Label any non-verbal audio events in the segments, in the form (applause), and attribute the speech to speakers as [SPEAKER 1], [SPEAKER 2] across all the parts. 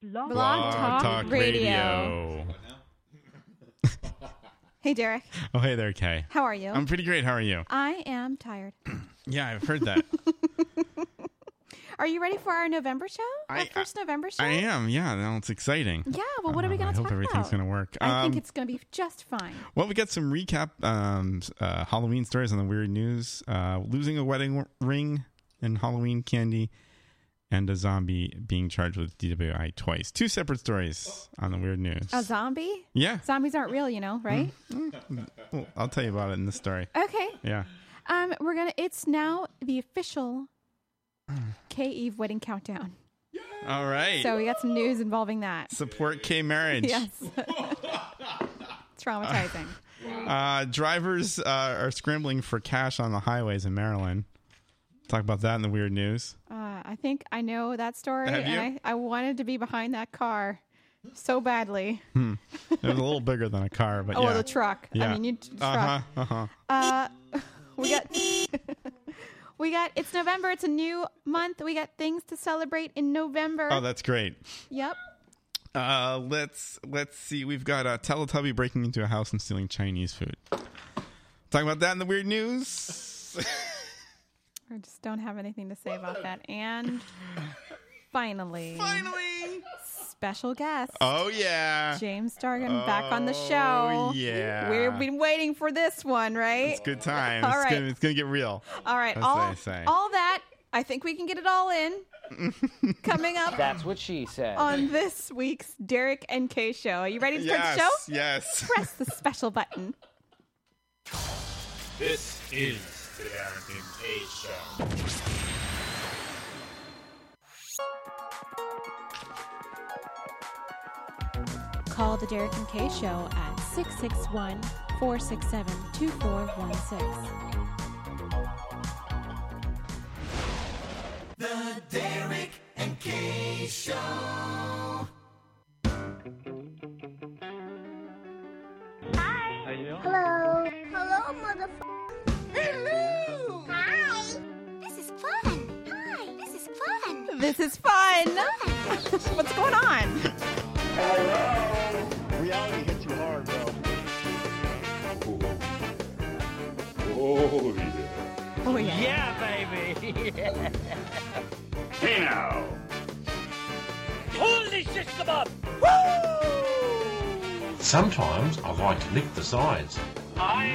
[SPEAKER 1] Blog,
[SPEAKER 2] Blog
[SPEAKER 1] Talk, Radio. Hey, Derek.
[SPEAKER 2] Oh, hey there, Kay.
[SPEAKER 1] How are you?
[SPEAKER 2] I'm pretty great. How are you?
[SPEAKER 1] I am tired.
[SPEAKER 2] Yeah, I've heard
[SPEAKER 1] (laughs)
[SPEAKER 2] that.
[SPEAKER 1] Are you ready for our November show?
[SPEAKER 2] I-
[SPEAKER 1] our first November show?
[SPEAKER 2] I am. Yeah, no, it's exciting.
[SPEAKER 1] Yeah. Well, what are we
[SPEAKER 2] Um,
[SPEAKER 1] going
[SPEAKER 2] I
[SPEAKER 1] to talk
[SPEAKER 2] hope
[SPEAKER 1] about?
[SPEAKER 2] everything's going to work.
[SPEAKER 1] I think
[SPEAKER 2] Um,
[SPEAKER 1] it's going to be just fine.
[SPEAKER 2] Well, we got some recap um, s- uh, Halloween stories on the weird news. Uh, losing a wedding w- ring and Halloween candy, and a zombie being charged with DWI twice. Two separate stories on the weird news.
[SPEAKER 1] A zombie?
[SPEAKER 2] yeah,
[SPEAKER 1] Zombies aren't real, you know,
[SPEAKER 2] Mm.
[SPEAKER 1] right?
[SPEAKER 2] Well, I'll tell you about it in this story.
[SPEAKER 1] Okay.
[SPEAKER 2] Yeah.
[SPEAKER 1] Um, we're gonna. It's now
[SPEAKER 2] (sighs)
[SPEAKER 1] the official K Eve wedding countdown.
[SPEAKER 2] All right.
[SPEAKER 1] So we got some news involving that.
[SPEAKER 2] Support K marriage.
[SPEAKER 1] Yes. (laughs) Traumatizing.
[SPEAKER 2] Uh, drivers uh, are scrambling for cash on the highways in Maryland. Talk about that in the weird news.
[SPEAKER 1] Uh, I think I know that story,
[SPEAKER 2] Have
[SPEAKER 1] and
[SPEAKER 2] you?
[SPEAKER 1] I, I wanted to be behind that car so badly.
[SPEAKER 2] It was a little bigger than a car, but
[SPEAKER 1] (laughs) Oh,
[SPEAKER 2] Hmm. yeah.
[SPEAKER 1] well, the truck.
[SPEAKER 2] Yeah.
[SPEAKER 1] I mean, you t- truck.
[SPEAKER 2] Uh huh. Uh huh.
[SPEAKER 1] Uh, we got. (laughs) We got it's November. It's a new month. We got things to celebrate in November.
[SPEAKER 2] Oh, that's great.
[SPEAKER 1] yep.
[SPEAKER 2] Uh, let's let's see. We've got a Teletubby breaking into a house and stealing Chinese food. Talk about that in the weird news. (laughs)
[SPEAKER 1] I just don't have anything to say about that. And finally,
[SPEAKER 2] Finally.
[SPEAKER 1] special guest
[SPEAKER 2] Oh yeah.
[SPEAKER 1] James Dargan back on the
[SPEAKER 2] Oh,
[SPEAKER 1] show.
[SPEAKER 2] yeah.
[SPEAKER 1] we've been waiting for this one, right?
[SPEAKER 2] It's good time.
[SPEAKER 1] All
[SPEAKER 2] it's,
[SPEAKER 1] right. Uh,
[SPEAKER 2] gonna, it's gonna get real.
[SPEAKER 1] All right,
[SPEAKER 2] That's
[SPEAKER 1] all,
[SPEAKER 2] what I say.
[SPEAKER 1] all that. I think we can get it all in.
[SPEAKER 2] (laughs)
[SPEAKER 1] Coming up
[SPEAKER 3] That's what she said.
[SPEAKER 1] on this week's Derek and Kay show. Are you ready to start
[SPEAKER 2] yes.
[SPEAKER 1] the show?
[SPEAKER 2] Yes.
[SPEAKER 1] Press the special button.
[SPEAKER 4] This is the Derek and Kay Show.
[SPEAKER 1] Call the Derek and Kay show at 661 467 2416.
[SPEAKER 5] Hello. Hello, motherfucker. Hello. Hi. This is fun. Hi. This is fun.
[SPEAKER 1] This is fun. What's going on?
[SPEAKER 4] Oh, yeah.
[SPEAKER 1] Oh yeah.
[SPEAKER 4] Hey now.
[SPEAKER 6] Sometimes I like to lick the sides.
[SPEAKER 7] I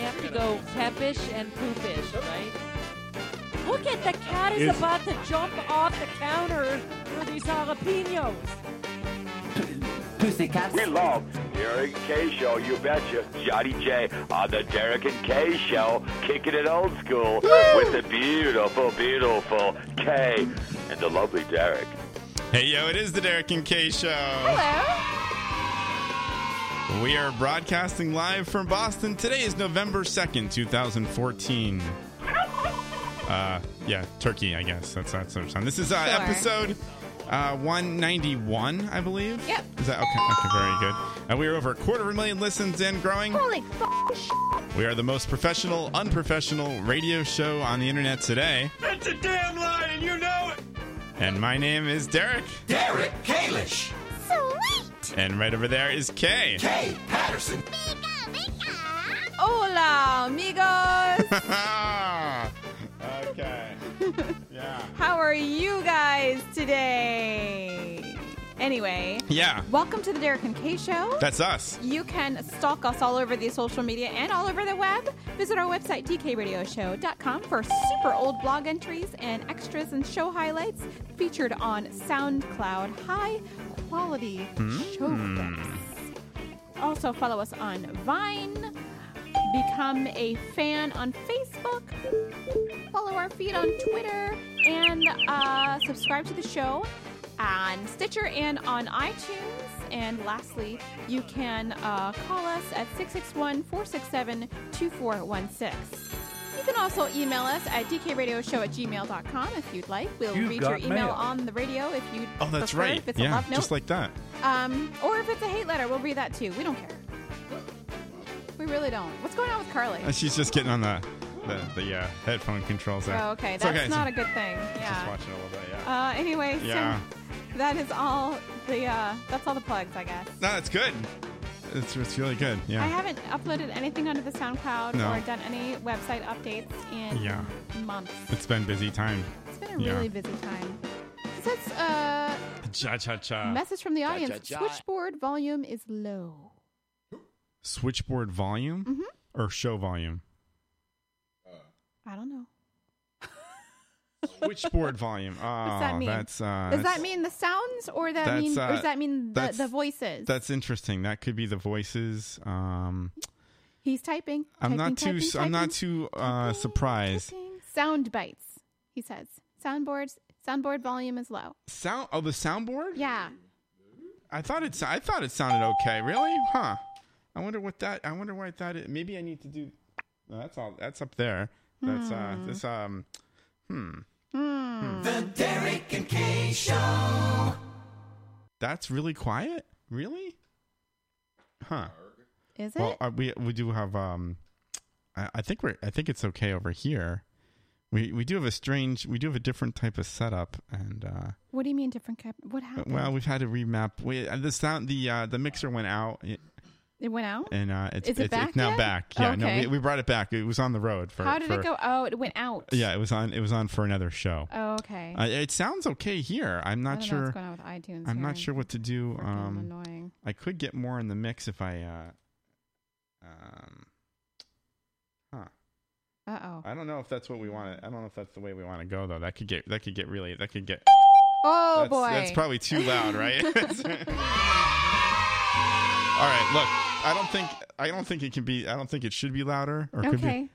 [SPEAKER 7] have to go peppish and poopish, right? Look at the cat is about to jump off the counter for these jalapenos.
[SPEAKER 8] We love Derek and K Show, you betcha. Johnny J on the Derek and K Show, kicking it old school with the beautiful, beautiful K and the lovely Derek.
[SPEAKER 2] Hey yo, it is the Derek and Kay show. We are broadcasting live from Boston. Today is November 2nd,
[SPEAKER 4] (laughs)
[SPEAKER 2] 2014. Uh, yeah, Turkey, I guess. That's that's what I'm saying. This is uh,
[SPEAKER 1] Sure.
[SPEAKER 2] episode uh, 191, I believe.
[SPEAKER 1] Yep.
[SPEAKER 2] Is that okay? Okay, very good. Uh, we are over a quarter of a million listens and growing.
[SPEAKER 5] Holy f-
[SPEAKER 2] We are the most professional, unprofessional radio show on the internet today.
[SPEAKER 4] That's a damn lie, and you know it.
[SPEAKER 2] And my name is Derek,
[SPEAKER 4] Derek Kalish.
[SPEAKER 5] sweet.
[SPEAKER 2] and right over there is Kay.
[SPEAKER 1] (laughs)
[SPEAKER 4] Hey, Patterson.
[SPEAKER 5] Mika, Mika.
[SPEAKER 1] Hola, amigos.
[SPEAKER 2] okay. Yeah.
[SPEAKER 1] How are you guys today? Anyway,
[SPEAKER 2] Yeah.
[SPEAKER 1] welcome to the Derek and Kay show.
[SPEAKER 2] That's us.
[SPEAKER 1] You can stalk us all over the social media and all over the web. Visit our website, dkradioshow.com, for super old blog entries and extras and show highlights featured on SoundCloud. High Hmm. quality show clips. Also, follow us on Vine, become a fan on Facebook, follow our feed on Twitter, and uh, subscribe to the show on Stitcher and on iTunes. And lastly, you can uh, call us at 661 467 2416. You can also email us at dkradioshow at gmail.com if you'd like. We'll
[SPEAKER 3] You've
[SPEAKER 1] read your
[SPEAKER 3] got
[SPEAKER 1] email
[SPEAKER 3] mail.
[SPEAKER 1] on the radio if you
[SPEAKER 2] Oh, that's
[SPEAKER 1] prefer,
[SPEAKER 2] right.
[SPEAKER 1] If it's a
[SPEAKER 2] yeah,
[SPEAKER 1] love note.
[SPEAKER 2] just like that.
[SPEAKER 1] Um, or if it's a hate letter, we'll read that too. We don't care. We really don't. What's going on with Carly?
[SPEAKER 2] And she's just getting on the the, the uh, headphone controls. There.
[SPEAKER 1] Oh, okay.
[SPEAKER 2] It's
[SPEAKER 1] That's
[SPEAKER 2] It's
[SPEAKER 1] not a good thing.
[SPEAKER 2] Just
[SPEAKER 1] Yeah.
[SPEAKER 2] watching a little bit. Yeah.
[SPEAKER 1] Uh, anyway,
[SPEAKER 2] Yeah.
[SPEAKER 1] so that is all the uh, that's all the plugs, I guess.
[SPEAKER 2] no, it's good. It's it's really good. Yeah.
[SPEAKER 1] Uh, I haven't uploaded anything onto the SoundCloud
[SPEAKER 2] No.
[SPEAKER 1] or done any website updates in
[SPEAKER 2] Yeah.
[SPEAKER 1] months.
[SPEAKER 2] it's been busy time.
[SPEAKER 1] It's been a
[SPEAKER 2] Yeah.
[SPEAKER 1] really busy time. So that's uh,
[SPEAKER 2] Cha cha cha.
[SPEAKER 1] message from the audience.
[SPEAKER 3] cha.
[SPEAKER 1] Switchboard volume is low.
[SPEAKER 2] Switchboard volume
[SPEAKER 1] Mm-hmm.
[SPEAKER 2] or show volume?
[SPEAKER 1] I don't know.
[SPEAKER 2] Switchboard
[SPEAKER 1] (laughs)
[SPEAKER 2] volume. Oh,
[SPEAKER 1] that mean?
[SPEAKER 2] that's uh,
[SPEAKER 1] Does that
[SPEAKER 2] that's-
[SPEAKER 1] mean the sounds, or that
[SPEAKER 2] That's,
[SPEAKER 1] mean, or
[SPEAKER 2] uh,
[SPEAKER 1] does that mean the,
[SPEAKER 2] that's-
[SPEAKER 1] the voices?
[SPEAKER 2] That's interesting. That could be the voices. Um,
[SPEAKER 1] He's typing.
[SPEAKER 2] I'm
[SPEAKER 1] typing,
[SPEAKER 2] not too.
[SPEAKER 1] typing,
[SPEAKER 2] s I'm not
[SPEAKER 1] typing,
[SPEAKER 2] too uh,
[SPEAKER 1] typing,
[SPEAKER 2] surprised.
[SPEAKER 1] typing. Sound bites. He says soundboards. Soundboard volume is low.
[SPEAKER 2] Sound. Oh, the soundboard.
[SPEAKER 1] Yeah.
[SPEAKER 2] I thought it. I thought it sounded okay. Really? Huh. I wonder what that. I wonder why that. Is. Maybe I need to do. No, that's all. That's up there. That's uh.
[SPEAKER 1] Hmm.
[SPEAKER 2] This um. Hmm.
[SPEAKER 4] The Derek and Kay Show.
[SPEAKER 2] That's really quiet. Really? Huh.
[SPEAKER 1] Is it?
[SPEAKER 2] Well, uh, we we do have um. I, I think we're. I think it's okay over here. We we do have a strange. We do have a different type of setup, and uh,
[SPEAKER 1] what do you mean different? Cap- what happened?
[SPEAKER 2] well, we've had to remap. We uh, the sound the uh, the mixer went out.
[SPEAKER 1] it went out.
[SPEAKER 2] and uh, it's,
[SPEAKER 1] Is it
[SPEAKER 2] it's,
[SPEAKER 1] back
[SPEAKER 2] it's now
[SPEAKER 1] yet?
[SPEAKER 2] back. Yeah, no,
[SPEAKER 1] Okay.
[SPEAKER 2] we, we brought it back. It was on the road for.
[SPEAKER 1] How did
[SPEAKER 2] for-
[SPEAKER 1] it go? Oh, it went out.
[SPEAKER 2] Yeah, it was on. It was on for another show.
[SPEAKER 1] Oh, okay.
[SPEAKER 2] Uh, it sounds okay here. I'm
[SPEAKER 1] I
[SPEAKER 2] not
[SPEAKER 1] don't know
[SPEAKER 2] sure.
[SPEAKER 1] what's going on with iTunes.
[SPEAKER 2] I'm
[SPEAKER 1] here.
[SPEAKER 2] not sure what to do.
[SPEAKER 1] Freaking
[SPEAKER 2] Um,
[SPEAKER 1] annoying.
[SPEAKER 2] I could get more in the mix if I. Uh, um, huh.
[SPEAKER 1] Uh oh.
[SPEAKER 2] I don't know if that's what we want. to I don't know if that's the way we want to go though. That could get. That could get really. That could get.
[SPEAKER 1] Oh
[SPEAKER 2] that's,
[SPEAKER 1] boy.
[SPEAKER 2] That's probably too loud, right? (laughs) All right. Look, I don't think. I don't think it can be. I don't think it should be louder. Or could be.
[SPEAKER 1] okay.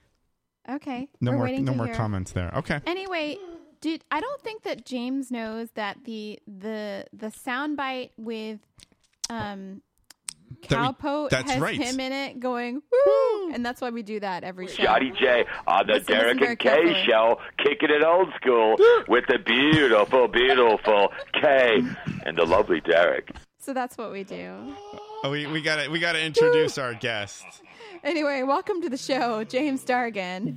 [SPEAKER 1] Okay.
[SPEAKER 2] No
[SPEAKER 1] We're
[SPEAKER 2] more.
[SPEAKER 1] waiting
[SPEAKER 2] No
[SPEAKER 1] to
[SPEAKER 2] more
[SPEAKER 1] hear.
[SPEAKER 2] comments there. Okay.
[SPEAKER 1] Anyway, dude, I don't think that James knows that the the the soundbite with um
[SPEAKER 2] That we-
[SPEAKER 1] cowpote
[SPEAKER 2] that's
[SPEAKER 1] has
[SPEAKER 2] right.
[SPEAKER 1] him in it going woo, and that's why we do that every show.
[SPEAKER 8] Shotty J on the
[SPEAKER 1] Listen, listen
[SPEAKER 8] Derek
[SPEAKER 1] very
[SPEAKER 8] and
[SPEAKER 1] carefully.
[SPEAKER 8] Kay show, kicking it old school with the beautiful, beautiful Kay and the lovely Derek.
[SPEAKER 1] So that's what we do.
[SPEAKER 2] Oh, we we got to we got to introduce our guest.
[SPEAKER 1] Anyway, welcome to the show, James Dargan.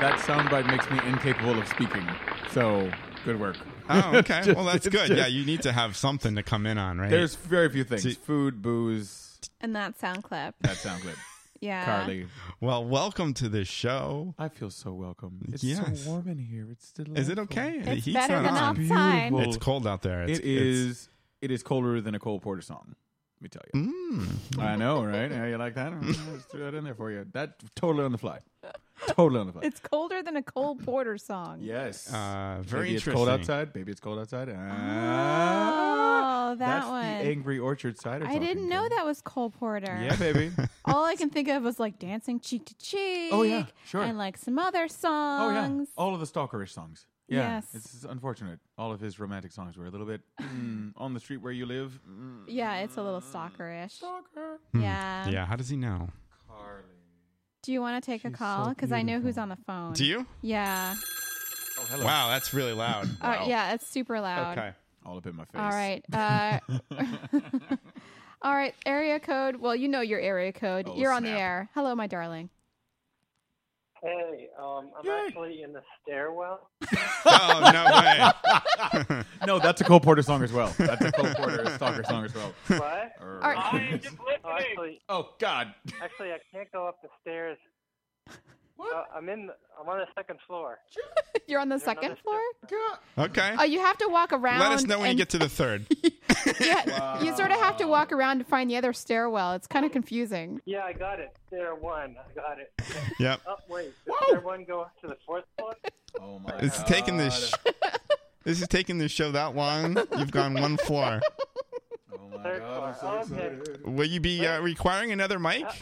[SPEAKER 3] That soundbite makes me incapable of speaking. So good work.
[SPEAKER 2] Oh, okay.
[SPEAKER 3] (laughs) Just-
[SPEAKER 2] well, that's
[SPEAKER 3] it's
[SPEAKER 2] good.
[SPEAKER 3] just-
[SPEAKER 2] yeah, you need to have something to come in on, right?
[SPEAKER 3] There's very few things:
[SPEAKER 2] See-
[SPEAKER 3] food, booze.
[SPEAKER 1] And that sound clip.
[SPEAKER 3] That sound good.
[SPEAKER 1] Yeah.
[SPEAKER 3] Carly,
[SPEAKER 2] well, welcome to the show.
[SPEAKER 3] I feel so welcome. It's
[SPEAKER 2] Yes.
[SPEAKER 3] so warm in here. It's delightful.
[SPEAKER 2] Is it okay? The
[SPEAKER 1] It's
[SPEAKER 2] heat's
[SPEAKER 1] better
[SPEAKER 2] not
[SPEAKER 1] than
[SPEAKER 2] on.
[SPEAKER 1] outside.
[SPEAKER 3] Beautiful.
[SPEAKER 2] It's cold out there. It's,
[SPEAKER 3] It is. It is colder than a Cole Porter song. Let me tell you.
[SPEAKER 2] Mm.
[SPEAKER 3] I know, right? How you
[SPEAKER 2] (laughs)
[SPEAKER 3] like that? I just threw that in there for you. That totally on the fly. Totally on the fly.
[SPEAKER 1] It's colder than a Cole Porter song.
[SPEAKER 3] yes.
[SPEAKER 2] Uh, very Uh,
[SPEAKER 3] Maybe
[SPEAKER 2] interesting.
[SPEAKER 3] It's cold outside. Maybe it's cold outside. Ah,
[SPEAKER 1] Oh, that
[SPEAKER 3] that's
[SPEAKER 1] one.
[SPEAKER 3] the Angry Orchard cider.
[SPEAKER 1] I didn't know that was Cole Porter. (laughs)
[SPEAKER 2] (laughs)
[SPEAKER 3] Yeah, baby.
[SPEAKER 1] All I can think of was like dancing cheek to cheek.
[SPEAKER 3] Oh, yeah, sure.
[SPEAKER 1] And like some other
[SPEAKER 3] oh yeah,
[SPEAKER 1] songs.
[SPEAKER 3] all of the stalkerish songs. Yeah,
[SPEAKER 1] Yes.
[SPEAKER 3] it's it's unfortunate. All of his romantic songs were a little bit
[SPEAKER 1] (laughs)
[SPEAKER 3] mm, on the street where you live. Mm,
[SPEAKER 1] Yeah, it's a little stalkerish.
[SPEAKER 3] stalker.
[SPEAKER 1] Hmm. Yeah.
[SPEAKER 2] Yeah. How does he know?
[SPEAKER 3] Carly.
[SPEAKER 1] Do you want to take a
[SPEAKER 3] She's
[SPEAKER 1] call?
[SPEAKER 3] so
[SPEAKER 1] Because I know who's
[SPEAKER 3] beautiful.
[SPEAKER 1] on the phone.
[SPEAKER 2] Do you?
[SPEAKER 1] Yeah.
[SPEAKER 3] Oh hello.
[SPEAKER 2] Wow, that's really loud.
[SPEAKER 1] Oh, yeah, it's super loud.
[SPEAKER 2] Okay.
[SPEAKER 3] All up in my face.
[SPEAKER 1] All right. Uh,
[SPEAKER 3] (laughs)
[SPEAKER 1] (laughs) all right. Area code. Well, you know your area code.
[SPEAKER 3] Oh,
[SPEAKER 1] You're on the
[SPEAKER 3] snap.
[SPEAKER 1] air. Hello, my darling. (laughs)
[SPEAKER 9] Hey, um, I'm actually in the stairwell.
[SPEAKER 2] (laughs) Oh no way.
[SPEAKER 3] No, that's a Cole Porter song as well. That's a Cole Porter stalker song as well. (laughs)
[SPEAKER 9] What?
[SPEAKER 1] All right.
[SPEAKER 9] Oh, actually,
[SPEAKER 3] Oh God.
[SPEAKER 9] actually, I can't go up the stairs.
[SPEAKER 3] What?
[SPEAKER 9] Uh, I'm in. The, I'm on the second floor.
[SPEAKER 1] You're on the
[SPEAKER 9] another
[SPEAKER 1] second floor?
[SPEAKER 2] Okay.
[SPEAKER 1] Oh, you have to walk (laughs) around.
[SPEAKER 2] Let us know when you
[SPEAKER 1] and-
[SPEAKER 2] get to the
[SPEAKER 1] (laughs)
[SPEAKER 2] third. (laughs)
[SPEAKER 1] yeah, you sort of have to walk around to find the other stairwell. It's kind of confusing.
[SPEAKER 9] Yeah, I got it. Stair one. I got it.
[SPEAKER 2] yep.
[SPEAKER 9] Oh wait, does stair one go up to the fourth floor?
[SPEAKER 3] Oh my.
[SPEAKER 2] It's (laughs)
[SPEAKER 3] God.
[SPEAKER 2] taking this. Sh- this is taking this show that long. You've gone one floor.
[SPEAKER 3] my
[SPEAKER 9] Third
[SPEAKER 3] god, Oh, I'm so
[SPEAKER 9] floor. Okay.
[SPEAKER 3] excited.
[SPEAKER 2] Will you be uh, requiring another mic?
[SPEAKER 9] Uh,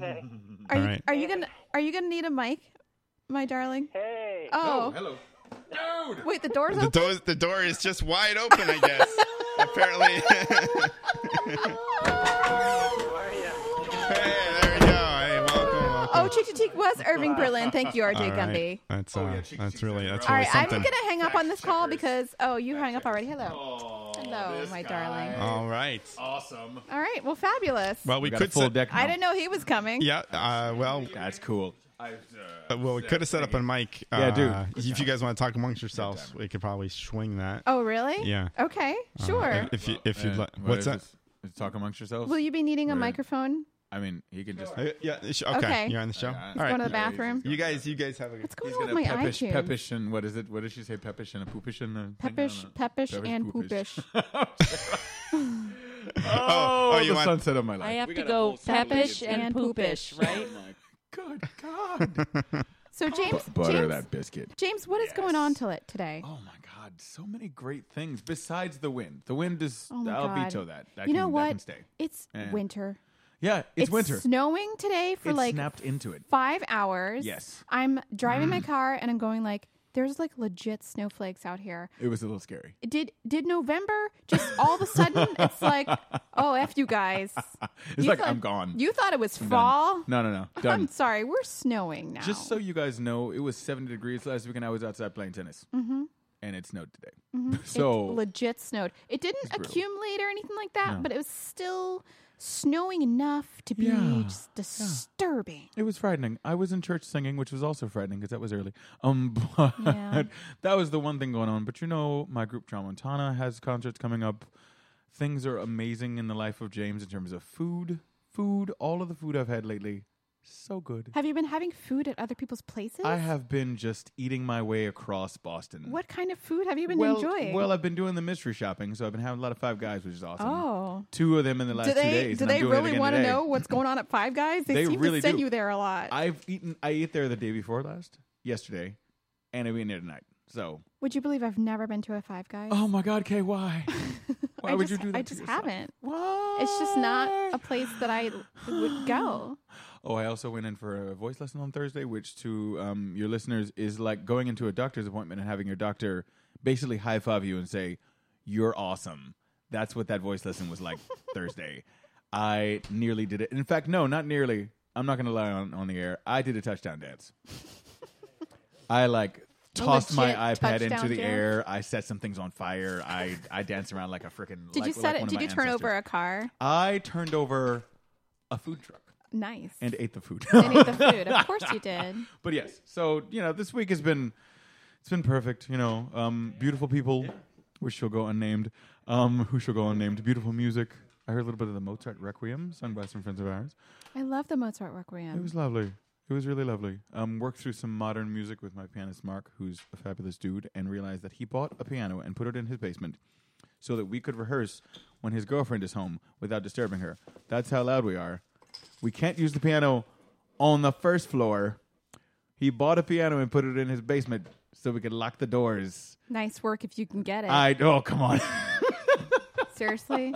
[SPEAKER 9] Okay.
[SPEAKER 1] Are
[SPEAKER 2] All
[SPEAKER 1] you
[SPEAKER 2] right.
[SPEAKER 1] are you gonna are you gonna need a mic, my darling?
[SPEAKER 9] Hey.
[SPEAKER 1] Oh.
[SPEAKER 3] hello.
[SPEAKER 1] Wait, the door's
[SPEAKER 2] The
[SPEAKER 1] open.
[SPEAKER 2] door, the door is just wide open, I
[SPEAKER 1] (laughs)
[SPEAKER 2] guess. Apparently. (laughs) hey, there we go. Hey, welcome, welcome.
[SPEAKER 1] Oh, Cheek to Cheek was Irving Berlin. Thank you,
[SPEAKER 2] All
[SPEAKER 1] RJ
[SPEAKER 2] right.
[SPEAKER 1] Gundy.
[SPEAKER 2] That's, uh,
[SPEAKER 3] Oh,
[SPEAKER 2] that's really, that's
[SPEAKER 1] All
[SPEAKER 2] really
[SPEAKER 1] right, I'm
[SPEAKER 2] something.
[SPEAKER 1] gonna hang up on this call because oh, you hung up already. Hello, hello,
[SPEAKER 3] this
[SPEAKER 1] my
[SPEAKER 3] guy.
[SPEAKER 1] darling.
[SPEAKER 2] All right.
[SPEAKER 3] Awesome.
[SPEAKER 1] All right, well, fabulous.
[SPEAKER 2] Well, we
[SPEAKER 3] got a
[SPEAKER 2] could
[SPEAKER 3] full
[SPEAKER 2] set-
[SPEAKER 3] deck
[SPEAKER 1] I didn't know he was coming.
[SPEAKER 2] Yeah. Uh, well,
[SPEAKER 3] That's cool.
[SPEAKER 2] uh, well, we could have set up a mic. Uh,
[SPEAKER 3] Yeah, dude.
[SPEAKER 2] If you guys want to talk amongst yourselves, we could probably swing that.
[SPEAKER 1] Oh, really?
[SPEAKER 2] Yeah.
[SPEAKER 1] Okay,
[SPEAKER 2] Uh,
[SPEAKER 1] sure.
[SPEAKER 2] if you, if you'd
[SPEAKER 3] And
[SPEAKER 2] like,
[SPEAKER 3] what
[SPEAKER 2] what's
[SPEAKER 3] is
[SPEAKER 2] that?
[SPEAKER 3] this? Is it talk amongst yourselves.
[SPEAKER 1] Will you be needing a
[SPEAKER 3] We're-
[SPEAKER 1] microphone?
[SPEAKER 3] I mean, he can just.
[SPEAKER 2] Uh, yeah. it's- Okay.
[SPEAKER 1] Okay.
[SPEAKER 2] You're on the show.
[SPEAKER 3] Let's
[SPEAKER 2] All
[SPEAKER 1] Going
[SPEAKER 2] right.
[SPEAKER 1] to the bathroom.
[SPEAKER 2] You guys, you guys have a good.
[SPEAKER 1] What's going
[SPEAKER 3] He's
[SPEAKER 1] on
[SPEAKER 3] gonna
[SPEAKER 1] with my
[SPEAKER 3] peppish,
[SPEAKER 1] iTunes?
[SPEAKER 3] peppish, and what is it? What does she say? Peppish and a poopish and a thing? I
[SPEAKER 1] Peppish,
[SPEAKER 3] don't know.
[SPEAKER 1] peppish, and poopish.
[SPEAKER 3] poopish. oh,
[SPEAKER 2] oh, you
[SPEAKER 3] the
[SPEAKER 2] want-
[SPEAKER 3] sunset of my life.
[SPEAKER 7] I have to go peppish and poopish, right?
[SPEAKER 3] Good
[SPEAKER 1] (laughs)
[SPEAKER 3] God.
[SPEAKER 1] So James,
[SPEAKER 3] Butter
[SPEAKER 1] James,
[SPEAKER 3] that biscuit.
[SPEAKER 1] James, what is going on till it today?
[SPEAKER 3] Oh my God! So many great things besides the wind. The wind is.
[SPEAKER 1] Oh my
[SPEAKER 3] I'll
[SPEAKER 1] God.
[SPEAKER 3] veto that. that
[SPEAKER 1] you
[SPEAKER 3] can,
[SPEAKER 1] know
[SPEAKER 3] That can
[SPEAKER 1] what?
[SPEAKER 3] stay.
[SPEAKER 1] It's
[SPEAKER 3] Yeah.
[SPEAKER 1] winter.
[SPEAKER 3] Yeah, it's, winter.
[SPEAKER 1] snowing today for
[SPEAKER 3] it
[SPEAKER 1] like
[SPEAKER 3] snapped into it.
[SPEAKER 1] five hours.
[SPEAKER 3] Yes. Mm.
[SPEAKER 1] I'm driving my car and I'm going like, there's like legit snowflakes out here.
[SPEAKER 3] It was a little scary.
[SPEAKER 1] Did did November just all of
[SPEAKER 3] (laughs)
[SPEAKER 1] a sudden it's like, oh f you guys.
[SPEAKER 3] It's like, I'm gone.
[SPEAKER 1] You thought it was
[SPEAKER 3] I'm done.
[SPEAKER 1] fall.
[SPEAKER 3] No, no,
[SPEAKER 1] (laughs)
[SPEAKER 3] no. Done.
[SPEAKER 1] I'm sorry, we're snowing now.
[SPEAKER 3] Just so you guys know, it was 70 degrees last week, and I was outside playing tennis,
[SPEAKER 1] hmm
[SPEAKER 3] and it snowed today.
[SPEAKER 1] Mm-hmm. It
[SPEAKER 3] (laughs) So
[SPEAKER 1] legit snowed. It didn't
[SPEAKER 3] Oh. brutal.
[SPEAKER 1] accumulate or anything like that,
[SPEAKER 3] No.
[SPEAKER 1] but it was still snowing enough to be
[SPEAKER 3] Yeah,
[SPEAKER 1] just disturbing.
[SPEAKER 3] It was frightening. I was in church singing, which was also frightening because that was early. Um, (laughs) but
[SPEAKER 1] Yeah.
[SPEAKER 3] that was the one thing going on. But you know, my group Tramontana has concerts coming up. Things are amazing in the life of James in terms of food. Food, all of the food I've had lately, so good.
[SPEAKER 1] Have you been having food at other people's places?
[SPEAKER 3] I have been just eating my way across Boston.
[SPEAKER 1] What kind of food have you been
[SPEAKER 3] well,
[SPEAKER 1] enjoying?
[SPEAKER 3] Well, I've been doing the mystery shopping, so I've been having a lot of Five Guys, which is awesome.
[SPEAKER 1] oh.
[SPEAKER 3] Two of them in the last
[SPEAKER 1] do
[SPEAKER 3] two
[SPEAKER 1] they
[SPEAKER 3] days.
[SPEAKER 1] do
[SPEAKER 3] and I'm
[SPEAKER 1] they
[SPEAKER 3] doing it
[SPEAKER 1] really
[SPEAKER 3] again
[SPEAKER 1] want to
[SPEAKER 3] today.
[SPEAKER 1] know what's going on at Five Guys? They,
[SPEAKER 3] They
[SPEAKER 1] seem
[SPEAKER 3] really
[SPEAKER 1] to send
[SPEAKER 3] do.
[SPEAKER 1] you there a lot.
[SPEAKER 3] I've eaten. I ate there the day before last, yesterday, and I've been there tonight. So
[SPEAKER 1] Would you believe I've never been to a Five Guys?
[SPEAKER 3] Oh my God, KY.
[SPEAKER 1] (laughs)
[SPEAKER 3] Why
[SPEAKER 1] I
[SPEAKER 3] would
[SPEAKER 1] just,
[SPEAKER 3] you do that?
[SPEAKER 1] I
[SPEAKER 3] to
[SPEAKER 1] just
[SPEAKER 3] yourself?
[SPEAKER 1] haven't.
[SPEAKER 3] Why?
[SPEAKER 1] It's just not a place that I would go.
[SPEAKER 3] Oh, I also went in for a voice lesson on Thursday, which to um, your listeners is like going into a doctor's appointment and having your doctor basically high five you and say, "You're awesome." That's what that voice lesson was
[SPEAKER 1] (laughs)
[SPEAKER 3] like Thursday. I nearly did it. In fact, no, not nearly. I'm not going to lie on, on the air. I did a touchdown
[SPEAKER 1] (laughs)
[SPEAKER 3] dance. I like tossed my
[SPEAKER 1] legit
[SPEAKER 3] iPad into
[SPEAKER 1] touchdown
[SPEAKER 3] the
[SPEAKER 1] dance?
[SPEAKER 3] air. I set some things on fire. I I danced around like a freaking.
[SPEAKER 1] Did you
[SPEAKER 3] like-
[SPEAKER 1] set
[SPEAKER 3] like
[SPEAKER 1] it?
[SPEAKER 3] one of
[SPEAKER 1] Did
[SPEAKER 3] my
[SPEAKER 1] you turn
[SPEAKER 3] ancestors.
[SPEAKER 1] over a car?
[SPEAKER 3] I turned over a food truck
[SPEAKER 1] Nice.
[SPEAKER 3] and ate the food. (laughs)
[SPEAKER 1] and ate the food. Of course you did.
[SPEAKER 3] but yes, so you know, this week has been it's been perfect. You know, um, beautiful people, which shall go unnamed, um, who shall go unnamed. Beautiful music. I heard a little bit of the Mozart Requiem, sung by some friends of ours.
[SPEAKER 1] I love the Mozart Requiem.
[SPEAKER 3] It was lovely. It was really lovely. Um, worked through some modern music with my pianist Mark, who's a fabulous dude, and realized that he bought a piano and put it in his basement so that we could rehearse when his girlfriend is home without disturbing her. That's how loud we are. We can't use the piano on the first floor. He bought a piano and put it in his basement so we could lock the doors.
[SPEAKER 1] nice work if you can get it.
[SPEAKER 3] I (laughs) oh come on.
[SPEAKER 1] Seriously,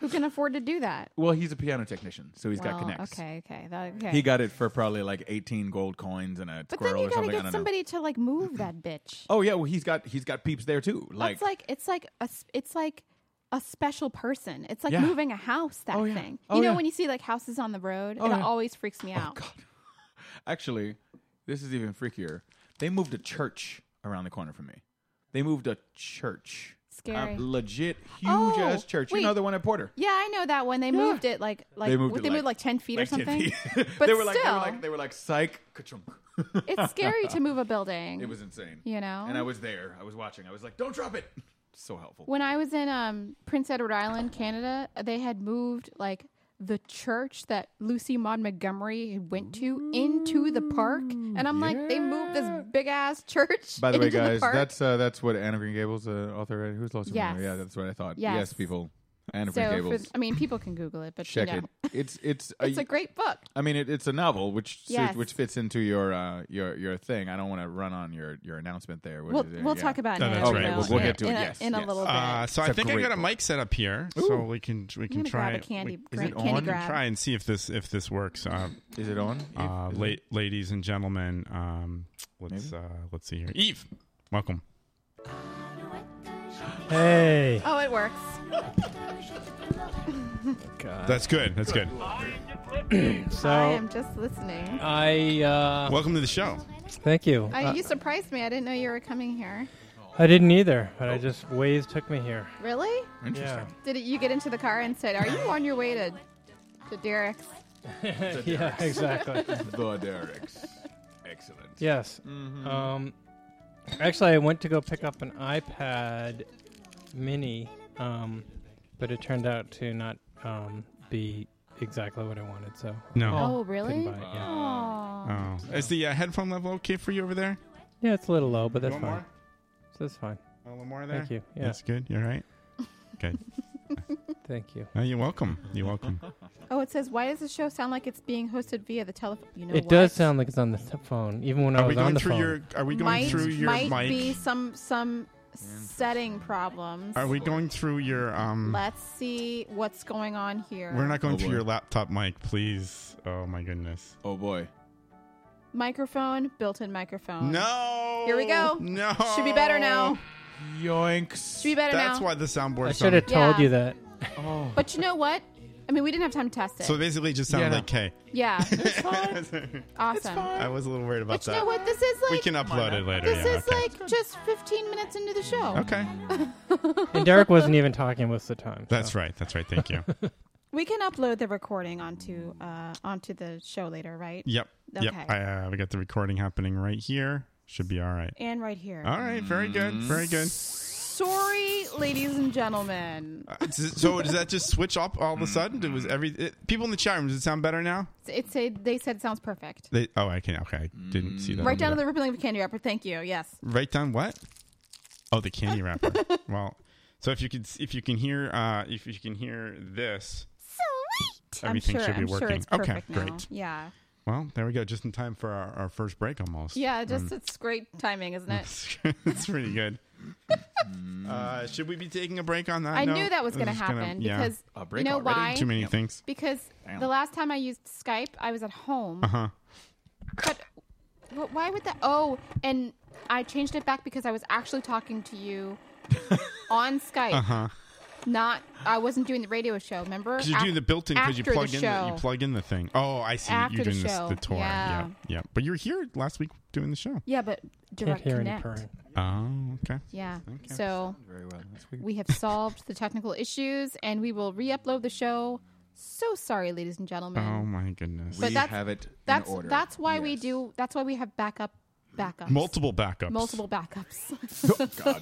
[SPEAKER 1] who can afford to do that?
[SPEAKER 3] well, he's a piano technician, so he's got
[SPEAKER 1] Well,
[SPEAKER 3] connects.
[SPEAKER 1] Okay, okay, that- okay.
[SPEAKER 3] He got it for probably like eighteen gold coins and a
[SPEAKER 1] but
[SPEAKER 3] squirrel
[SPEAKER 1] then you
[SPEAKER 3] or
[SPEAKER 1] gotta
[SPEAKER 3] something. I
[SPEAKER 1] get
[SPEAKER 3] don't know.
[SPEAKER 1] somebody to
[SPEAKER 3] (clears throat)
[SPEAKER 1] like move that bitch.
[SPEAKER 3] Oh yeah, well he's got he's got peeps there too. Like,
[SPEAKER 1] it's like it's like a s- it's like a special person. It's like
[SPEAKER 3] Yeah.
[SPEAKER 1] moving a house. That
[SPEAKER 3] Oh, yeah.
[SPEAKER 1] thing.
[SPEAKER 3] Oh,
[SPEAKER 1] you know
[SPEAKER 3] yeah.
[SPEAKER 1] when you see like houses on the road,
[SPEAKER 3] Oh,
[SPEAKER 1] it
[SPEAKER 3] yeah.
[SPEAKER 1] always freaks me out.
[SPEAKER 3] actually, this is even freakier. They moved a church around the corner from me. They moved a church.
[SPEAKER 1] Scary.
[SPEAKER 3] A legit huge
[SPEAKER 1] Oh,
[SPEAKER 3] ass church.
[SPEAKER 1] wait.
[SPEAKER 3] You know the one at Porter.
[SPEAKER 1] Yeah, I know that one. They moved it like like
[SPEAKER 3] They moved it like-
[SPEAKER 1] like ten feet or
[SPEAKER 3] Like 10
[SPEAKER 1] something.
[SPEAKER 3] feet. (laughs)
[SPEAKER 1] But
[SPEAKER 3] they were like they
[SPEAKER 1] still.
[SPEAKER 3] were like they were like psych ka-chunk. (laughs)
[SPEAKER 1] it's scary to move a building.
[SPEAKER 3] It was insane.
[SPEAKER 1] You know?
[SPEAKER 3] And I was there. I was watching. I was like, "Don't drop it." (laughs) So helpful.
[SPEAKER 1] When I was in um, Prince Edward Island, Canada, they had moved like the church that Lucy Maud Montgomery had went to into the park, and I'm like, they moved this big ass church.
[SPEAKER 3] By the way,
[SPEAKER 1] into
[SPEAKER 3] guys,
[SPEAKER 1] park.
[SPEAKER 3] that's uh, that's what Anna Green Gables, uh, author, who's lost
[SPEAKER 1] Yes.
[SPEAKER 3] Yeah, that's what I thought.
[SPEAKER 1] Yes.
[SPEAKER 3] Yes, people. Anna
[SPEAKER 1] so.
[SPEAKER 3] Green
[SPEAKER 1] For,
[SPEAKER 3] Gables.
[SPEAKER 1] I mean, people can Google it, but
[SPEAKER 3] Check
[SPEAKER 1] you know, (laughs)
[SPEAKER 3] it. It's it's
[SPEAKER 1] It's a great book.
[SPEAKER 3] I mean, it, it's a novel, which suit-
[SPEAKER 1] Yes.
[SPEAKER 3] which fits into your uh, your your thing. I don't want to run on your, your announcement there. What
[SPEAKER 1] We'll-
[SPEAKER 3] is it?
[SPEAKER 1] we'll talk about No, it in that's a
[SPEAKER 3] Okay,
[SPEAKER 1] right.
[SPEAKER 3] we'll,
[SPEAKER 1] minute.
[SPEAKER 3] we'll get to
[SPEAKER 1] In
[SPEAKER 3] it.
[SPEAKER 1] a-
[SPEAKER 3] yes,
[SPEAKER 1] in a
[SPEAKER 3] yes.
[SPEAKER 1] little
[SPEAKER 2] Uh, so
[SPEAKER 3] It's
[SPEAKER 2] I think I
[SPEAKER 3] great
[SPEAKER 2] got a
[SPEAKER 3] book.
[SPEAKER 2] mic set up here, so we can we can
[SPEAKER 1] gonna
[SPEAKER 2] try
[SPEAKER 1] grab a candy-
[SPEAKER 2] we,
[SPEAKER 1] Is it candy
[SPEAKER 2] on?
[SPEAKER 1] grab.
[SPEAKER 2] Try and see if this if this works. Uh,
[SPEAKER 3] is it on?
[SPEAKER 2] Uh, la- ladies and gentlemen, um, let's uh, let's see here. Eve, welcome.
[SPEAKER 10] Hey.
[SPEAKER 1] Oh, it works.
[SPEAKER 10] God.
[SPEAKER 2] That's good. That's good.
[SPEAKER 10] so
[SPEAKER 1] I am just listening.
[SPEAKER 10] I uh,
[SPEAKER 2] welcome to the show.
[SPEAKER 10] Thank you.
[SPEAKER 1] I,
[SPEAKER 10] Uh,
[SPEAKER 1] you surprised me. I didn't know you were coming here.
[SPEAKER 10] I didn't either, but I just ways took me here.
[SPEAKER 1] Really?
[SPEAKER 10] Interesting.
[SPEAKER 1] Did it, you get into the car and said, "Are you on your way to to Derek's?"
[SPEAKER 10] Yeah, exactly.
[SPEAKER 3] the Derek's. Excellent.
[SPEAKER 10] Yes.
[SPEAKER 3] Mhm.
[SPEAKER 10] Um, actually, I went to go pick up an iPad Mini, um, but it turned out to not um, be exactly what I wanted. So
[SPEAKER 2] No.
[SPEAKER 1] Oh, really?
[SPEAKER 10] Didn't buy it, yeah.
[SPEAKER 2] Oh, is the uh, headphone level okay for you over there?
[SPEAKER 10] yeah, it's a little low, but
[SPEAKER 2] You
[SPEAKER 10] that's
[SPEAKER 2] want
[SPEAKER 10] fine. So that's fine.
[SPEAKER 2] A little more
[SPEAKER 10] Thank you. Yeah.
[SPEAKER 2] That's good. You're right. Good.
[SPEAKER 10] (laughs) Thank you.
[SPEAKER 2] Uh, you're welcome. You're welcome.
[SPEAKER 1] Oh, it says, "Why does the show sound like it's being hosted via the telephone?" You know
[SPEAKER 10] it
[SPEAKER 1] what?
[SPEAKER 10] does sound like it's on the t- phone, even when I
[SPEAKER 2] Are we
[SPEAKER 10] was on
[SPEAKER 2] going
[SPEAKER 10] the
[SPEAKER 2] through
[SPEAKER 10] phone.
[SPEAKER 2] your? Are we going
[SPEAKER 1] might,
[SPEAKER 2] through your
[SPEAKER 1] might
[SPEAKER 2] mic?
[SPEAKER 1] be some some setting problems.
[SPEAKER 2] Are we going through your um?
[SPEAKER 1] Let's see what's going on here.
[SPEAKER 2] We're not going
[SPEAKER 3] Oh,
[SPEAKER 2] through
[SPEAKER 3] boy.
[SPEAKER 2] your laptop mic, please. Oh my goodness.
[SPEAKER 3] Oh boy.
[SPEAKER 1] microphone, built-in microphone.
[SPEAKER 2] No.
[SPEAKER 1] Um, Here we go.
[SPEAKER 2] No.
[SPEAKER 1] Should be better now.
[SPEAKER 3] Yoinks.
[SPEAKER 1] Should be better
[SPEAKER 2] That's
[SPEAKER 1] now.
[SPEAKER 2] why the soundboard.
[SPEAKER 10] I should have told
[SPEAKER 1] Yeah.
[SPEAKER 10] you that.
[SPEAKER 3] Oh.
[SPEAKER 1] But you know what? I mean, we didn't have time to test it.
[SPEAKER 2] So basically, it just sounded
[SPEAKER 3] Yeah.
[SPEAKER 2] like K. (laughs)
[SPEAKER 1] yeah,
[SPEAKER 2] awesome.
[SPEAKER 1] awesome.
[SPEAKER 2] I was a little worried about
[SPEAKER 1] But you
[SPEAKER 2] that.
[SPEAKER 1] know what? This is like
[SPEAKER 2] we can upload it later.
[SPEAKER 1] This
[SPEAKER 2] yeah,
[SPEAKER 1] is
[SPEAKER 2] okay.
[SPEAKER 1] like just 15 minutes into the show.
[SPEAKER 2] Okay.
[SPEAKER 10] And Derek wasn't even talking most of the time.
[SPEAKER 2] That's right. That's right. Thank you.
[SPEAKER 1] We can upload the recording onto uh, onto the show later, right?
[SPEAKER 2] yep.
[SPEAKER 1] Okay.
[SPEAKER 2] Yep. I, uh, we got the recording happening right here. Should be all right.
[SPEAKER 1] and right here.
[SPEAKER 2] All right. Very good.
[SPEAKER 3] Mm.
[SPEAKER 2] Very good.
[SPEAKER 1] Sorry, ladies and gentlemen.
[SPEAKER 2] Uh, s- So does that just switch up all of a sudden? It was every it, people in the chat room. Does it sound better now?
[SPEAKER 1] It said they said it sounds perfect.
[SPEAKER 2] They, oh, I can. Okay, I didn't see that.
[SPEAKER 1] Right
[SPEAKER 2] on
[SPEAKER 1] down to
[SPEAKER 2] there.
[SPEAKER 1] the rippling of a candy wrapper. Thank you. Yes.
[SPEAKER 2] Right down what? Oh, the candy
[SPEAKER 1] (laughs)
[SPEAKER 2] wrapper. well, so if you could, s- if you can hear, uh, if you can hear this,
[SPEAKER 1] I'm
[SPEAKER 2] everything
[SPEAKER 1] sure-
[SPEAKER 2] should be
[SPEAKER 1] I'm sure
[SPEAKER 2] working.
[SPEAKER 1] it's
[SPEAKER 2] okay,
[SPEAKER 1] perfect now.
[SPEAKER 2] great.
[SPEAKER 1] Yeah.
[SPEAKER 2] Well, there we go. Just in time for our, our first break, almost. (laughs)
[SPEAKER 1] Yeah, just
[SPEAKER 2] Um,
[SPEAKER 1] it's great timing, isn't it?
[SPEAKER 2] it's pretty good. (laughs) uh, should we be taking a break on that?
[SPEAKER 1] I
[SPEAKER 2] note?
[SPEAKER 1] knew that was
[SPEAKER 2] This
[SPEAKER 1] going to
[SPEAKER 2] is gonna-
[SPEAKER 1] happen
[SPEAKER 2] yeah.
[SPEAKER 1] because you know why?
[SPEAKER 2] Too many things.
[SPEAKER 1] Because
[SPEAKER 2] Damn.
[SPEAKER 1] the last time I used Skype, I was at home.
[SPEAKER 2] Uh huh.
[SPEAKER 1] But wh- why would that? Oh, and I changed it back because I was actually talking
[SPEAKER 2] (laughs)
[SPEAKER 1] to you on Skype.
[SPEAKER 2] Uh huh.
[SPEAKER 1] Not, I wasn't doing the radio show. Remember?
[SPEAKER 2] Because you're
[SPEAKER 1] Af-
[SPEAKER 2] doing the built-in because you
[SPEAKER 1] after
[SPEAKER 2] plug
[SPEAKER 1] the
[SPEAKER 2] in the, you
[SPEAKER 1] show.
[SPEAKER 2] plug in the thing. Oh, I see.
[SPEAKER 1] After
[SPEAKER 2] you're
[SPEAKER 1] the
[SPEAKER 2] doing this
[SPEAKER 1] show,
[SPEAKER 2] the tour.
[SPEAKER 1] yeah.
[SPEAKER 2] yeah, yeah. But you were here last week doing the show.
[SPEAKER 1] yeah, but direct
[SPEAKER 10] hear any
[SPEAKER 1] connect.
[SPEAKER 10] purring.
[SPEAKER 2] Oh, okay.
[SPEAKER 1] Yeah.
[SPEAKER 2] Okay.
[SPEAKER 1] So
[SPEAKER 3] Very well. That's weird.
[SPEAKER 1] we have solved the technical issues, and we will re-upload the show. So sorry, ladies and gentlemen.
[SPEAKER 2] Oh my goodness.
[SPEAKER 3] We
[SPEAKER 1] But that's-
[SPEAKER 3] have it in
[SPEAKER 1] that's
[SPEAKER 3] order.
[SPEAKER 1] that's why
[SPEAKER 3] (laughs)
[SPEAKER 1] we do. That's why we have backup, backups,
[SPEAKER 2] Multiple backups.
[SPEAKER 1] multiple
[SPEAKER 2] (laughs)
[SPEAKER 1] backups.
[SPEAKER 3] Oh,
[SPEAKER 1] (laughs)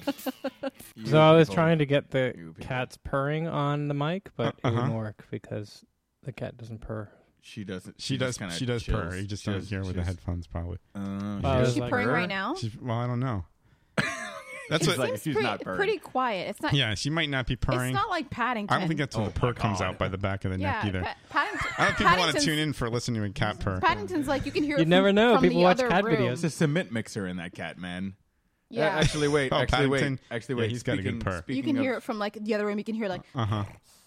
[SPEAKER 10] So I was trying to get the cat's purring on the mic, but it
[SPEAKER 2] Uh-huh.
[SPEAKER 10] didn't work because the cat doesn't purr.
[SPEAKER 3] She doesn't.
[SPEAKER 2] She, does.
[SPEAKER 3] just kinda
[SPEAKER 2] She does purr.
[SPEAKER 3] chills.
[SPEAKER 2] You just
[SPEAKER 3] She
[SPEAKER 2] don't
[SPEAKER 3] does-
[SPEAKER 2] hear with
[SPEAKER 3] she
[SPEAKER 2] the
[SPEAKER 3] does-
[SPEAKER 2] headphones, probably.
[SPEAKER 3] Oh,
[SPEAKER 10] I
[SPEAKER 3] is
[SPEAKER 10] was
[SPEAKER 1] she
[SPEAKER 10] like,
[SPEAKER 1] purring
[SPEAKER 10] "Grr."
[SPEAKER 1] right now?
[SPEAKER 2] She's, well, I don't know. That's what.
[SPEAKER 3] She's like,
[SPEAKER 1] It's
[SPEAKER 3] she's
[SPEAKER 1] pretty,
[SPEAKER 3] not purring.
[SPEAKER 1] pretty quiet. It's not.
[SPEAKER 2] yeah, she might not be purring.
[SPEAKER 1] It's not like Paddington.
[SPEAKER 2] I don't think that's where
[SPEAKER 3] Oh
[SPEAKER 2] the purr
[SPEAKER 3] my
[SPEAKER 2] comes
[SPEAKER 3] God.
[SPEAKER 2] out by the back of the
[SPEAKER 1] yeah,
[SPEAKER 2] neck either.
[SPEAKER 1] Pa- Paddington.
[SPEAKER 2] I don't think people want to
[SPEAKER 1] Paddington's-
[SPEAKER 2] tune in for listening to a cat purr.
[SPEAKER 1] Paddington's like you can hear.
[SPEAKER 10] You
[SPEAKER 1] it from-
[SPEAKER 10] never know.
[SPEAKER 1] from the
[SPEAKER 10] People watch
[SPEAKER 1] other
[SPEAKER 10] cat
[SPEAKER 1] room.
[SPEAKER 10] videos.
[SPEAKER 3] It's a cement mixer in that cat, man. A-
[SPEAKER 1] Yeah.
[SPEAKER 3] Actually, wait.
[SPEAKER 2] Oh,
[SPEAKER 3] actually, wait.
[SPEAKER 2] Paddington.
[SPEAKER 3] Actually,
[SPEAKER 2] Yeah,
[SPEAKER 3] wait.
[SPEAKER 2] he's got a good
[SPEAKER 3] speaking,
[SPEAKER 2] purr. You
[SPEAKER 1] You
[SPEAKER 3] Speaking
[SPEAKER 1] can
[SPEAKER 3] of,
[SPEAKER 1] hear it from like the other room. You can hear like
[SPEAKER 2] Uh huh.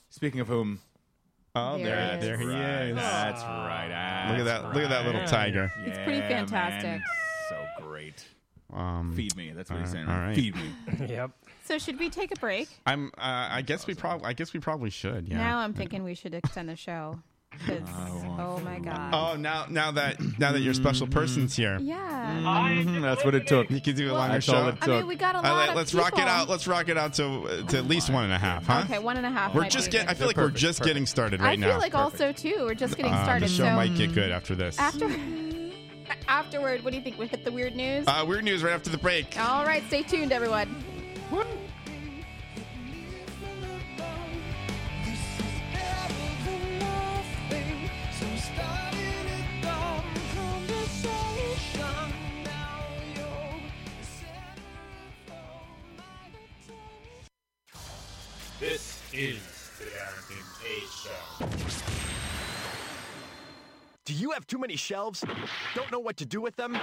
[SPEAKER 3] Speaking of whom.
[SPEAKER 2] Oh,
[SPEAKER 1] There
[SPEAKER 2] there,
[SPEAKER 1] it
[SPEAKER 2] there he
[SPEAKER 3] right,
[SPEAKER 2] is.
[SPEAKER 3] That's right.
[SPEAKER 2] Look at
[SPEAKER 3] that's
[SPEAKER 2] that! Look at that little
[SPEAKER 3] right.
[SPEAKER 2] tiger.
[SPEAKER 3] Yeah, it's
[SPEAKER 1] pretty fantastic.
[SPEAKER 3] So great.
[SPEAKER 2] Um,
[SPEAKER 3] Feed me. That's what he's
[SPEAKER 2] all
[SPEAKER 3] saying.
[SPEAKER 2] right, all right.
[SPEAKER 3] Feed me.
[SPEAKER 10] Yep.
[SPEAKER 1] So should we take a break?
[SPEAKER 2] I'm. Uh, I guess we probably. I guess we probably should. Yeah.
[SPEAKER 1] Now I'm thinking we should extend the
[SPEAKER 2] (laughs)
[SPEAKER 1] show. 'Cause- oh my god.
[SPEAKER 2] oh, now now that now that your special person's here,
[SPEAKER 1] Yeah.
[SPEAKER 3] Mhm, Mm-hmm. that's what it took.
[SPEAKER 2] you can do a
[SPEAKER 1] Well,
[SPEAKER 2] longer
[SPEAKER 3] That's all
[SPEAKER 2] show.
[SPEAKER 3] it
[SPEAKER 1] I mean, we got a lot
[SPEAKER 2] All right,
[SPEAKER 1] of
[SPEAKER 2] let's
[SPEAKER 1] people.
[SPEAKER 2] rock it out. Let's rock it out to to at least one and a half, huh?
[SPEAKER 1] Okay, one and a half.
[SPEAKER 2] We're
[SPEAKER 1] might
[SPEAKER 2] just
[SPEAKER 1] be
[SPEAKER 2] getting. I
[SPEAKER 1] good.
[SPEAKER 2] feel like we're just getting started right
[SPEAKER 1] I
[SPEAKER 2] now.
[SPEAKER 1] feel like also too. We're just getting
[SPEAKER 2] Uh,
[SPEAKER 1] started.
[SPEAKER 2] the show
[SPEAKER 1] so
[SPEAKER 2] might get good after this.
[SPEAKER 1] after (laughs) afterward, what do you think? We hit the weird news.
[SPEAKER 2] uh, weird news right after the break.
[SPEAKER 1] All right, stay tuned, everyone.
[SPEAKER 6] This is the Derek and K Show.
[SPEAKER 11] you have too many shelves? Don't know what to do with them?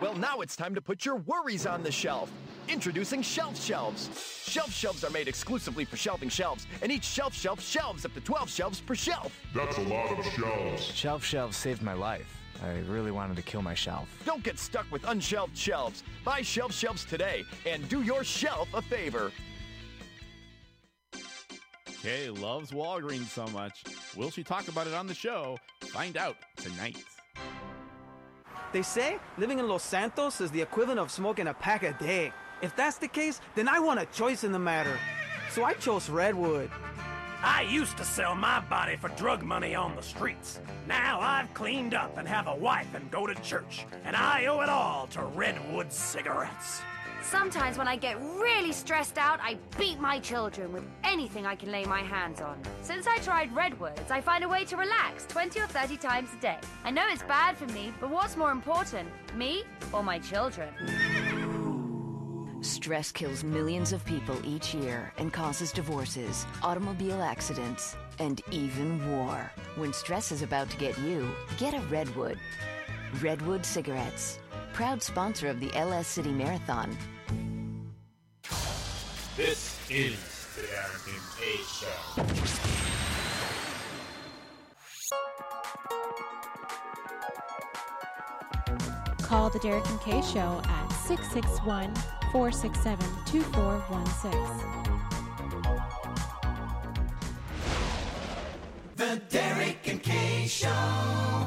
[SPEAKER 11] Well, now it's time to put your worries on the shelf. Introducing Shelf Shelves. Shelf Shelves are made exclusively for shelving shelves, and each shelf shelf shelves up to 12 shelves per shelf.
[SPEAKER 12] That's a lot of shelves.
[SPEAKER 13] Shelf Shelf saved my life. I really wanted to kill my shelf.
[SPEAKER 11] Don't get stuck with unshelved shelves. Buy Shelf Shelves today and do your shelf a favor.
[SPEAKER 14] Kay loves Walgreens so much. Will she talk about it on the show? Find out tonight.
[SPEAKER 15] They say living in Los Santos is the equivalent of smoking a pack a day. If that's the case, then I want a choice in the matter. So I chose Redwood.
[SPEAKER 16] I used to sell my body for drug money on the streets. Now I've cleaned up and have a wife and go to church. And I owe it all to Redwood cigarettes.
[SPEAKER 17] Sometimes when I get really stressed out, I beat my children with anything I can lay my hands on. Since I tried Redwoods, I find a way to relax 20 or 30 times a day. I know it's bad for me, but what's more important, me or my children?
[SPEAKER 18] Stress kills millions of people each year and causes divorces, automobile accidents, and even war. When stress is about to get you, get a Redwood. Redwood Cigarettes, proud sponsor of the LS City Marathon.
[SPEAKER 12] This is the American K Show.
[SPEAKER 1] Call the Derek and Kay Show at 661 467 2416.
[SPEAKER 4] The Derek and Kay Show.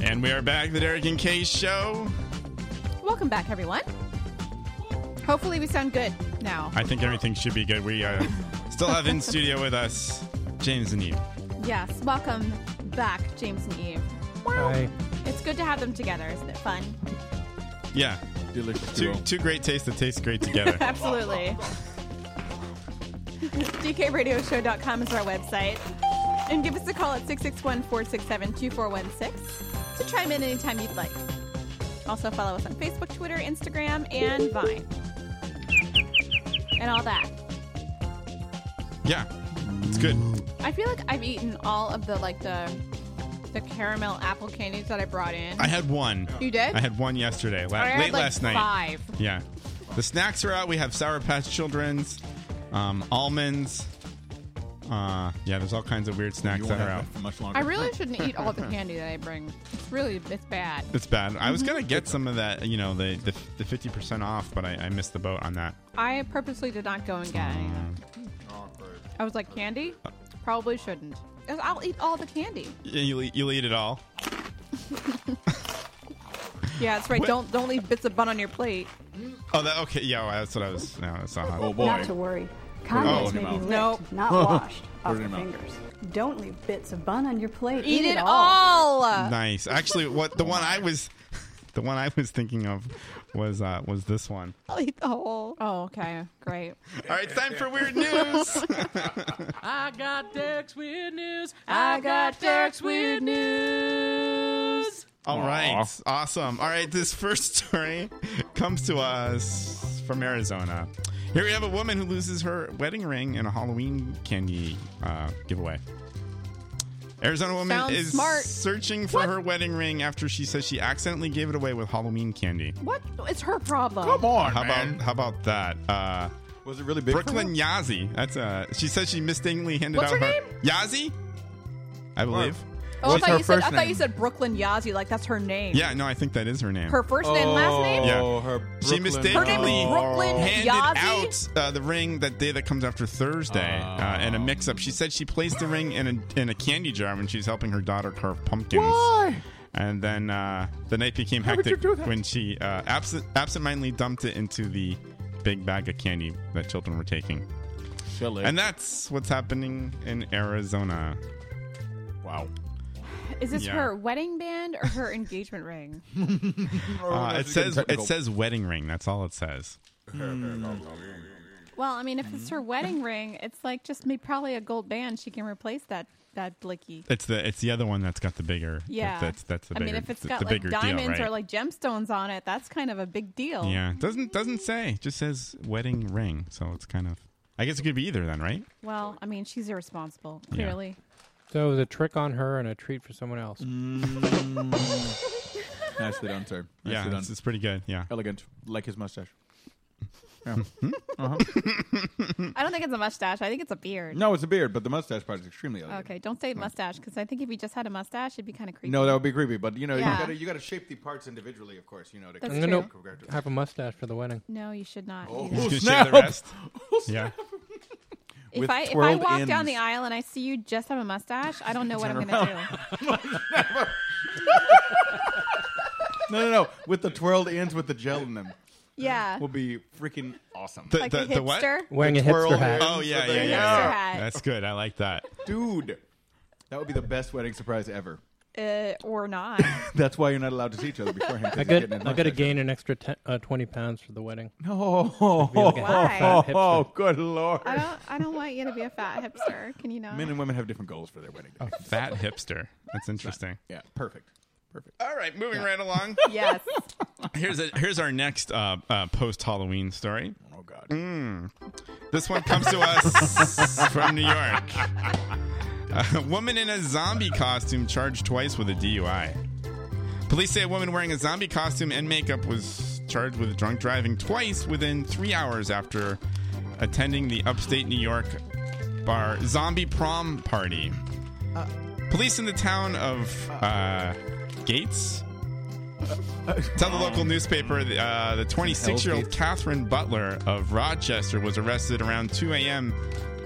[SPEAKER 2] And we are back, the Derek and Kay Show.
[SPEAKER 1] Welcome back, everyone. Hopefully, we sound good now.
[SPEAKER 2] I think everything should be good. We
[SPEAKER 1] (laughs)
[SPEAKER 2] uh, still have in studio with us James and Eve.
[SPEAKER 1] Yes, welcome back, James and Eve. It's good to have them together, isn't it fun?
[SPEAKER 2] Yeah.
[SPEAKER 3] Delicious.
[SPEAKER 2] Two, two great tastes that taste great
[SPEAKER 1] (laughs)
[SPEAKER 2] together.
[SPEAKER 1] Absolutely. DKRadioshow.com is our website. And give us a call at 661 467 2416 to chime in anytime you'd like. Also, follow us on Facebook, Twitter, Instagram, and Vine. And all that.
[SPEAKER 2] Yeah, Mm. it's good.
[SPEAKER 1] I feel like I've eaten all of the, like, the. The caramel apple candies that I brought in.
[SPEAKER 2] I had one.
[SPEAKER 1] You did?
[SPEAKER 2] I had one yesterday, la-
[SPEAKER 1] I had,
[SPEAKER 2] late
[SPEAKER 1] like,
[SPEAKER 2] last night.
[SPEAKER 1] five.
[SPEAKER 2] Yeah. The snacks are out. We have Sour Patch Children's, um, almonds. Uh, yeah, there's all kinds of weird snacks
[SPEAKER 3] You
[SPEAKER 2] that
[SPEAKER 3] won't
[SPEAKER 2] are
[SPEAKER 3] have
[SPEAKER 2] out.
[SPEAKER 3] that for much
[SPEAKER 1] I really shouldn't eat
[SPEAKER 2] (laughs)
[SPEAKER 1] all the candy that I bring. It's really it's bad.
[SPEAKER 2] It's bad. I was
[SPEAKER 1] Mhm.
[SPEAKER 2] gonna get some of that, you know, the the- the fifty percent off, but I, I missed the boat on that.
[SPEAKER 1] I purposely did not go and get any. I was like, candy? Probably shouldn't. 'Cause I'll eat all the candy.
[SPEAKER 2] Yeah, You'll, eat- you'll eat it all.
[SPEAKER 1] Yeah, that's right.
[SPEAKER 2] What-
[SPEAKER 1] Don't don't leave bits of bun on your plate.
[SPEAKER 2] Oh, that okay. Yeah, well, that's what I was. No, that's not hot. Oh
[SPEAKER 19] Not to worry.
[SPEAKER 2] Oh,
[SPEAKER 19] Condiments
[SPEAKER 2] in
[SPEAKER 19] may
[SPEAKER 2] your
[SPEAKER 19] be
[SPEAKER 2] mouth.
[SPEAKER 19] licked,
[SPEAKER 2] Nope.
[SPEAKER 19] not washed,
[SPEAKER 2] Put
[SPEAKER 19] off
[SPEAKER 2] it in
[SPEAKER 19] your
[SPEAKER 2] your mouth.
[SPEAKER 19] fingers. Don't leave bits of bun on your plate.
[SPEAKER 1] Eat it all.
[SPEAKER 2] Nice. Actually, what the one I was, (laughs) the one I was thinking of, was uh was this one.
[SPEAKER 1] I'll eat the whole. Oh, okay. Great.
[SPEAKER 2] All right, time for weird news.
[SPEAKER 7] I got Derek's weird news.
[SPEAKER 1] (laughs) I got Derek's weird
[SPEAKER 7] news.
[SPEAKER 2] All right, Awesome. All right. This first (laughs) story comes to us from Arizona. Here we have a woman who loses her wedding ring in a Halloween candy uh, giveaway. Arizona woman
[SPEAKER 1] Sounds
[SPEAKER 2] is
[SPEAKER 1] smart.
[SPEAKER 2] searching for her wedding ring after she says she accidentally gave it away with Halloween candy.
[SPEAKER 1] What? It's her problem.
[SPEAKER 2] How about how about that? Uh,
[SPEAKER 3] Was it really big? for
[SPEAKER 2] Brooklyn
[SPEAKER 3] her?
[SPEAKER 2] Yazzie. That's uh she says she mistakenly handed
[SPEAKER 1] What's
[SPEAKER 2] out
[SPEAKER 1] her
[SPEAKER 2] Yazzie? I believe.
[SPEAKER 1] Oh, I thought you said I thought you said Brooklyn Yazzie. Like that's her name.
[SPEAKER 2] Yeah, no, I think that is her name.
[SPEAKER 1] Her first name, last name.
[SPEAKER 2] Yeah. she
[SPEAKER 3] Oh, Brooklyn-
[SPEAKER 2] mistakenly
[SPEAKER 3] Her name is Brooklyn
[SPEAKER 2] handed out
[SPEAKER 1] Yazzie?
[SPEAKER 2] uh, the ring that day that comes after Thursday uh,
[SPEAKER 3] Oh.
[SPEAKER 2] in a mix-up. She said she placed the ring in a, in a candy jar when she's helping her daughter carve pumpkins.
[SPEAKER 3] Why?
[SPEAKER 2] And then uh, the night became
[SPEAKER 3] Why would
[SPEAKER 2] hectic
[SPEAKER 3] you do that?
[SPEAKER 2] when she uh, absent absentmindedly dumped it into the big bag of candy that children were taking.
[SPEAKER 3] Chile.
[SPEAKER 2] And that's what's happening in Arizona. Wow.
[SPEAKER 1] Is this
[SPEAKER 2] Oh, Yeah.
[SPEAKER 1] her wedding band or her engagement ring?
[SPEAKER 2] Uh, it
[SPEAKER 3] Oh, that's getting
[SPEAKER 2] says it
[SPEAKER 3] technical.
[SPEAKER 2] says wedding ring. That's all it says.
[SPEAKER 1] Well, I mean, if it's her
[SPEAKER 2] Mm-hmm.
[SPEAKER 1] wedding ring, it's like just me probably a gold band. She can replace that that blicky.
[SPEAKER 2] It's the it's the other one that's got the bigger.
[SPEAKER 1] Yeah,
[SPEAKER 2] that's that's the
[SPEAKER 1] I
[SPEAKER 2] bigger.
[SPEAKER 1] mean, if it's
[SPEAKER 2] the-
[SPEAKER 1] got
[SPEAKER 2] the
[SPEAKER 1] like
[SPEAKER 2] bigger
[SPEAKER 1] diamonds
[SPEAKER 2] deal, right?
[SPEAKER 1] or like gemstones on it, that's kind of a big deal.
[SPEAKER 2] Yeah, doesn't doesn't say. It Just says wedding ring. So it's kind of. I guess it could be either then, right?
[SPEAKER 1] Well, I mean, she's irresponsible.
[SPEAKER 2] Yeah.
[SPEAKER 1] Clearly,
[SPEAKER 10] So it was a trick on her and a treat for someone else.
[SPEAKER 3] Nicely done, sir. Nicely
[SPEAKER 2] Yeah,
[SPEAKER 3] done.
[SPEAKER 2] this is pretty good. Yeah.
[SPEAKER 3] Elegant, like his mustache. Yeah. uh-huh.
[SPEAKER 1] I don't think it's a mustache. I think it's a beard.
[SPEAKER 3] No, it's a beard, but the mustache part is extremely elegant.
[SPEAKER 1] Okay, don't say mustache because I think if you just had a mustache, it'd be kind of creepy.
[SPEAKER 3] No, that would be creepy, but you know,
[SPEAKER 1] Yeah.
[SPEAKER 3] you gotta you gotta shape the parts individually, of course, you know, to
[SPEAKER 1] That's
[SPEAKER 10] I'm
[SPEAKER 3] kind
[SPEAKER 10] gonna
[SPEAKER 3] of correct-
[SPEAKER 10] have a mustache for the wedding.
[SPEAKER 1] No, you should not.
[SPEAKER 3] Oh,
[SPEAKER 1] either.
[SPEAKER 3] He's gonna
[SPEAKER 2] Just shave the rest. yeah.
[SPEAKER 1] If
[SPEAKER 3] with
[SPEAKER 1] I if I
[SPEAKER 3] twirled
[SPEAKER 1] walk down
[SPEAKER 3] ends.
[SPEAKER 1] the aisle and I see you just have a mustache, I don't know what I'm gonna do.
[SPEAKER 3] No no no. With the twirled ends with the gel in them.
[SPEAKER 1] (laughs) Yeah.
[SPEAKER 3] Will be freaking awesome.
[SPEAKER 2] The- Like a the- the what? hipster?
[SPEAKER 10] Wearing a hipster
[SPEAKER 3] twirled
[SPEAKER 10] hat.
[SPEAKER 3] ends
[SPEAKER 2] Oh yeah,
[SPEAKER 3] with the-
[SPEAKER 2] yeah, yeah.
[SPEAKER 1] Hipster
[SPEAKER 2] yeah.
[SPEAKER 1] hat.
[SPEAKER 2] That's good. I like that.
[SPEAKER 3] Dude. That would be the best wedding surprise ever.
[SPEAKER 1] Uh,
[SPEAKER 3] (laughs)
[SPEAKER 1] or not.
[SPEAKER 3] That's why you're not allowed to see each other beforehand.
[SPEAKER 10] I got I got to gain an extra ten, uh, twenty pounds for the wedding.
[SPEAKER 3] No. Oh,
[SPEAKER 10] Be
[SPEAKER 3] (laughs)
[SPEAKER 10] like a
[SPEAKER 1] Why?
[SPEAKER 10] fat hipster.
[SPEAKER 3] oh, good lord.
[SPEAKER 1] I don't I don't want you to be a fat hipster. Can you not?
[SPEAKER 3] Men and women have different goals for their wedding.
[SPEAKER 2] A fat hipster. That's interesting.
[SPEAKER 3] Yeah, perfect. Perfect.
[SPEAKER 2] All right, moving right along.
[SPEAKER 1] yes.
[SPEAKER 2] (laughs) Here's a, here's our next uh, uh, post Halloween story.
[SPEAKER 3] Oh god.
[SPEAKER 2] Mm. This one comes to us from New York. A (laughs) woman in a zombie costume charged twice with a DUI. Police say a woman wearing a zombie costume and makeup was charged with drunk driving twice within three hours after attending the upstate New York bar zombie prom party. Police in the town of uh, Gates Tell the local newspaper uh, the 26 year old Catherine Butler of Rochester was arrested around 2 a.m.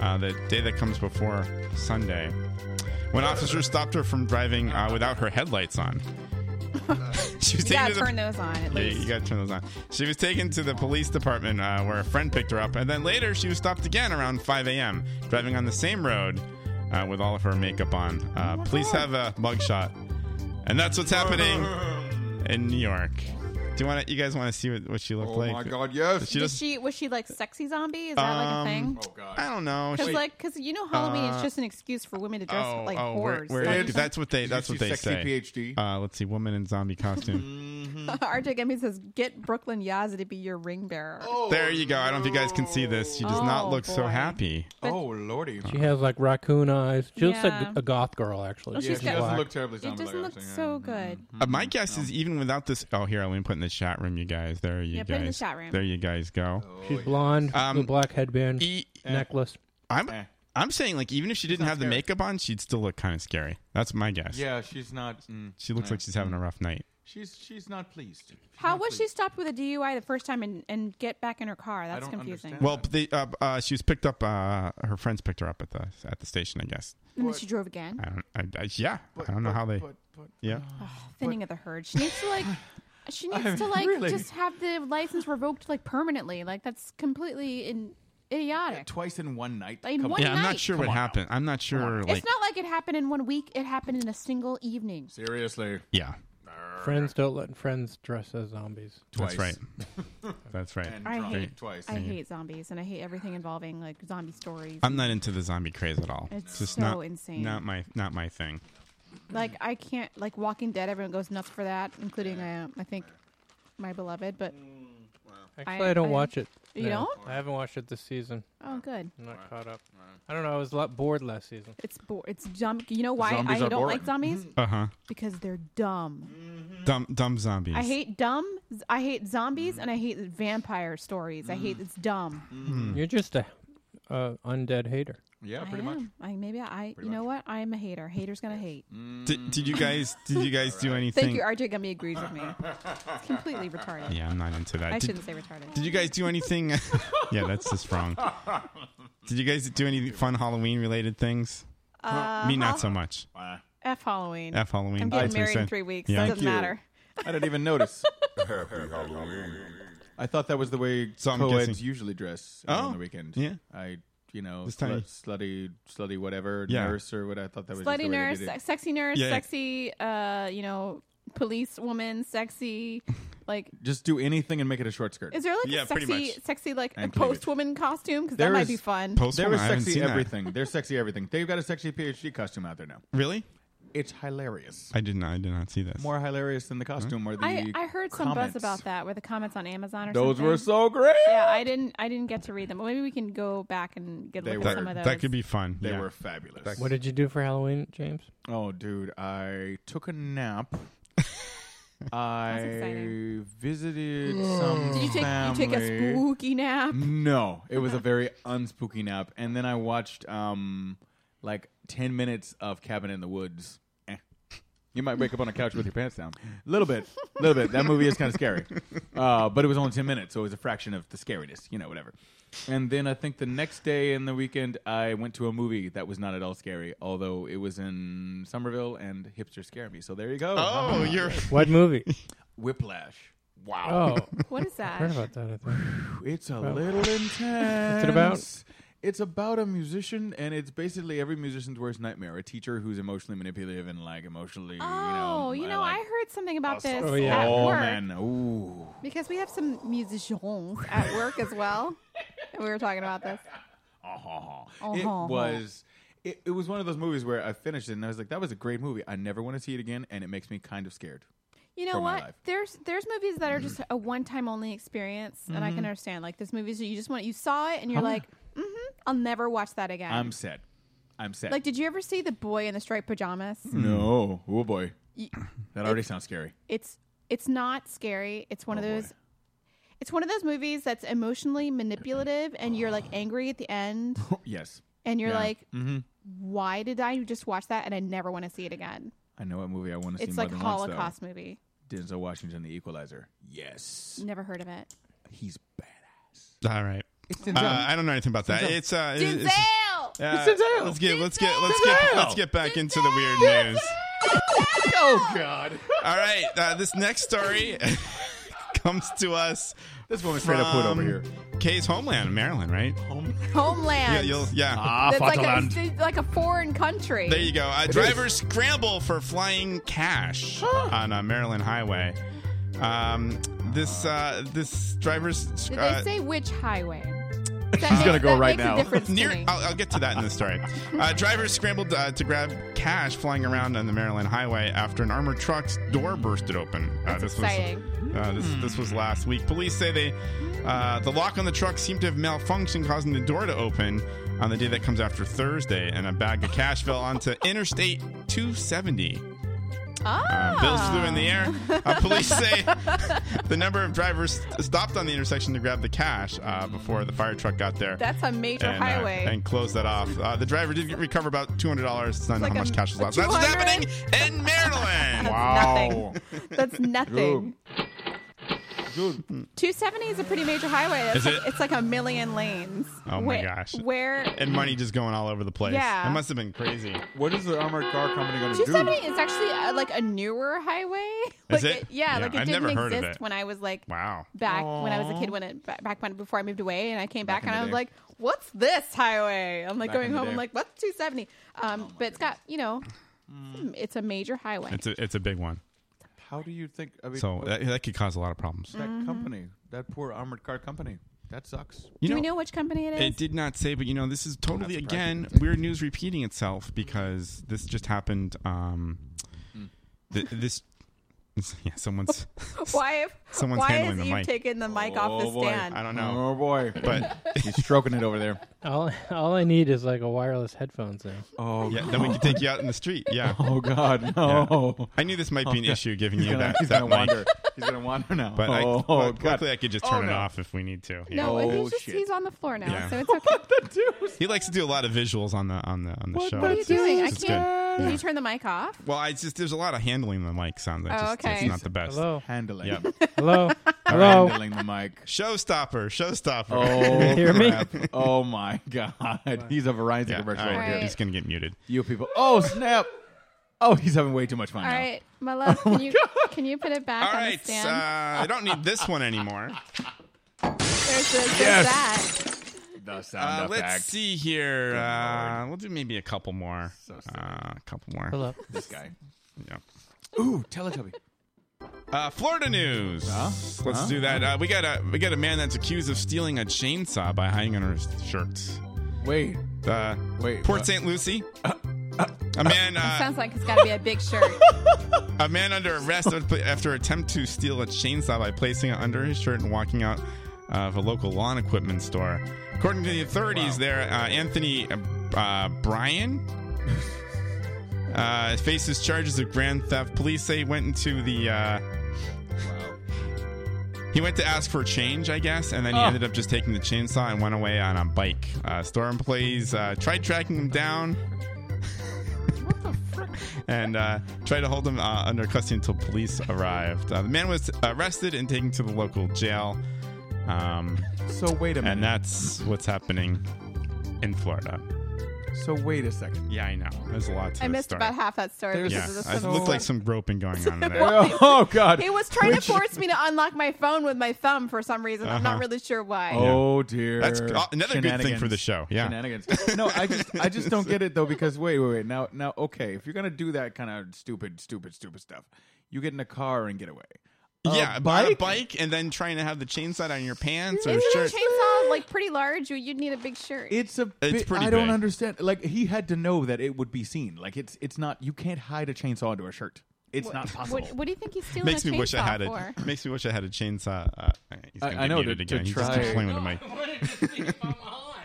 [SPEAKER 2] Uh, the day that comes before Sunday when officers stopped her from driving uh, without her headlights
[SPEAKER 1] (laughs)
[SPEAKER 2] on. she was
[SPEAKER 1] You gotta
[SPEAKER 2] to the-
[SPEAKER 1] turn those on at
[SPEAKER 2] Yeah,
[SPEAKER 1] least.
[SPEAKER 2] you gotta turn those on. She was taken to the police department uh, where a friend picked her up, and then later she was stopped again around 5 a.m. driving on the same road uh, with all of her makeup on.
[SPEAKER 1] Oh
[SPEAKER 2] Uh, police have a mugshot, and that's what's happening
[SPEAKER 1] (laughs)
[SPEAKER 3] Oh,
[SPEAKER 2] in New York. Do you want to? You guys want to see what, what she looked
[SPEAKER 3] Oh
[SPEAKER 2] like?
[SPEAKER 3] my god, yes.
[SPEAKER 2] She
[SPEAKER 1] Did
[SPEAKER 2] just.
[SPEAKER 1] she was she like sexy zombie? Is that like a
[SPEAKER 2] Um,
[SPEAKER 1] thing?
[SPEAKER 3] Oh god.
[SPEAKER 2] I don't know.
[SPEAKER 1] Because
[SPEAKER 2] She-
[SPEAKER 1] like because you know Halloween
[SPEAKER 2] Uh,
[SPEAKER 1] is just an excuse for women to dress
[SPEAKER 2] oh,
[SPEAKER 1] like
[SPEAKER 2] oh, where-
[SPEAKER 1] whores.
[SPEAKER 2] where-
[SPEAKER 1] don't you (laughs)
[SPEAKER 2] that's what they.
[SPEAKER 3] Did
[SPEAKER 2] That's
[SPEAKER 3] you
[SPEAKER 2] what
[SPEAKER 3] see
[SPEAKER 2] they
[SPEAKER 3] sexy
[SPEAKER 2] say.
[SPEAKER 3] PhD?
[SPEAKER 2] Uh, let's see. Woman in zombie
[SPEAKER 3] (laughs)
[SPEAKER 2] costume.
[SPEAKER 1] think? RJ Gumby says, "Get Brooklyn Yazzie to be your ring bearer."
[SPEAKER 2] there you go. I don't know if you guys can see this. She does
[SPEAKER 1] Oh,
[SPEAKER 2] not look so
[SPEAKER 1] boy.
[SPEAKER 2] happy.
[SPEAKER 3] Oh lordy.
[SPEAKER 10] She has like raccoon eyes. She looks
[SPEAKER 1] Yeah.
[SPEAKER 10] like a goth girl actually.
[SPEAKER 1] Well,
[SPEAKER 3] yeah,
[SPEAKER 1] she's
[SPEAKER 3] she
[SPEAKER 1] got-
[SPEAKER 3] doesn't look terribly
[SPEAKER 1] It
[SPEAKER 3] zombie
[SPEAKER 1] doesn't look so good.
[SPEAKER 2] Uh,
[SPEAKER 3] Mm-hmm.
[SPEAKER 2] my guess is even without this. Oh, here I'll even put in the chat room, you guys. There you
[SPEAKER 1] Yeah,
[SPEAKER 2] guys.
[SPEAKER 1] put it in the chat room.
[SPEAKER 2] There you guys go.
[SPEAKER 10] She's blonde,
[SPEAKER 2] Um, E
[SPEAKER 10] with a black headband, necklace.
[SPEAKER 2] I'm I'm saying like even if she didn't
[SPEAKER 3] E, eh. not
[SPEAKER 2] have the
[SPEAKER 3] scary.
[SPEAKER 2] makeup on, she'd still look kind of scary. That's my guess.
[SPEAKER 3] Yeah, she's not. Mm,
[SPEAKER 2] She looks
[SPEAKER 3] yeah.
[SPEAKER 2] like she's having a rough night.
[SPEAKER 3] She's she's not pleased. She's
[SPEAKER 1] How
[SPEAKER 3] not
[SPEAKER 1] was she
[SPEAKER 3] pleased.
[SPEAKER 1] stopped with a DUI the first time and, and get back in her car? That's
[SPEAKER 3] don't
[SPEAKER 1] confusing.
[SPEAKER 3] understand.
[SPEAKER 2] Well, the, uh, uh, she was picked up. Uh, her friends picked her up at the at the station. I guess.
[SPEAKER 1] And then she drove again.
[SPEAKER 2] I don't. I, I, yeah. I don't know how they. yeah.
[SPEAKER 3] uh,
[SPEAKER 1] Thinning of the herd. She needs
[SPEAKER 2] (laughs)
[SPEAKER 1] to like. She needs to like
[SPEAKER 3] really-
[SPEAKER 1] just have the license revoked like permanently. Like that's completely in, idiotic.
[SPEAKER 3] Twice in one night.
[SPEAKER 1] Like, in
[SPEAKER 3] Come
[SPEAKER 1] one
[SPEAKER 3] on.
[SPEAKER 2] yeah. I'm
[SPEAKER 1] night.
[SPEAKER 2] not sure what happened. I'm not sure. Like.
[SPEAKER 1] it's not like it happened in one week. It happened in a single evening.
[SPEAKER 3] Seriously.
[SPEAKER 2] yeah.
[SPEAKER 10] Friends don't let friends dress as zombies.
[SPEAKER 3] Twice.
[SPEAKER 2] That's right.
[SPEAKER 3] (laughs)
[SPEAKER 2] That's right.
[SPEAKER 3] And
[SPEAKER 1] I
[SPEAKER 3] drunk
[SPEAKER 1] hate
[SPEAKER 3] twice.
[SPEAKER 1] I hate zombies and I hate everything involving like zombie stories.
[SPEAKER 2] I'm not into the zombie craze at all.
[SPEAKER 1] It's
[SPEAKER 2] just
[SPEAKER 1] so
[SPEAKER 2] not
[SPEAKER 1] insane.
[SPEAKER 2] Not my not my thing.
[SPEAKER 1] like I can't like Walking Dead. Everyone goes nuts for that, including uh, I think my beloved. But
[SPEAKER 10] Actually, I, don't watch it.
[SPEAKER 1] You
[SPEAKER 10] No.
[SPEAKER 1] don't?
[SPEAKER 10] I haven't watched it this season.
[SPEAKER 1] Oh, good.
[SPEAKER 10] I'm not caught up. I don't know. I was a lot bored last season.
[SPEAKER 1] It's bo- it's dumb. You know why
[SPEAKER 3] Zombies
[SPEAKER 1] I
[SPEAKER 3] are
[SPEAKER 1] don't
[SPEAKER 3] boring.
[SPEAKER 1] like zombies?
[SPEAKER 2] Uh huh.
[SPEAKER 1] because they're dumb.
[SPEAKER 2] Dumb dumb zombies.
[SPEAKER 1] I hate dumb. z- I hate
[SPEAKER 2] Mm-hmm.
[SPEAKER 1] zombies and I hate vampire stories. I hate it's dumb.
[SPEAKER 10] You're just a uh, undead hater.
[SPEAKER 3] Yeah,
[SPEAKER 1] I
[SPEAKER 3] pretty much.
[SPEAKER 1] am. I maybe I. you know what? I am a hater. Haters gonna hate.
[SPEAKER 2] Did, did you guys did you guys do anything?
[SPEAKER 1] Thank you, RJ Gumby agrees with me. It's completely retarded.
[SPEAKER 2] Yeah, I'm not into that.
[SPEAKER 1] I
[SPEAKER 2] did,
[SPEAKER 1] shouldn't say retarded.
[SPEAKER 2] did you guys do anything? (laughs) yeah, that's just wrong. Did you guys do any fun Halloween related things?
[SPEAKER 1] Uh,
[SPEAKER 2] Me, not
[SPEAKER 1] Hall-
[SPEAKER 2] so much.
[SPEAKER 1] F Halloween.
[SPEAKER 2] F Halloween.
[SPEAKER 1] I'm
[SPEAKER 2] that's what I
[SPEAKER 1] getting married in
[SPEAKER 2] said.
[SPEAKER 1] three weeks.
[SPEAKER 2] Yeah.
[SPEAKER 1] It doesn't matter.
[SPEAKER 3] I didn't even
[SPEAKER 1] (laughs)
[SPEAKER 3] notice. I thought that was the way
[SPEAKER 2] So I'm
[SPEAKER 3] co-eds
[SPEAKER 2] guessing-
[SPEAKER 3] usually dress
[SPEAKER 2] Oh,
[SPEAKER 3] on the weekend.
[SPEAKER 2] yeah.
[SPEAKER 3] I you know,
[SPEAKER 2] This
[SPEAKER 3] slut-
[SPEAKER 2] tiny-
[SPEAKER 3] slutty, slutty, whatever
[SPEAKER 2] Yeah.
[SPEAKER 3] nurse or what. I thought that was just
[SPEAKER 1] Slutty
[SPEAKER 3] the way they
[SPEAKER 1] nurse,
[SPEAKER 3] did it.
[SPEAKER 1] se- sexy nurse,
[SPEAKER 3] Yeah, yeah.
[SPEAKER 1] sexy, uh, you know, police woman, sexy. Like,
[SPEAKER 3] Just do anything and make it a short skirt.
[SPEAKER 1] is there like a sexy, sexy like a
[SPEAKER 3] And cleavage.
[SPEAKER 1] post woman costume? Because
[SPEAKER 3] There
[SPEAKER 1] that might
[SPEAKER 3] is-
[SPEAKER 1] be fun.
[SPEAKER 3] There was
[SPEAKER 2] I haven't
[SPEAKER 3] sexy
[SPEAKER 2] seen that.
[SPEAKER 3] everything. There's sexy everything. They've got a sexy PhD costume out there now.
[SPEAKER 2] Really?
[SPEAKER 3] It's hilarious.
[SPEAKER 2] I did not. I did not see this.
[SPEAKER 3] More hilarious than the costume or the.
[SPEAKER 1] I, I heard some
[SPEAKER 3] comments.
[SPEAKER 1] buzz about that with the comments on Amazon or
[SPEAKER 3] Those
[SPEAKER 1] something.
[SPEAKER 3] were so great.
[SPEAKER 1] Yeah, I didn't. I didn't get to read them. Maybe we can go back and get a
[SPEAKER 3] They
[SPEAKER 1] look
[SPEAKER 3] were-
[SPEAKER 1] at some of those.
[SPEAKER 2] That could be fun.
[SPEAKER 3] They
[SPEAKER 2] yeah.
[SPEAKER 3] were fabulous.
[SPEAKER 10] What did you do for Halloween, James?
[SPEAKER 3] Oh, dude, I took a
[SPEAKER 1] (laughs)
[SPEAKER 3] nap. I visited some.
[SPEAKER 1] Did you take you take a
[SPEAKER 3] family.
[SPEAKER 1] spooky nap?
[SPEAKER 3] No, it was a very unspooky nap, and then I watched um like ten minutes of Cabin in the Woods. Eh. You might wake up on a couch with your pants down. A little bit, a little bit. That movie is kind of scary, uh, but it was only ten minutes, so it was a fraction of the scariness. You know, whatever. And then I think the next day and the weekend, I went to a movie that was not at all scary, although it was in Somerville and hipster scare me. So there you go.
[SPEAKER 2] Oh, you're-
[SPEAKER 10] What (laughs) movie?
[SPEAKER 3] Whiplash. Wow.
[SPEAKER 10] Oh.
[SPEAKER 1] What is that?
[SPEAKER 10] I heard about that. I think.
[SPEAKER 3] It's a
[SPEAKER 10] Well,
[SPEAKER 3] little intense.
[SPEAKER 10] What's it about?
[SPEAKER 3] It's about a musician, and it's basically every musician's worst nightmare: a teacher who's emotionally manipulative and like emotionally,
[SPEAKER 1] Oh,
[SPEAKER 3] you know,
[SPEAKER 1] you know, I heard something about this
[SPEAKER 3] oh,
[SPEAKER 1] at work
[SPEAKER 3] man, ooh,
[SPEAKER 1] because we have some musicians at work as well. (laughs) And we were talking about this.
[SPEAKER 3] it
[SPEAKER 1] Uh-huh.
[SPEAKER 3] was. It, it was one of those movies where I finished it and I was like, "That was a great movie. I never want to see it again," and it makes me kind of scared.
[SPEAKER 1] You know
[SPEAKER 3] for my
[SPEAKER 1] what?
[SPEAKER 3] life. Mm-hmm.
[SPEAKER 1] There's there's movies that are just a one time only experience, and I can
[SPEAKER 3] Mhm.
[SPEAKER 1] understand. Like there's movies that you just want you saw it and you're
[SPEAKER 3] Oh, yeah.
[SPEAKER 1] like, mm-hmm, I'll never watch that again.
[SPEAKER 3] I'm sad. I'm sad.
[SPEAKER 1] like, did you ever see the boy in the striped pajamas?
[SPEAKER 3] no, oh boy,
[SPEAKER 1] Y-
[SPEAKER 3] that already sounds scary.
[SPEAKER 1] It's it's not scary. It's
[SPEAKER 3] Oh,
[SPEAKER 1] one of those. It's one of those movies that's emotionally manipulative, and you're like angry at the end,
[SPEAKER 3] Yes,
[SPEAKER 1] and you're
[SPEAKER 3] Yeah.
[SPEAKER 1] like,
[SPEAKER 2] Mm-hmm.
[SPEAKER 3] Mhm.
[SPEAKER 1] why did I just watch that and I never want to see it again?
[SPEAKER 3] I know what movie I want to see.
[SPEAKER 1] It's
[SPEAKER 3] more
[SPEAKER 1] like
[SPEAKER 3] than once,
[SPEAKER 1] Holocaust movie.
[SPEAKER 3] though. Denzel Washington, The Equalizer. Yes,
[SPEAKER 1] Never heard of it.
[SPEAKER 3] he's
[SPEAKER 2] All right.
[SPEAKER 3] Denzel.
[SPEAKER 2] Uh, I don't know anything about that.
[SPEAKER 3] Denzel.
[SPEAKER 2] It's uh,
[SPEAKER 3] Denzel!
[SPEAKER 2] It's, uh,
[SPEAKER 3] It's Denzel!
[SPEAKER 2] Let's get let's get let's get
[SPEAKER 3] Denzel!
[SPEAKER 2] let's get back into the weird news.
[SPEAKER 3] Oh God!
[SPEAKER 2] All right, uh, this next story (laughs) comes to us.
[SPEAKER 3] This woman straight up put over
[SPEAKER 2] Um,
[SPEAKER 3] here.
[SPEAKER 2] Kay's homeland, Maryland, right? Yeah,
[SPEAKER 1] Homeland.
[SPEAKER 2] you'll, yeah.
[SPEAKER 3] Ah,
[SPEAKER 1] that's like a, st- like a foreign country.
[SPEAKER 2] There you go. Uh, drivers scramble for flying cash on a Maryland highway. Um, this uh, this drivers.
[SPEAKER 1] Did
[SPEAKER 2] uh,
[SPEAKER 1] they say which highway?
[SPEAKER 2] (laughs) She's
[SPEAKER 1] gonna makes- go that right makes a now. difference to
[SPEAKER 2] Near,
[SPEAKER 1] me.
[SPEAKER 2] I'll, I'll get to that in the story. Uh, drivers scrambled uh, to grab cash flying around on the Maryland highway after an armored truck's door bursted open. Uh,
[SPEAKER 1] That's
[SPEAKER 2] this
[SPEAKER 1] exciting.
[SPEAKER 2] Was, uh, this, this was last week. Police say they uh, the lock on the truck seemed to have malfunctioned, causing the door to open on the day that comes after Thursday, and a bag of cash fell onto
[SPEAKER 1] (laughs)
[SPEAKER 2] Interstate 270.
[SPEAKER 1] Ah.
[SPEAKER 2] Um, bills flew in the air. Uh, police
[SPEAKER 1] (laughs)
[SPEAKER 2] say the number of drivers st- stopped on the intersection to grab the cash uh, before the fire truck got there.
[SPEAKER 1] That's a major
[SPEAKER 2] and, uh,
[SPEAKER 1] highway.
[SPEAKER 2] and close that off. Uh, the driver did recover about two hundred dollars. It's not know
[SPEAKER 1] like
[SPEAKER 2] how much
[SPEAKER 1] a-
[SPEAKER 2] cash was
[SPEAKER 1] a
[SPEAKER 2] lost. That's what's
[SPEAKER 1] 200?
[SPEAKER 2] happening in Maryland.
[SPEAKER 1] Wow. That's nothing.
[SPEAKER 3] Dude.
[SPEAKER 1] 270 is a pretty major highway. That's
[SPEAKER 2] Is
[SPEAKER 1] like,
[SPEAKER 2] it?
[SPEAKER 1] It's like a million lanes.
[SPEAKER 2] Oh my
[SPEAKER 1] Where-
[SPEAKER 2] gosh.
[SPEAKER 1] Where?
[SPEAKER 2] (laughs) And money just going all over the place.
[SPEAKER 1] Yeah.
[SPEAKER 2] It must have been crazy.
[SPEAKER 3] What is the armored car company going
[SPEAKER 1] 270 is actually uh like a newer highway. (laughs)
[SPEAKER 2] Is
[SPEAKER 1] Like
[SPEAKER 2] it?
[SPEAKER 1] yeah,
[SPEAKER 2] Yeah,
[SPEAKER 1] like it
[SPEAKER 2] I've
[SPEAKER 1] didn't
[SPEAKER 2] never
[SPEAKER 1] exist
[SPEAKER 2] heard of it.
[SPEAKER 1] when I was like
[SPEAKER 2] Wow.
[SPEAKER 1] back when I was a
[SPEAKER 2] Aw.
[SPEAKER 1] kid when it ba- back when before I moved away and I came back,
[SPEAKER 2] Back in
[SPEAKER 1] and
[SPEAKER 2] the
[SPEAKER 1] I was
[SPEAKER 2] day.
[SPEAKER 1] like, "What's this highway?" I'm like
[SPEAKER 2] Back in
[SPEAKER 1] going
[SPEAKER 2] the
[SPEAKER 1] home.
[SPEAKER 2] day.
[SPEAKER 1] I'm like, "What's 270?" Um, but it's got you know,
[SPEAKER 2] Mm.
[SPEAKER 1] it's a major highway.
[SPEAKER 2] It's a it's a big one.
[SPEAKER 3] How do you think? I mean,
[SPEAKER 2] So uh, that, that could cause a lot of problems.
[SPEAKER 1] Mm.
[SPEAKER 3] that
[SPEAKER 1] Mm-hmm.
[SPEAKER 3] company, that poor armored car company, that sucks.
[SPEAKER 2] You
[SPEAKER 1] Do
[SPEAKER 2] know,
[SPEAKER 1] we know which company it is?
[SPEAKER 2] It did not say, but you know, this is totally
[SPEAKER 3] Not surprising.
[SPEAKER 2] again weird news repeating itself because this just happened. Um,
[SPEAKER 3] Mm.
[SPEAKER 2] th- this, (laughs) yeah,
[SPEAKER 3] (laughs)
[SPEAKER 2] someone's
[SPEAKER 1] (laughs) why? Have,
[SPEAKER 2] Someone's
[SPEAKER 1] why
[SPEAKER 2] handling
[SPEAKER 1] has
[SPEAKER 2] the
[SPEAKER 1] Eve
[SPEAKER 2] mic.
[SPEAKER 1] taken the mic off the stand?
[SPEAKER 2] Oh, I don't know.
[SPEAKER 3] Oh boy,
[SPEAKER 2] (laughs) But-
[SPEAKER 3] he's stroking it over there.
[SPEAKER 10] All, all I need is like a wireless headphones now.
[SPEAKER 3] (laughs) Oh,
[SPEAKER 2] yeah. Then we can take you out in the street. Yeah.
[SPEAKER 3] (laughs) Oh God, no!
[SPEAKER 2] I knew this might be an
[SPEAKER 3] Yeah.
[SPEAKER 2] issue giving
[SPEAKER 3] (laughs) He's
[SPEAKER 2] you
[SPEAKER 3] gonna-
[SPEAKER 2] that.
[SPEAKER 3] He's
[SPEAKER 2] that
[SPEAKER 3] gonna
[SPEAKER 2] mic.
[SPEAKER 3] wander. He's gonna wander now.
[SPEAKER 2] But I,
[SPEAKER 3] oh,
[SPEAKER 2] lu-
[SPEAKER 3] God.
[SPEAKER 2] luckily, I could just
[SPEAKER 3] Oh,
[SPEAKER 2] turn it
[SPEAKER 3] no.
[SPEAKER 2] off if we need to. Yeah.
[SPEAKER 1] No,
[SPEAKER 3] Oh,
[SPEAKER 1] he's just
[SPEAKER 3] shit.
[SPEAKER 1] he's on the floor now,
[SPEAKER 2] Yeah.
[SPEAKER 1] so it's okay.
[SPEAKER 2] He likes to do a lot of visuals on the on the on the
[SPEAKER 1] what
[SPEAKER 2] show.
[SPEAKER 1] are
[SPEAKER 2] (laughs)
[SPEAKER 1] you
[SPEAKER 2] It's-
[SPEAKER 1] doing? I
[SPEAKER 2] it's good.
[SPEAKER 1] can't. Did
[SPEAKER 2] Yeah.
[SPEAKER 1] you turn the mic off?
[SPEAKER 2] Well, I just there's a lot of handling the mic sound that
[SPEAKER 1] Oh,
[SPEAKER 2] just
[SPEAKER 1] okay.
[SPEAKER 2] it's not the best.
[SPEAKER 10] Hello.
[SPEAKER 3] Handling. (laughs)
[SPEAKER 2] Yep.
[SPEAKER 10] Hello.
[SPEAKER 3] Hello.
[SPEAKER 10] Hello.
[SPEAKER 3] Handling
[SPEAKER 2] (laughs)
[SPEAKER 3] the mic.
[SPEAKER 2] Showstopper, showstopper. (laughs)
[SPEAKER 10] (laughs)
[SPEAKER 3] Oh,
[SPEAKER 10] hear me?
[SPEAKER 3] crap. Oh my God, he's a Verizon
[SPEAKER 2] yeah, all
[SPEAKER 3] commercial.
[SPEAKER 2] right,
[SPEAKER 3] over here.
[SPEAKER 2] He's gonna get muted.
[SPEAKER 3] You people. Oh snap! Oh, he's having way too much fun
[SPEAKER 1] All
[SPEAKER 3] now.
[SPEAKER 1] right,
[SPEAKER 2] (laughs)
[SPEAKER 1] my love, can you can you put it back
[SPEAKER 2] Oh All
[SPEAKER 1] on
[SPEAKER 2] right,
[SPEAKER 1] the
[SPEAKER 2] uh,
[SPEAKER 1] stand?
[SPEAKER 3] (laughs)
[SPEAKER 2] I don't need this one anymore.
[SPEAKER 1] There's, this, there's
[SPEAKER 3] Yes.
[SPEAKER 1] that.
[SPEAKER 3] The no sound
[SPEAKER 2] Uh,
[SPEAKER 3] up
[SPEAKER 2] let's
[SPEAKER 3] act.
[SPEAKER 2] see here.
[SPEAKER 3] Good
[SPEAKER 2] Uh,
[SPEAKER 3] lord.
[SPEAKER 2] we'll do maybe a couple more. uh, a couple more.
[SPEAKER 3] Hello. This guy.
[SPEAKER 2] Yeah.
[SPEAKER 3] Ooh, Teletubby.
[SPEAKER 2] Uh, Florida news. Let's
[SPEAKER 3] Huh?
[SPEAKER 2] do that. Uh, we got a we got a man that's accused of stealing a chainsaw by hiding under his shirt.
[SPEAKER 3] Wait.
[SPEAKER 2] Uh,
[SPEAKER 3] Wait.
[SPEAKER 2] Port
[SPEAKER 3] what? Uh,
[SPEAKER 2] St. Lucie. a man. Uh,
[SPEAKER 1] Sounds like it's got to be a
[SPEAKER 2] (laughs)
[SPEAKER 1] big shirt.
[SPEAKER 2] A man under arrest after attempt to steal a chainsaw by placing it under his shirt and walking out of a local lawn equipment store. According to the authorities, there, uh, Anthony uh, uh, Bryan uh, faces charges of grand theft. Police say he went into the. Uh, he went to ask for change, I guess, and then he
[SPEAKER 20] Oh.
[SPEAKER 2] ended up just taking the chainsaw and went away on a bike. Uh, store employees uh, tried tracking him down and uh, tried to hold him uh, under custody until police arrived. Uh, the man was arrested and taken to the local jail. Um,
[SPEAKER 3] so wait a minute.
[SPEAKER 2] And that's what's happening in Florida.
[SPEAKER 3] So wait a second.
[SPEAKER 2] Yeah, I know. There's a lot to
[SPEAKER 1] I
[SPEAKER 2] this
[SPEAKER 1] missed
[SPEAKER 2] story.
[SPEAKER 1] about half that story.
[SPEAKER 2] There's
[SPEAKER 1] because
[SPEAKER 2] yeah,
[SPEAKER 1] of the
[SPEAKER 2] I
[SPEAKER 1] sun-
[SPEAKER 2] looked like some groping going
[SPEAKER 1] (laughs)
[SPEAKER 2] on in there.
[SPEAKER 1] Well,
[SPEAKER 3] oh God.
[SPEAKER 1] He was trying to force me to unlock my phone with my thumb for some reason. I'm
[SPEAKER 2] Uh-huh.
[SPEAKER 1] not really sure why.
[SPEAKER 3] Oh dear.
[SPEAKER 2] That's uh, another good thing for the
[SPEAKER 3] Shenanigans.
[SPEAKER 2] show. Yeah.
[SPEAKER 3] Shenanigans. No, I just I just don't get it though because wait, wait, wait. Now now okay, if you're going to do that kind of stupid stupid stupid stuff, you get in a car and get away. A
[SPEAKER 2] yeah, buy a bike and then trying to have the chainsaw on your pants or
[SPEAKER 1] Isn't
[SPEAKER 2] shirt.
[SPEAKER 1] a chainsaw like pretty large? You- You'd need a big shirt.
[SPEAKER 3] It's a
[SPEAKER 2] It's
[SPEAKER 3] bit,
[SPEAKER 2] pretty
[SPEAKER 3] I don't
[SPEAKER 2] big.
[SPEAKER 3] understand. Like he had to know that it would be seen. Like it's it's not you can't hide a chainsaw under a shirt. It's
[SPEAKER 1] What-
[SPEAKER 3] not possible.
[SPEAKER 1] What, what do you think he's stealing
[SPEAKER 2] Makes
[SPEAKER 1] a
[SPEAKER 2] me wish I
[SPEAKER 1] chainsaw
[SPEAKER 2] had it.
[SPEAKER 1] for?
[SPEAKER 2] Makes me wish I had a chainsaw. Uh, he's
[SPEAKER 3] I-
[SPEAKER 2] gonna
[SPEAKER 3] I
[SPEAKER 2] get
[SPEAKER 3] know,
[SPEAKER 2] muted
[SPEAKER 3] to- to
[SPEAKER 2] again. he just keeps
[SPEAKER 3] try-
[SPEAKER 2] playing with the
[SPEAKER 1] (laughs)
[SPEAKER 2] mic.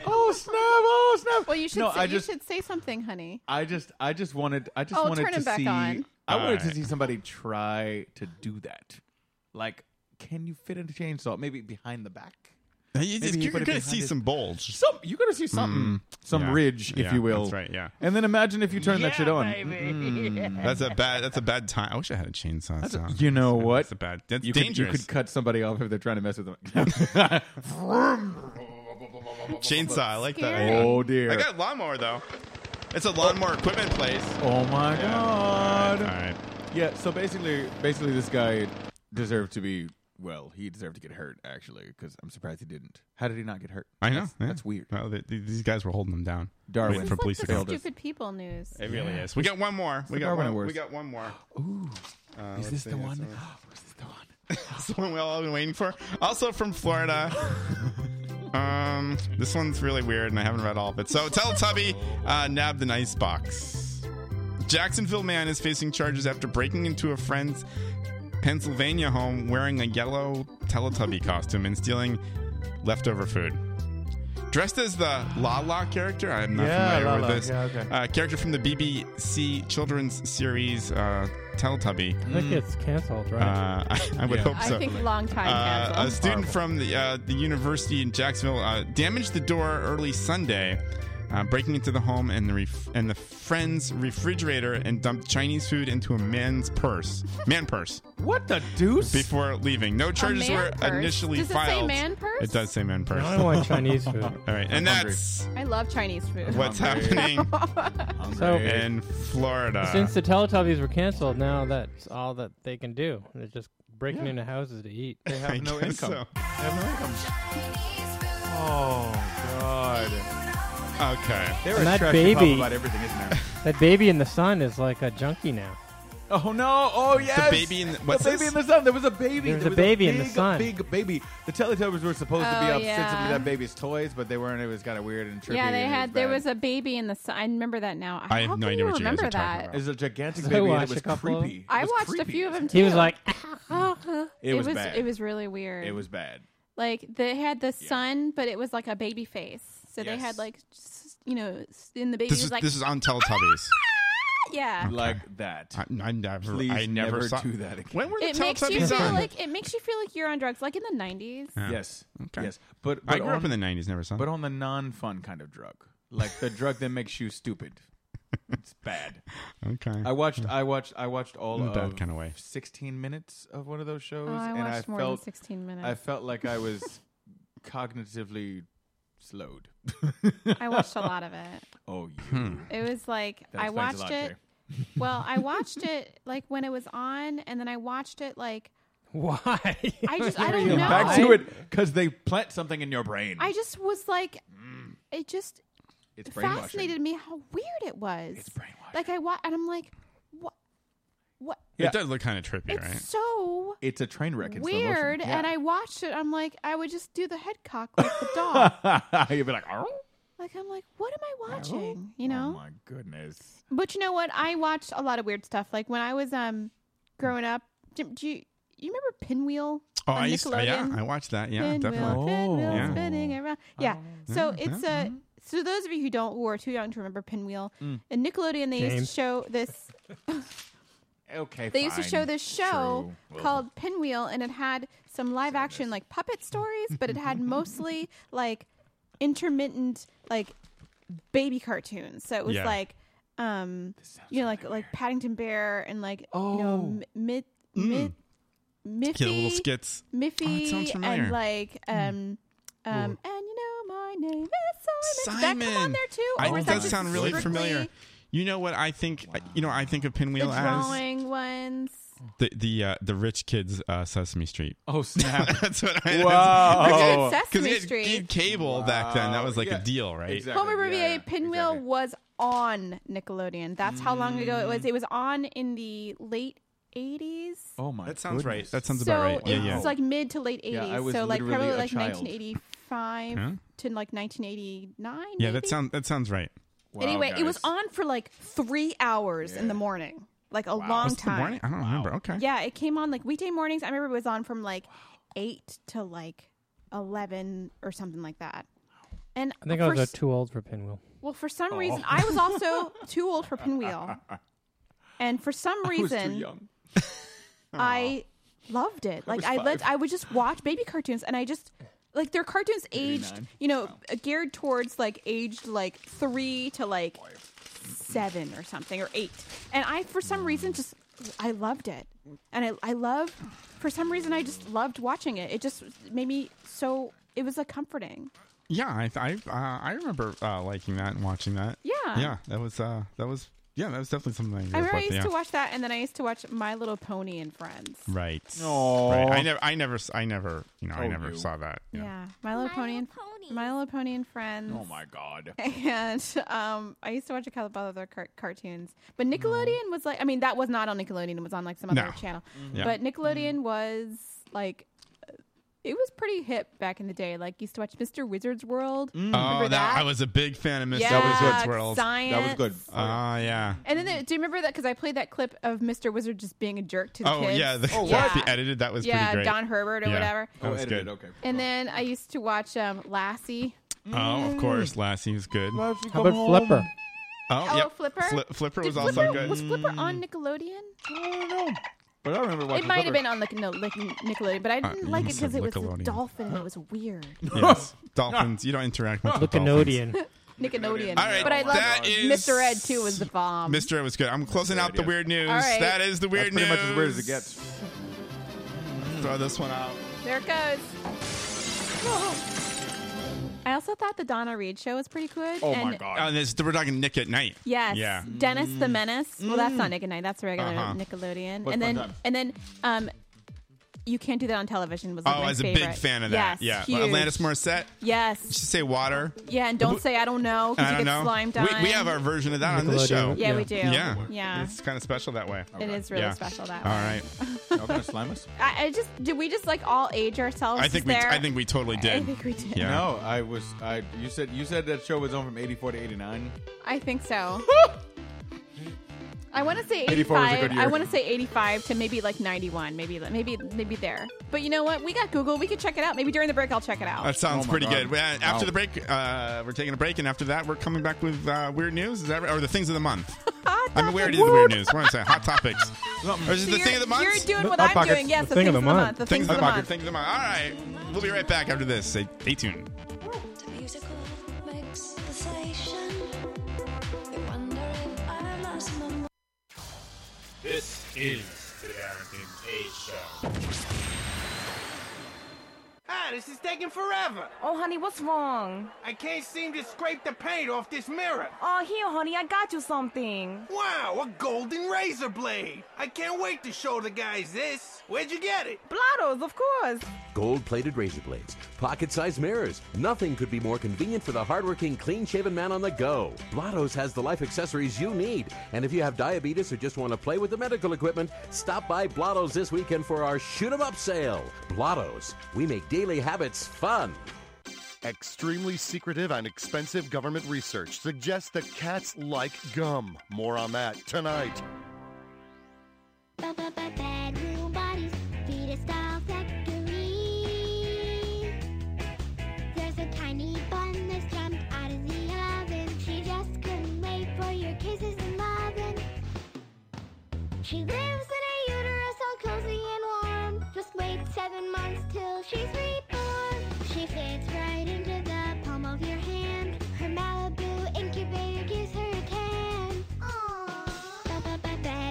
[SPEAKER 3] Oh snap! Oh snap!
[SPEAKER 1] Well, you should
[SPEAKER 3] No,
[SPEAKER 1] say,
[SPEAKER 3] I just-
[SPEAKER 1] you should say something, honey.
[SPEAKER 3] I just I just wanted I just
[SPEAKER 1] Oh,
[SPEAKER 3] wanted
[SPEAKER 1] turn
[SPEAKER 3] to
[SPEAKER 1] him back
[SPEAKER 3] see
[SPEAKER 1] on.
[SPEAKER 3] I wanted
[SPEAKER 2] Alright.
[SPEAKER 3] to see somebody try to do that. Like, can you fit in a chainsaw? Maybe behind the back.
[SPEAKER 2] You,
[SPEAKER 3] Maybe he
[SPEAKER 2] you're
[SPEAKER 3] put
[SPEAKER 2] gonna
[SPEAKER 3] it behind
[SPEAKER 2] see
[SPEAKER 3] his-
[SPEAKER 2] some bulge.
[SPEAKER 3] Some you're gonna see something, some
[SPEAKER 2] Mm. Yeah.
[SPEAKER 3] ridge, if
[SPEAKER 2] Yeah,
[SPEAKER 3] you will.
[SPEAKER 2] That's right. Yeah.
[SPEAKER 3] And then imagine if you turn that shit on.
[SPEAKER 2] That's a bad. That's a bad time. I wish I had a chainsaw.
[SPEAKER 3] That's a-
[SPEAKER 2] sound.
[SPEAKER 3] you know what?
[SPEAKER 2] That's a bad. That's
[SPEAKER 3] you
[SPEAKER 2] dangerous.
[SPEAKER 3] Could, you could cut somebody off if they're trying to mess with them.
[SPEAKER 2] (laughs) chainsaw. I like that.
[SPEAKER 3] Scary. Oh, dear.
[SPEAKER 2] I got a lawnmower though. It's a lawnmower equipment place.
[SPEAKER 3] Oh my god!
[SPEAKER 2] All right.
[SPEAKER 3] Yeah. So basically, basically, this guy deserved to be. Well, he deserved to get hurt actually, because I'm surprised he didn't. How did he not get hurt?
[SPEAKER 2] I know.
[SPEAKER 3] That's,
[SPEAKER 2] yeah. Uh,
[SPEAKER 3] that's weird.
[SPEAKER 2] Well, they- they- these guys were holding them down.
[SPEAKER 3] Darwin.
[SPEAKER 2] waiting
[SPEAKER 3] This
[SPEAKER 2] for
[SPEAKER 3] is
[SPEAKER 2] police to
[SPEAKER 3] like the
[SPEAKER 2] come.
[SPEAKER 1] Stupid people news.
[SPEAKER 2] It really is. We got one more.
[SPEAKER 3] It's
[SPEAKER 2] We
[SPEAKER 3] the
[SPEAKER 2] got
[SPEAKER 3] Darwin
[SPEAKER 2] one. We
[SPEAKER 3] Awards.
[SPEAKER 2] got one more.
[SPEAKER 3] Ooh.
[SPEAKER 2] Uh, let's
[SPEAKER 3] Is this
[SPEAKER 2] see,
[SPEAKER 3] the
[SPEAKER 2] that's
[SPEAKER 3] (gasps) one?
[SPEAKER 2] all. (laughs) It's the one we all been waiting for. Also from
[SPEAKER 3] (laughs)
[SPEAKER 2] Florida. um, this one's really weird, and I haven't read all of it. So Teletubby uh, nabbed an ice box. Jacksonville man is facing charges after breaking into a friend's Pennsylvania home wearing a yellow Teletubby costume and stealing leftover food. Dressed as the Lala character, I'm not
[SPEAKER 3] Yeah,
[SPEAKER 2] familiar
[SPEAKER 3] Lala.
[SPEAKER 2] with this.
[SPEAKER 3] Yeah, okay.
[SPEAKER 2] uh, character from the BBC children's series uh, Teletubby.
[SPEAKER 10] I think it's canceled, right?
[SPEAKER 2] Uh, (laughs) I, I would
[SPEAKER 10] Yeah.
[SPEAKER 2] hope
[SPEAKER 1] I
[SPEAKER 2] so.
[SPEAKER 1] think long time
[SPEAKER 2] Uh,
[SPEAKER 1] canceled.
[SPEAKER 2] a student from the uh, the university in Jacksonville uh, damaged the door early Sunday, uh, breaking into the home and the ref- and the friend's refrigerator and dumped Chinese food into a man's purse, man purse,
[SPEAKER 3] What the deuce?
[SPEAKER 2] before leaving. No charges
[SPEAKER 1] man
[SPEAKER 2] were
[SPEAKER 1] purse?
[SPEAKER 2] initially
[SPEAKER 1] Does it say
[SPEAKER 2] filed.
[SPEAKER 1] man purse?
[SPEAKER 2] It does say man purse.
[SPEAKER 10] I want Chinese food.
[SPEAKER 2] All right, and that's
[SPEAKER 1] I love Chinese food.
[SPEAKER 2] what's
[SPEAKER 10] Hungry.
[SPEAKER 3] (laughs)
[SPEAKER 2] happening
[SPEAKER 10] So-
[SPEAKER 2] in Florida.
[SPEAKER 10] Since the Teletubbies were canceled, now that's all that they can do. They're just breaking into houses to eat. They
[SPEAKER 2] have (laughs) (laughs) I no guess income. so.
[SPEAKER 3] They have no income. Oh god.
[SPEAKER 2] Okay.
[SPEAKER 3] They're
[SPEAKER 10] And
[SPEAKER 3] a
[SPEAKER 10] that
[SPEAKER 3] trashy pop
[SPEAKER 10] baby-
[SPEAKER 3] about everything, isn't there? (laughs)
[SPEAKER 10] That baby in the sun is like a junkie now.
[SPEAKER 3] Oh no! Oh yes!
[SPEAKER 2] baby in the- what's
[SPEAKER 3] baby
[SPEAKER 2] this?
[SPEAKER 3] in the sun. There was a baby.
[SPEAKER 10] There was a
[SPEAKER 3] was
[SPEAKER 10] baby in
[SPEAKER 3] big,
[SPEAKER 10] the sun.
[SPEAKER 3] Big baby. The Teletubbies were supposed to be
[SPEAKER 1] Oh,
[SPEAKER 3] upset
[SPEAKER 1] yeah.
[SPEAKER 3] with that baby's toys, but they weren't. It was kind of weird and trippy.
[SPEAKER 1] yeah, they
[SPEAKER 3] and it
[SPEAKER 1] had. There
[SPEAKER 3] bad.
[SPEAKER 1] was a baby in the. Sun. I remember that now.
[SPEAKER 2] I have
[SPEAKER 1] How
[SPEAKER 2] no
[SPEAKER 1] can
[SPEAKER 2] idea
[SPEAKER 1] you
[SPEAKER 2] what you guys
[SPEAKER 1] remember
[SPEAKER 2] are talking
[SPEAKER 1] that.
[SPEAKER 3] It was a gigantic
[SPEAKER 10] I
[SPEAKER 3] baby. and it
[SPEAKER 10] watched
[SPEAKER 3] was
[SPEAKER 10] a couple of-
[SPEAKER 3] creepy. It
[SPEAKER 1] I
[SPEAKER 3] was
[SPEAKER 1] watched a
[SPEAKER 3] creepy.
[SPEAKER 1] few of them too.
[SPEAKER 10] He was like,
[SPEAKER 1] (laughs)
[SPEAKER 3] It was bad.
[SPEAKER 1] Uh-huh. It was really weird.
[SPEAKER 3] It was bad.
[SPEAKER 1] like they had the sun, but it was like a baby face. So they
[SPEAKER 3] Yes.
[SPEAKER 1] had like, s- you know, s- in the baby
[SPEAKER 2] This
[SPEAKER 1] was
[SPEAKER 2] is
[SPEAKER 1] like,
[SPEAKER 2] this is on Teletubbies.
[SPEAKER 1] yeah.
[SPEAKER 3] Like that.
[SPEAKER 2] I, I never,
[SPEAKER 3] Please
[SPEAKER 2] I never,
[SPEAKER 3] never
[SPEAKER 2] saw
[SPEAKER 3] do that again.
[SPEAKER 2] When were the
[SPEAKER 1] It makes you
[SPEAKER 2] Teletubbies
[SPEAKER 1] feel
[SPEAKER 2] on?
[SPEAKER 1] like it makes you feel like you're on drugs, like in the '90s.
[SPEAKER 2] Yeah.
[SPEAKER 3] Yes.
[SPEAKER 2] Okay.
[SPEAKER 3] Yes. But,
[SPEAKER 2] I
[SPEAKER 3] but
[SPEAKER 2] grew up
[SPEAKER 3] on-
[SPEAKER 2] in the '90s, never saw.
[SPEAKER 3] But on the non-fun kind of drug, like the drug that makes you stupid. It's bad.
[SPEAKER 2] Okay.
[SPEAKER 3] I watched. I watched. I watched all
[SPEAKER 2] In a
[SPEAKER 3] of
[SPEAKER 2] bad kind of way.
[SPEAKER 3] sixteen minutes of one of those shows,
[SPEAKER 1] Oh, I
[SPEAKER 3] and I
[SPEAKER 1] watched more than
[SPEAKER 3] felt
[SPEAKER 1] 16 minutes.
[SPEAKER 3] I felt like I was
[SPEAKER 1] (laughs)
[SPEAKER 3] cognitively slowed.
[SPEAKER 1] I watched a lot of it.
[SPEAKER 3] Oh, you.
[SPEAKER 2] Hmm.
[SPEAKER 1] It was like
[SPEAKER 3] That
[SPEAKER 1] I
[SPEAKER 3] explains a lot,
[SPEAKER 1] watched it. well,
[SPEAKER 3] (laughs)
[SPEAKER 1] I watched it like when it was on, and then I watched it like
[SPEAKER 10] (laughs) why?
[SPEAKER 1] I just I don't
[SPEAKER 3] You're
[SPEAKER 1] know.
[SPEAKER 3] Back to it because they plant something in your brain.
[SPEAKER 1] I just was like, it just
[SPEAKER 3] Mm. It's brainwashing.
[SPEAKER 1] fascinated me how weird it was. It's brainwashing. Like I wa- and I'm like, what? What?
[SPEAKER 2] It does look kind of trippy,
[SPEAKER 1] It's
[SPEAKER 2] right?
[SPEAKER 1] so
[SPEAKER 3] It's a train wreck. in slow motion.
[SPEAKER 1] weird.
[SPEAKER 3] Yeah.
[SPEAKER 1] And I watched it. I'm like, I would just do the head
[SPEAKER 2] (laughs)
[SPEAKER 1] cock like the
[SPEAKER 3] (laughs)
[SPEAKER 1] dog.
[SPEAKER 3] You'd be like, oh
[SPEAKER 1] like I'm like, what am
[SPEAKER 2] Oh
[SPEAKER 1] I watching? You know.
[SPEAKER 3] my goodness.
[SPEAKER 1] But you know what? I watched a lot of weird stuff. Like when I was um growing up, Jim, do you you remember Pinwheel?
[SPEAKER 2] Oh,
[SPEAKER 1] on
[SPEAKER 2] I used to, yeah,
[SPEAKER 1] Nickelodeon?
[SPEAKER 2] I watched that. Yeah,
[SPEAKER 1] Pinwheel,
[SPEAKER 2] definitely.
[SPEAKER 1] Pinwheel
[SPEAKER 2] yeah.
[SPEAKER 1] spinning around. Yeah. So
[SPEAKER 2] Oh, Yeah,
[SPEAKER 1] it's a so those of you who don't who are too young to remember Pinwheel,
[SPEAKER 3] Mm.
[SPEAKER 1] in Nickelodeon they used
[SPEAKER 3] James.
[SPEAKER 1] to show this
[SPEAKER 3] Okay.
[SPEAKER 1] they used to
[SPEAKER 3] fine.
[SPEAKER 1] show this show
[SPEAKER 3] True. Well,
[SPEAKER 1] called Pinwheel, and it had some live action like puppet stories, but it
[SPEAKER 2] (laughs)
[SPEAKER 1] had mostly like intermittent like baby cartoons. So it was
[SPEAKER 20] Yeah.
[SPEAKER 1] like, um, you know, like like Paddington Bear and like you
[SPEAKER 2] Oh.
[SPEAKER 1] know M- mid mid Miffy
[SPEAKER 2] Yeah, Mm. little skits.
[SPEAKER 1] Miffy
[SPEAKER 2] sounds familiar. Mm.
[SPEAKER 1] and like um um and you know my name is Simon. Did That come on there too.
[SPEAKER 2] I,
[SPEAKER 1] Or was
[SPEAKER 2] that
[SPEAKER 1] that
[SPEAKER 2] does
[SPEAKER 1] just
[SPEAKER 2] sound really
[SPEAKER 1] strictly
[SPEAKER 2] familiar. You know what I think? uh, You know I think of
[SPEAKER 1] The
[SPEAKER 2] Pinwheel as
[SPEAKER 1] drawing ones.
[SPEAKER 2] the the uh, the rich kids uh, Sesame Street. (laughs)
[SPEAKER 3] Oh (laughs) snap!
[SPEAKER 2] That's what I
[SPEAKER 3] Wow.
[SPEAKER 1] Dude,
[SPEAKER 2] Because
[SPEAKER 1] Sesame
[SPEAKER 2] we had
[SPEAKER 1] Street.
[SPEAKER 2] big cable back then. That was like
[SPEAKER 3] Yeah.
[SPEAKER 2] a deal, right?
[SPEAKER 1] Homer Bouvier Pinwheel was on Nickelodeon. That's how long ago it
[SPEAKER 2] Mm.
[SPEAKER 1] was. It was on in the late 80s.
[SPEAKER 3] Oh my.
[SPEAKER 2] That sounds right.
[SPEAKER 3] goodness.
[SPEAKER 2] That sounds
[SPEAKER 1] so
[SPEAKER 2] about right. Yeah,
[SPEAKER 1] it's
[SPEAKER 2] yeah.
[SPEAKER 1] like mid to late 80s.
[SPEAKER 2] Yeah, I was
[SPEAKER 1] so like
[SPEAKER 2] literally
[SPEAKER 1] probably
[SPEAKER 2] a
[SPEAKER 1] like
[SPEAKER 2] child.
[SPEAKER 1] 1985
[SPEAKER 2] Huh?
[SPEAKER 1] to like 1989.
[SPEAKER 2] yeah, that sounds that sounds right.
[SPEAKER 1] anyway, it was on for like three hours in the morning, like a long
[SPEAKER 2] Was it the
[SPEAKER 1] time.
[SPEAKER 2] morning? I don't remember. Okay.
[SPEAKER 1] Yeah, it came on like weekday mornings. I remember it was on from like eight to like 11 or something like that. And
[SPEAKER 10] I think I
[SPEAKER 1] for
[SPEAKER 10] was uh,
[SPEAKER 1] s-
[SPEAKER 10] too old for Pinwheel.
[SPEAKER 1] Well, for some reason,
[SPEAKER 10] Oh. (laughs)
[SPEAKER 1] I was also too old for Pinwheel, and for some
[SPEAKER 10] was too
[SPEAKER 1] reason,
[SPEAKER 10] young.
[SPEAKER 1] I loved it. Like
[SPEAKER 10] was
[SPEAKER 1] I, let
[SPEAKER 10] five.
[SPEAKER 1] I would just watch baby cartoons, and I just like their cartoons aged,
[SPEAKER 10] 89.
[SPEAKER 1] you know,
[SPEAKER 10] Oh.
[SPEAKER 1] geared towards like aged like three to like seven or something or eight, and I for some reason just I loved it, and I I love for some reason I just loved watching it. It just made me so it was like comforting.
[SPEAKER 2] Yeah, I I, uh, I remember uh, liking that and watching that.
[SPEAKER 1] Yeah.
[SPEAKER 2] yeah, that was uh, that was yeah, that was definitely something. I, grew
[SPEAKER 1] I
[SPEAKER 2] up
[SPEAKER 1] remember I
[SPEAKER 2] with,
[SPEAKER 1] used
[SPEAKER 2] yeah.
[SPEAKER 1] to watch that, and then I used to watch My Little Pony and Friends.
[SPEAKER 2] Right.
[SPEAKER 3] Aw.
[SPEAKER 2] Right. I never, I never, s- I never, you know, I
[SPEAKER 3] Oh,
[SPEAKER 2] never
[SPEAKER 3] you.
[SPEAKER 2] saw that.
[SPEAKER 1] Yeah, My Little Pony and My Little Pony and Friends. (laughs)
[SPEAKER 3] Oh my god.
[SPEAKER 1] And um, I used to watch a couple of other car- cartoons, but Nickelodeon was like—I mean, that was not on Nickelodeon; it was on like some other
[SPEAKER 2] No.
[SPEAKER 1] channel.
[SPEAKER 2] Mhm. Yeah.
[SPEAKER 1] But Nickelodeon was like. uh, It was pretty hip back in the day. Like used to watch Mr. Wizard's World. Remember
[SPEAKER 2] Oh, that, I was a big fan of Mr.
[SPEAKER 1] Yeah,
[SPEAKER 2] Wizard's World.
[SPEAKER 1] That was good.
[SPEAKER 2] Oh yeah.
[SPEAKER 1] And then there- do you remember that? Because I played that clip of Mr. Wizard just being a jerk to the
[SPEAKER 2] Oh
[SPEAKER 1] kids.
[SPEAKER 2] yeah. The, (laughs) the edited that was
[SPEAKER 1] yeah,
[SPEAKER 2] pretty great.
[SPEAKER 1] Don Herbert or
[SPEAKER 2] Yeah,
[SPEAKER 1] whatever.
[SPEAKER 2] That
[SPEAKER 3] Oh,
[SPEAKER 2] was good. Okay.
[SPEAKER 1] And then I used to watch um, Lassie.
[SPEAKER 2] Oh, of
[SPEAKER 1] Mm.
[SPEAKER 2] course, Lassie was good.
[SPEAKER 10] How about Flipper?
[SPEAKER 2] Oh,
[SPEAKER 1] Oh,
[SPEAKER 2] yep.
[SPEAKER 1] Flipper.
[SPEAKER 2] Fli- Flipper
[SPEAKER 1] Did
[SPEAKER 2] was also
[SPEAKER 1] Flipper-
[SPEAKER 2] good.
[SPEAKER 1] (laughs) Was Flipper on Nickelodeon? I don't know.
[SPEAKER 3] But I remember
[SPEAKER 1] It
[SPEAKER 3] watching.
[SPEAKER 1] might have
[SPEAKER 3] Flipper.
[SPEAKER 1] been on like, no, like Nickelodeon, but I
[SPEAKER 2] Uh,
[SPEAKER 1] didn't
[SPEAKER 2] you
[SPEAKER 1] like it
[SPEAKER 2] said
[SPEAKER 1] because it was a
[SPEAKER 2] Nickelodeon.
[SPEAKER 1] dolphin and it was weird.
[SPEAKER 2] yes. Dolphins. You don't interact much with dolphins.
[SPEAKER 1] (laughs) Nickelodeon.
[SPEAKER 2] All right,
[SPEAKER 1] but I
[SPEAKER 2] that
[SPEAKER 1] loved
[SPEAKER 2] is-
[SPEAKER 1] Mr. Ed too was the bomb.
[SPEAKER 2] Mr. It was good. I'm closing out the weird news.
[SPEAKER 1] All right.
[SPEAKER 2] That is the
[SPEAKER 3] That's
[SPEAKER 2] weird
[SPEAKER 3] pretty
[SPEAKER 2] news.
[SPEAKER 3] much as weird as it gets.
[SPEAKER 2] Throw this one out.
[SPEAKER 1] There it goes. (gasps) I also thought the Donna Reed show was pretty good.
[SPEAKER 2] Oh
[SPEAKER 1] and
[SPEAKER 2] my god! And this, we're talking Nick at Night.
[SPEAKER 1] Yes.
[SPEAKER 2] Yeah.
[SPEAKER 1] Dennis the Menace. Well, that's
[SPEAKER 2] Mm.
[SPEAKER 1] not Nick at Night. That's regular
[SPEAKER 2] Uh-huh.
[SPEAKER 1] Nickelodeon.
[SPEAKER 2] But
[SPEAKER 1] and
[SPEAKER 2] fun
[SPEAKER 1] then
[SPEAKER 2] times.
[SPEAKER 1] and then um, you can't do that on television was like
[SPEAKER 2] oh,
[SPEAKER 1] my
[SPEAKER 2] I was
[SPEAKER 1] favorite.
[SPEAKER 2] a big fan of that.
[SPEAKER 1] Yes,
[SPEAKER 2] yeah.
[SPEAKER 1] huge.
[SPEAKER 2] Atlantis Morissette.
[SPEAKER 1] Yes.
[SPEAKER 2] Did she say water?
[SPEAKER 1] Yeah, and don't say I don't know
[SPEAKER 2] I
[SPEAKER 1] because you
[SPEAKER 2] don't
[SPEAKER 1] get
[SPEAKER 2] know.
[SPEAKER 1] slimed on.
[SPEAKER 2] We, we have our version of that on this
[SPEAKER 10] Nickelodeon.
[SPEAKER 2] show.
[SPEAKER 1] Yeah, we do.
[SPEAKER 2] Yeah.
[SPEAKER 1] Yeah.
[SPEAKER 2] It's kind of special that way.
[SPEAKER 1] It is really special that
[SPEAKER 2] All
[SPEAKER 1] way.
[SPEAKER 2] right.
[SPEAKER 3] Y'all gonna slime us?
[SPEAKER 1] I, I just did we just like all age ourselves?
[SPEAKER 3] I think we-
[SPEAKER 1] there?
[SPEAKER 3] I think
[SPEAKER 2] we totally
[SPEAKER 1] I
[SPEAKER 3] did.
[SPEAKER 1] think we did.
[SPEAKER 3] No, I was. I you said you said that show was on from eighty four to eighty nine.
[SPEAKER 1] I think
[SPEAKER 2] (laughs)
[SPEAKER 1] so. I want to say
[SPEAKER 3] 84 was a good
[SPEAKER 1] 85. I
[SPEAKER 3] year.
[SPEAKER 1] want to say 85 to maybe like 91, maybe maybe maybe there. But you know what? We got Google. We could check it out. Maybe during the break I'll check it out.
[SPEAKER 2] That sounds
[SPEAKER 3] Oh my
[SPEAKER 2] pretty
[SPEAKER 3] God.
[SPEAKER 2] good. We- After
[SPEAKER 3] Wow.
[SPEAKER 2] the break, uh, we're taking a break, and after that, we're coming back with uh, weird news. Is that right? or the things of the month? I mean, we already did the weird news. What am I saying? Hot topics. or is it the
[SPEAKER 1] So Ah, you're-
[SPEAKER 2] thing of the month?
[SPEAKER 1] you're doing what Hot I'm pockets. doing. Yes, The the thing of things the of the month. month. The
[SPEAKER 2] Things of
[SPEAKER 1] things
[SPEAKER 2] the
[SPEAKER 1] of the
[SPEAKER 2] pocket,
[SPEAKER 1] month.
[SPEAKER 2] Things of the month. All right, we'll be right back after this. Stay, stay tuned.
[SPEAKER 21] The musical makes the station. You wonder if I lost my mind.
[SPEAKER 12] This is the Darrington A Show.
[SPEAKER 4] Hi,
[SPEAKER 20] God, this is taking forever.
[SPEAKER 5] Oh, honey, what's wrong?
[SPEAKER 20] I can't seem to scrape the paint off this mirror.
[SPEAKER 5] Oh, here, honey, I got you something.
[SPEAKER 20] Wow, a golden razor blade. I can't wait to show the guys this. Where'd you get it?
[SPEAKER 5] Blottos, of course.
[SPEAKER 22] Gold plated razor blades, pocket sized mirrors. Nothing could be more convenient for the hardworking, clean shaven man on the go. Blotto's has the life accessories you need. And if you have diabetes or just want to play with the medical equipment, stop by Blotto's this weekend for our Shoot 'em Up sale. Blotto's, we make daily habits fun.
[SPEAKER 23] Extremely secretive and expensive government research suggests that cats like gum. More on that tonight.
[SPEAKER 24] Bedroom bodies, fetus style factory. There's a tiny bun that's jumped out of the oven. She just couldn't wait for your kisses and loving. She lives in a uterus all cozy and warm. Just wait seven months till she's reborn. She fits right into the palm of your hand. Her Malibu incubator gives her a tan. Aww.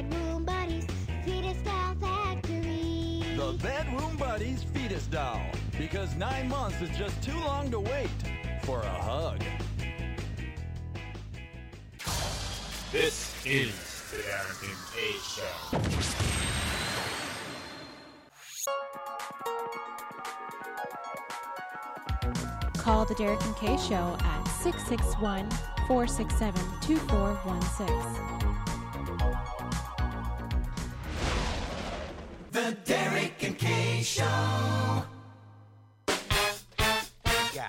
[SPEAKER 24] Bedroom buddies, fetus style factory.
[SPEAKER 25] The Bedroom Buddies Fetus Doll. Because nine months is just too long to wait for a hug.
[SPEAKER 12] This is the Darrington A Show.
[SPEAKER 1] Call the Derek and Kay Show at 661 467 2416.
[SPEAKER 4] The Derek and Kay Show. Yeah.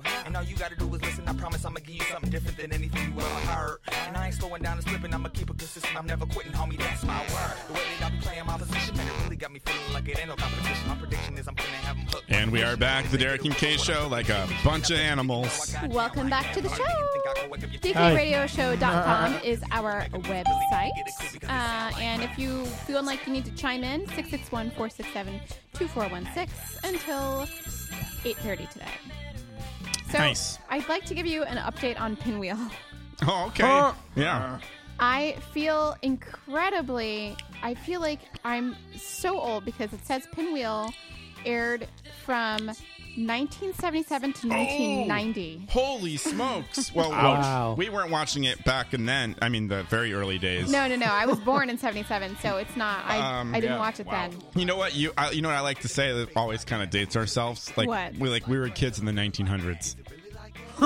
[SPEAKER 26] And all you gotta do is listen. I promise I'ma give you something different than anything you ever heard. And I ain't slowing down and slipping. I'ma keep it consistent. I'm never quitting, homie. That's my word. The way that I be playing my position, man, it really got me feeling like it ain't no competition. My prediction is I'm gonna have 'em hooked.
[SPEAKER 2] And we are back, the Derek and Kay Show, like a bunch of animals. (laughs)
[SPEAKER 1] Welcome back to the show.
[SPEAKER 2] Hi. Uh-huh.
[SPEAKER 1] DKRadioshow.com is our website. Uh, and if you feel like you need to chime in, 661 467 2416 until 8.30 today. So
[SPEAKER 2] Nice.
[SPEAKER 1] I'd like to give you an update on Pinwheel.
[SPEAKER 2] Oh, okay. yeah.
[SPEAKER 1] I feel incredibly, I feel like I'm so old because it says Pinwheel aired from 1977 to 1990.
[SPEAKER 2] Holy (laughs) smokes! Well,
[SPEAKER 10] Ouch.
[SPEAKER 2] we weren't watching it back and then. I mean, the very early days.
[SPEAKER 1] No, no, no. I was born in 77, so it's not. I,
[SPEAKER 2] Um,
[SPEAKER 1] I didn't
[SPEAKER 2] yeah.
[SPEAKER 1] watch it then.
[SPEAKER 2] You know what you I, you know what I like to say that always kind of dates ourselves. Like
[SPEAKER 1] What?
[SPEAKER 2] we like we were kids in the 1900s.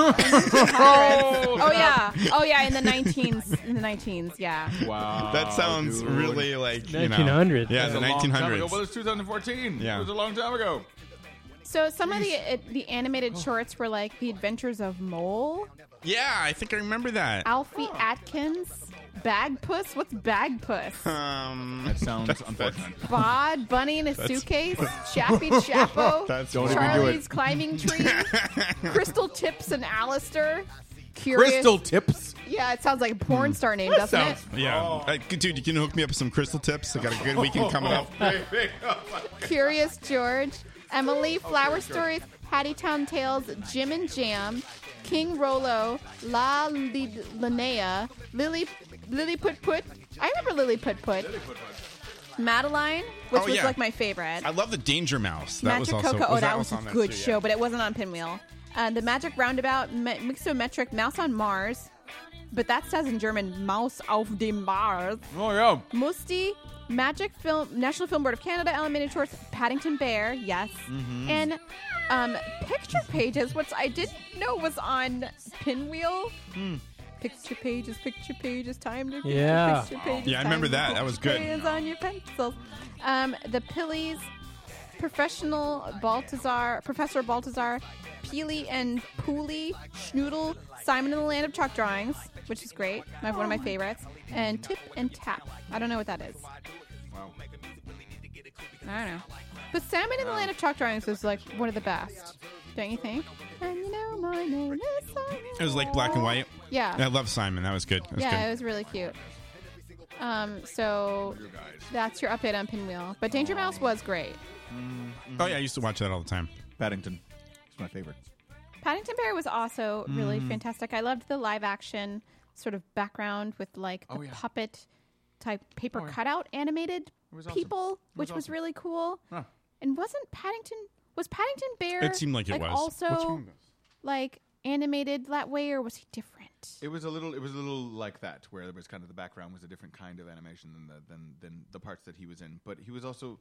[SPEAKER 1] (laughs) oh, yeah. Oh yeah, in the 19s, in the 19s, yeah.
[SPEAKER 3] Wow.
[SPEAKER 2] that sounds
[SPEAKER 3] dude.
[SPEAKER 2] really like you know-
[SPEAKER 10] 1900s.
[SPEAKER 2] Yeah,
[SPEAKER 3] That's
[SPEAKER 2] the
[SPEAKER 3] a long time ago.
[SPEAKER 2] 1900s.
[SPEAKER 3] Well, it's 2014.
[SPEAKER 2] Yeah.
[SPEAKER 3] It was a long time ago.
[SPEAKER 1] So some of the it, the animated shorts were like The Adventures of Mole,
[SPEAKER 2] Yeah, I think I remember that.
[SPEAKER 1] Alfie Atkins, Bagpuss, what's Bagpuss?
[SPEAKER 2] Um, that sounds unfortunate.
[SPEAKER 1] Bod, Bunny in a
[SPEAKER 2] That's- (laughs)
[SPEAKER 1] Suitcase, Chappy Chapo,
[SPEAKER 2] That's- Don't even do it. (laughs)
[SPEAKER 1] Charlie's Climbing Tree, Crystal Tips and Alistair, Curious.
[SPEAKER 3] Crystal tips.
[SPEAKER 1] Yeah, it sounds like a
[SPEAKER 2] Hmm.
[SPEAKER 1] porn star name, doesn't it?
[SPEAKER 2] Yeah, Uh, dude, you can hook me up with some crystal tips. I got a good weekend coming up.
[SPEAKER 1] Curious George, Emily, Flower
[SPEAKER 2] sure.
[SPEAKER 1] Stories, Hattietown Tales, Jim and Jam, King Rolo, La Li- Linnea, Lily Lily Put Put. I remember Lily Put Put. Madeline, which
[SPEAKER 2] Oh,
[SPEAKER 1] was
[SPEAKER 2] yeah.
[SPEAKER 1] like my favorite.
[SPEAKER 2] I love the Danger Mouse. That was
[SPEAKER 1] Magic
[SPEAKER 2] also
[SPEAKER 1] Coco. Oh,
[SPEAKER 2] was
[SPEAKER 1] that was
[SPEAKER 2] also
[SPEAKER 1] a
[SPEAKER 2] on that
[SPEAKER 1] good
[SPEAKER 2] too, yeah.
[SPEAKER 1] show, but it wasn't on Pinwheel. Uh, the Magic Roundabout, Me- Mixometric, Mouse on Mars, but that says in German, Maus auf dem Mars.
[SPEAKER 3] Oh, yeah.
[SPEAKER 1] Musti, Magic Film, National Film Board of Canada, Elementary Shorts, Paddington Bear, yes,
[SPEAKER 2] Mm-hmm.
[SPEAKER 27] Mhm.
[SPEAKER 1] and um, Picture Pages, which I didn't know was on Pinwheel.
[SPEAKER 2] Hmm.
[SPEAKER 1] Picture Pages, Picture Pages, time to
[SPEAKER 2] Yeah.
[SPEAKER 1] Picture Pages.
[SPEAKER 2] Yeah, I remember
[SPEAKER 1] time to
[SPEAKER 2] that. That was good.
[SPEAKER 1] picture Pages on your pencils. Um, the Pillies, Professional Baltazar, Professor Baltazar, Peely and Pooley, Schnoodle, Simon in the Land of Chalk Drawings, which is great, my, one of my favorites, and Tip and Tap. I don't know what that is. I don't know. But Simon in the Land of Chalk Drawings was like one of the best, don't you think? And you know my name is Simon.
[SPEAKER 2] It was like black and white.
[SPEAKER 1] Yeah.
[SPEAKER 2] I love Simon. That was good. That was
[SPEAKER 1] yeah,
[SPEAKER 2] good.
[SPEAKER 1] it was really cute. Um, so that's your update on Pinwheel. But Danger Mouse was great.
[SPEAKER 2] Oh yeah, I used to watch that all the time.
[SPEAKER 3] Paddington. It's my favorite.
[SPEAKER 1] Paddington Bear was also really
[SPEAKER 6] Mm.
[SPEAKER 1] fantastic. I loved the live action sort of background with like the
[SPEAKER 6] Oh, yeah.
[SPEAKER 1] puppet type paper
[SPEAKER 6] Oh, yeah.
[SPEAKER 1] cutout animated
[SPEAKER 6] was awesome.
[SPEAKER 1] people,
[SPEAKER 6] It was
[SPEAKER 1] which was
[SPEAKER 6] awesome.
[SPEAKER 1] really cool.
[SPEAKER 3] Huh.
[SPEAKER 1] And wasn't Paddington was Paddington Bear?
[SPEAKER 3] It seemed like it was. What's
[SPEAKER 1] Also,
[SPEAKER 3] wrong with
[SPEAKER 1] like animated that way, or was he different?
[SPEAKER 3] It was a little. It was a little like that, where it was kind of the background was a different kind of animation than the than than the parts that he was in. But he was also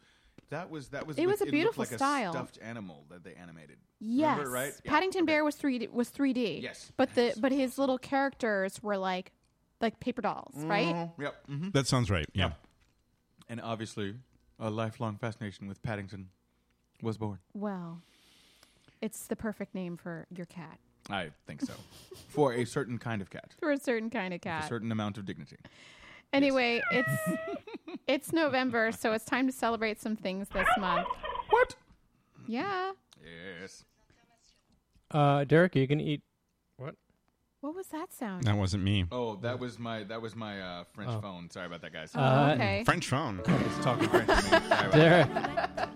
[SPEAKER 3] that was that was
[SPEAKER 1] It was
[SPEAKER 3] with-
[SPEAKER 1] a
[SPEAKER 3] looked
[SPEAKER 1] beautiful
[SPEAKER 3] like
[SPEAKER 1] style.
[SPEAKER 3] a stuffed animal that they animated.
[SPEAKER 1] Yes,
[SPEAKER 3] Remember, right? Yeah.
[SPEAKER 1] Paddington Bear was three D, was three D.
[SPEAKER 3] Yes.
[SPEAKER 1] but the but his little characters were like like paper dolls, right?
[SPEAKER 3] Mhm. Yep. mhm.
[SPEAKER 2] That sounds right. Yeah.
[SPEAKER 3] And obviously, a lifelong fascination with Paddington was born.
[SPEAKER 1] Well, it's the perfect name for your cat
[SPEAKER 3] I think so, (laughs) for a certain kind of cat,
[SPEAKER 1] for a certain kind of
[SPEAKER 3] with
[SPEAKER 1] cat.
[SPEAKER 3] a certain amount of dignity.
[SPEAKER 1] Anyway,
[SPEAKER 3] (laughs)
[SPEAKER 1] it's it's November, so it's time to celebrate some things this month.
[SPEAKER 3] What?
[SPEAKER 1] Yeah.
[SPEAKER 3] Yes.
[SPEAKER 10] Uh, Derek, are you gonna eat? What?
[SPEAKER 1] What was that sound?
[SPEAKER 2] That wasn't me.
[SPEAKER 3] Oh, that was my that was my uh, French
[SPEAKER 2] Oh.
[SPEAKER 3] phone. Sorry about that, guys.
[SPEAKER 2] Uh, Okay. French phone.
[SPEAKER 3] It's talking French. to me. Sorry about
[SPEAKER 2] Derek.
[SPEAKER 3] that.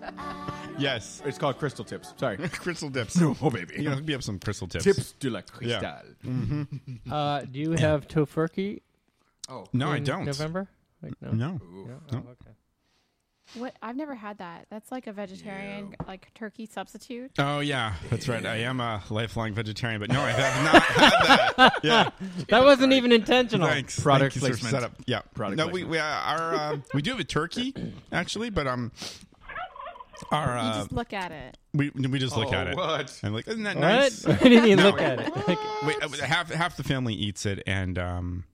[SPEAKER 2] Yes. (laughs)
[SPEAKER 3] It's called crystal tips. (laughs) Sorry.
[SPEAKER 2] crystal tips.
[SPEAKER 3] No, oh, baby.
[SPEAKER 2] You know, hook me up some crystal tips.
[SPEAKER 3] Tips de la
[SPEAKER 2] Yeah.
[SPEAKER 3] cristal.
[SPEAKER 2] Mhm.
[SPEAKER 10] Uh, do you have tofurkey?
[SPEAKER 3] Oh.
[SPEAKER 2] No, I
[SPEAKER 10] in
[SPEAKER 2] don't.
[SPEAKER 10] November? Like, no.
[SPEAKER 2] No.
[SPEAKER 10] No?
[SPEAKER 2] No.
[SPEAKER 10] Oh, okay.
[SPEAKER 1] What? I've never had that. That's like a vegetarian like turkey substitute.
[SPEAKER 2] Oh yeah, that's right. I am a lifelong vegetarian, but no, I have not (laughs) had that. Yeah,
[SPEAKER 10] that wasn't even intentional.
[SPEAKER 2] Thanks.
[SPEAKER 10] Product
[SPEAKER 2] Thank you, sir,
[SPEAKER 10] placement.
[SPEAKER 2] setup. Yeah.
[SPEAKER 3] Product
[SPEAKER 2] no, we we uh, our uh, we do have a turkey actually, but um, our
[SPEAKER 1] you
[SPEAKER 2] uh,
[SPEAKER 1] just look at it.
[SPEAKER 2] we we just look
[SPEAKER 3] Oh,
[SPEAKER 2] at it.
[SPEAKER 3] what?
[SPEAKER 2] And like, isn't that
[SPEAKER 10] What? (laughs)
[SPEAKER 2] nice?
[SPEAKER 10] What do you mean
[SPEAKER 2] No,
[SPEAKER 10] look at it?
[SPEAKER 2] we- we- half half the family eats it, and um,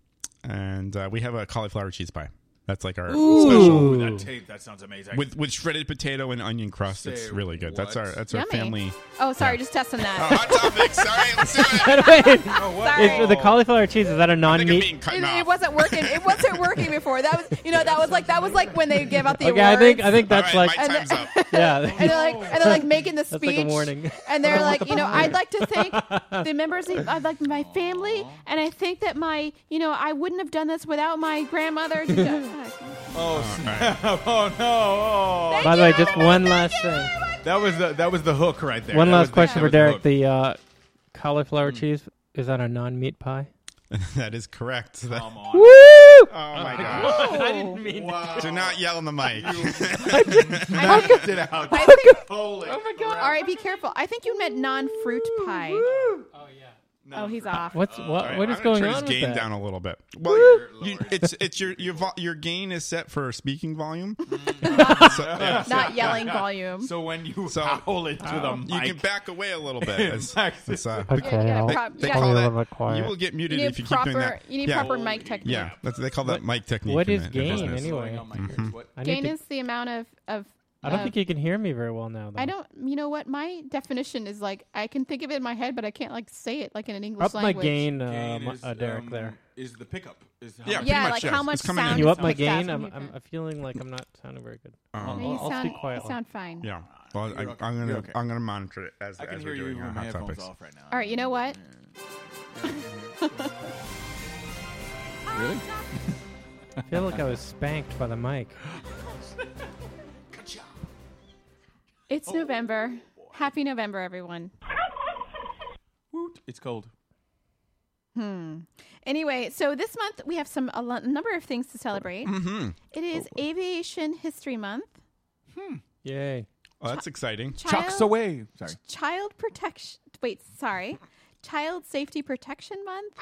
[SPEAKER 2] and uh, we have a cauliflower cheese pie. That's like our
[SPEAKER 3] Ooh.
[SPEAKER 2] special.
[SPEAKER 3] That tape- that sounds amazing.
[SPEAKER 2] With with shredded potato and onion crust, it's
[SPEAKER 3] Say
[SPEAKER 2] really good. That's our
[SPEAKER 3] what?
[SPEAKER 2] that's
[SPEAKER 1] Yummy.
[SPEAKER 2] our family.
[SPEAKER 1] Oh, sorry, just testing that.
[SPEAKER 3] (laughs)
[SPEAKER 10] Wait.
[SPEAKER 3] Oh,
[SPEAKER 1] what?
[SPEAKER 10] Is the cauliflower cheese is that a non-meat?
[SPEAKER 1] It, it wasn't working. It wasn't working before. That was, you know, that was like that was like when they give out the
[SPEAKER 10] Okay, I
[SPEAKER 1] awards.
[SPEAKER 10] think I think that's like
[SPEAKER 1] And the-
[SPEAKER 10] yeah.
[SPEAKER 1] and they're like and they're like making the
[SPEAKER 10] (laughs) That's
[SPEAKER 1] speech
[SPEAKER 10] like a warning.
[SPEAKER 1] and they're like you know i'd like
[SPEAKER 10] (laughs)
[SPEAKER 1] to thank the members of I'd like my family and i think that my you know i wouldn't have done this without my grandmother
[SPEAKER 10] (laughs)
[SPEAKER 3] Oh, snap. (laughs) oh no! Oh.
[SPEAKER 10] By the way, just one last thing.
[SPEAKER 3] That was the that was the hook right there.
[SPEAKER 10] One
[SPEAKER 3] That was
[SPEAKER 10] last
[SPEAKER 3] the-
[SPEAKER 10] question
[SPEAKER 3] that
[SPEAKER 10] for
[SPEAKER 3] was the
[SPEAKER 10] Derek:
[SPEAKER 3] hook.
[SPEAKER 10] the uh, cauliflower cheese is that a non-meat pie?
[SPEAKER 2] that is correct. Come
[SPEAKER 3] on.
[SPEAKER 2] (laughs)
[SPEAKER 3] Woo!
[SPEAKER 2] Oh my
[SPEAKER 10] God.
[SPEAKER 2] god!
[SPEAKER 10] I didn't mean
[SPEAKER 2] wow. Do not yell on the mic.
[SPEAKER 3] knocked it
[SPEAKER 10] (laughs)
[SPEAKER 3] out.
[SPEAKER 1] I think,
[SPEAKER 3] Holy
[SPEAKER 1] oh my god all right be careful i think you meant non-fruit pie oh yeah oh
[SPEAKER 2] (laughs)
[SPEAKER 1] he's off
[SPEAKER 10] What's what?
[SPEAKER 2] All right,
[SPEAKER 10] what is
[SPEAKER 2] I'm gonna
[SPEAKER 10] going
[SPEAKER 2] turn
[SPEAKER 10] on
[SPEAKER 2] His
[SPEAKER 10] with
[SPEAKER 2] gain
[SPEAKER 10] that?
[SPEAKER 2] down a little bit. Well, you, it's it's your your vo- your gain is set for speaking volume, (laughs) So, yeah.
[SPEAKER 1] not yelling volume
[SPEAKER 3] So when you howl into the
[SPEAKER 2] Um, you can
[SPEAKER 3] mic.
[SPEAKER 2] back away a little bit. It's-
[SPEAKER 3] Exactly.
[SPEAKER 2] it's, uh,
[SPEAKER 10] Okay,
[SPEAKER 2] they-
[SPEAKER 10] I'll
[SPEAKER 2] they
[SPEAKER 1] probably
[SPEAKER 2] call
[SPEAKER 10] be a
[SPEAKER 2] that-
[SPEAKER 10] little bit quiet.
[SPEAKER 2] You will get muted
[SPEAKER 1] You need
[SPEAKER 2] if you keep doing
[SPEAKER 1] proper-
[SPEAKER 2] that.
[SPEAKER 1] you need
[SPEAKER 2] yeah.
[SPEAKER 1] proper mic technique.
[SPEAKER 2] Yeah, that's, they call that mic technique.
[SPEAKER 10] What
[SPEAKER 2] in
[SPEAKER 10] is
[SPEAKER 2] the- in
[SPEAKER 10] gain,
[SPEAKER 2] business.
[SPEAKER 10] anyway? Slowing on my ears,
[SPEAKER 2] Mhm.
[SPEAKER 10] what- I need
[SPEAKER 1] gain
[SPEAKER 10] to-
[SPEAKER 1] is the amount of of
[SPEAKER 10] I don't
[SPEAKER 1] of-
[SPEAKER 10] think you can hear me very well now. Though.
[SPEAKER 1] Uh, I don't. You know what? My definition is like I can think of it in my head, but I can't like say it like in an English
[SPEAKER 10] Up my
[SPEAKER 1] language.
[SPEAKER 10] gain, uh,
[SPEAKER 3] Gain
[SPEAKER 10] m-
[SPEAKER 3] is,
[SPEAKER 10] uh, Derek.
[SPEAKER 3] um,
[SPEAKER 10] there.
[SPEAKER 3] Is the pickup? Is how
[SPEAKER 1] Yeah,
[SPEAKER 3] much-
[SPEAKER 1] Yeah, pretty like much, how yes. much It's coming sound in.
[SPEAKER 10] You
[SPEAKER 1] is
[SPEAKER 10] up my
[SPEAKER 1] picked
[SPEAKER 10] gain?
[SPEAKER 1] up when
[SPEAKER 10] I'm,
[SPEAKER 1] you
[SPEAKER 10] I'm I'm feeling like I'm not sounding very
[SPEAKER 3] (laughs)
[SPEAKER 10] good.
[SPEAKER 2] Um,
[SPEAKER 10] I'll,
[SPEAKER 1] No, you
[SPEAKER 10] I'll
[SPEAKER 1] sound-
[SPEAKER 10] speak quietly.
[SPEAKER 1] You sound fine.
[SPEAKER 2] Yeah. Well, I,
[SPEAKER 3] You're okay.
[SPEAKER 2] I'm gonna
[SPEAKER 3] You're okay.
[SPEAKER 2] I'm gonna monitor it as,
[SPEAKER 3] I can
[SPEAKER 2] as we're
[SPEAKER 3] hear
[SPEAKER 2] doing
[SPEAKER 3] you
[SPEAKER 2] our
[SPEAKER 3] with my
[SPEAKER 2] hot
[SPEAKER 3] headphones
[SPEAKER 2] topics.
[SPEAKER 3] off right now.
[SPEAKER 1] All right. You know what?
[SPEAKER 3] Really?
[SPEAKER 10] I feel like I was spanked by the mic. (gasps)
[SPEAKER 1] It's November. Happy November, everyone.
[SPEAKER 3] It's cold.
[SPEAKER 1] Hmm. Anyway, so this month we have some a lo- number of things to celebrate.
[SPEAKER 2] Mm-hmm.
[SPEAKER 1] It is Aviation History Month,
[SPEAKER 10] Yay.
[SPEAKER 2] Well, Oh, that's exciting.
[SPEAKER 1] Child- Chucks
[SPEAKER 3] away. Sorry.
[SPEAKER 1] Child Protection. Wait, sorry. Child Safety Protection Month,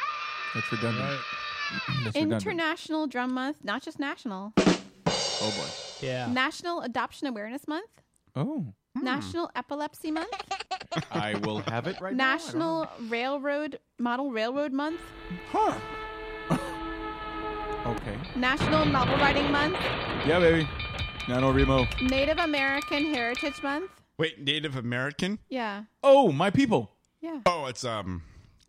[SPEAKER 3] That's redundant. (clears throat) That's redundant.
[SPEAKER 1] International Drum Month, not just national.
[SPEAKER 3] Oh boy.
[SPEAKER 1] National Adoption Awareness Month,
[SPEAKER 3] Oh.
[SPEAKER 1] National
[SPEAKER 3] (laughs)
[SPEAKER 1] Epilepsy Month,
[SPEAKER 3] I will have it right now.
[SPEAKER 1] National Railroad Model Railroad Month,
[SPEAKER 3] Huh. National. (laughs) Okay.
[SPEAKER 1] National Novel Writing Month,
[SPEAKER 3] Yeah, baby. Nano Remo.
[SPEAKER 1] Native American Heritage Month.
[SPEAKER 2] Wait, Native American?
[SPEAKER 1] Yeah,
[SPEAKER 3] Oh, my people.
[SPEAKER 1] yeah,
[SPEAKER 2] Oh, it's um.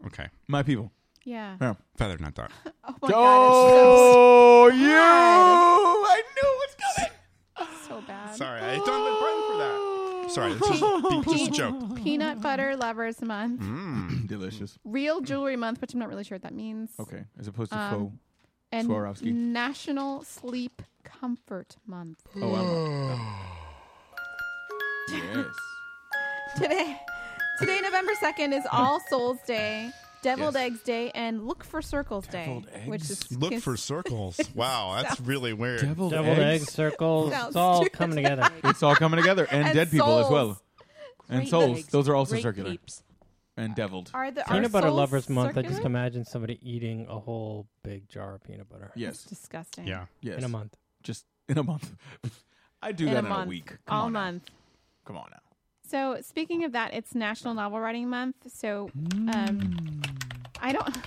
[SPEAKER 2] Okay.
[SPEAKER 3] My people.
[SPEAKER 1] yeah.
[SPEAKER 3] Yeah.
[SPEAKER 2] Feather, not that.
[SPEAKER 1] Oh my
[SPEAKER 3] Oh,
[SPEAKER 1] God, it's so
[SPEAKER 3] you! (laughs)
[SPEAKER 1] bad.
[SPEAKER 3] Oh, I knew it's coming.
[SPEAKER 1] So
[SPEAKER 2] (laughs)
[SPEAKER 1] bad.
[SPEAKER 2] Sorry, I don't have a button for that. Sorry, this is
[SPEAKER 3] (laughs)
[SPEAKER 2] just, just a joke.
[SPEAKER 1] (laughs) Peanut Butter Lovers Month,
[SPEAKER 3] Mm. (clears throat) Delicious.
[SPEAKER 1] Real Jewelry Month, which I'm not really sure what that means.
[SPEAKER 3] Okay, as opposed to
[SPEAKER 1] Um,
[SPEAKER 3] faux.
[SPEAKER 1] And
[SPEAKER 3] Swarovski.
[SPEAKER 1] National Sleep Comfort Month.
[SPEAKER 3] Oh, I'm. yes.
[SPEAKER 1] Today, Today, November 2nd, is
[SPEAKER 2] (laughs)
[SPEAKER 1] All Souls Day, Deviled
[SPEAKER 2] Yes.
[SPEAKER 1] Eggs Day, and Look for Circles Day. Which is
[SPEAKER 2] Look for
[SPEAKER 1] (laughs)
[SPEAKER 2] circles. Wow, that's really weird.
[SPEAKER 3] Deviled
[SPEAKER 10] Deviled eggs, circles,
[SPEAKER 1] Sounds
[SPEAKER 10] it's all
[SPEAKER 1] stupid.
[SPEAKER 10] coming
[SPEAKER 1] (laughs)
[SPEAKER 10] together.
[SPEAKER 3] It's all coming together, and,
[SPEAKER 1] And
[SPEAKER 3] dead people as
[SPEAKER 1] souls.
[SPEAKER 3] well, and
[SPEAKER 1] Great
[SPEAKER 3] souls.
[SPEAKER 1] legs,
[SPEAKER 3] Those are also
[SPEAKER 1] great
[SPEAKER 3] circular
[SPEAKER 1] leaps.
[SPEAKER 3] and deviled.
[SPEAKER 1] Are the- are
[SPEAKER 10] Peanut Butter
[SPEAKER 1] souls
[SPEAKER 10] Lovers Month. I just
[SPEAKER 1] circular?
[SPEAKER 10] imagine somebody eating a whole big jar of peanut butter.
[SPEAKER 3] Yes.
[SPEAKER 1] That's disgusting.
[SPEAKER 10] Yeah.
[SPEAKER 3] Yes.
[SPEAKER 10] In a month.
[SPEAKER 3] Just in a month. (laughs) I do
[SPEAKER 1] In
[SPEAKER 3] that
[SPEAKER 1] a
[SPEAKER 3] in
[SPEAKER 1] month.
[SPEAKER 3] a week. Come
[SPEAKER 1] All
[SPEAKER 3] on now.
[SPEAKER 1] month.
[SPEAKER 3] Come on now.
[SPEAKER 1] So speaking of that, it's National Novel Writing Month. So um, I don't.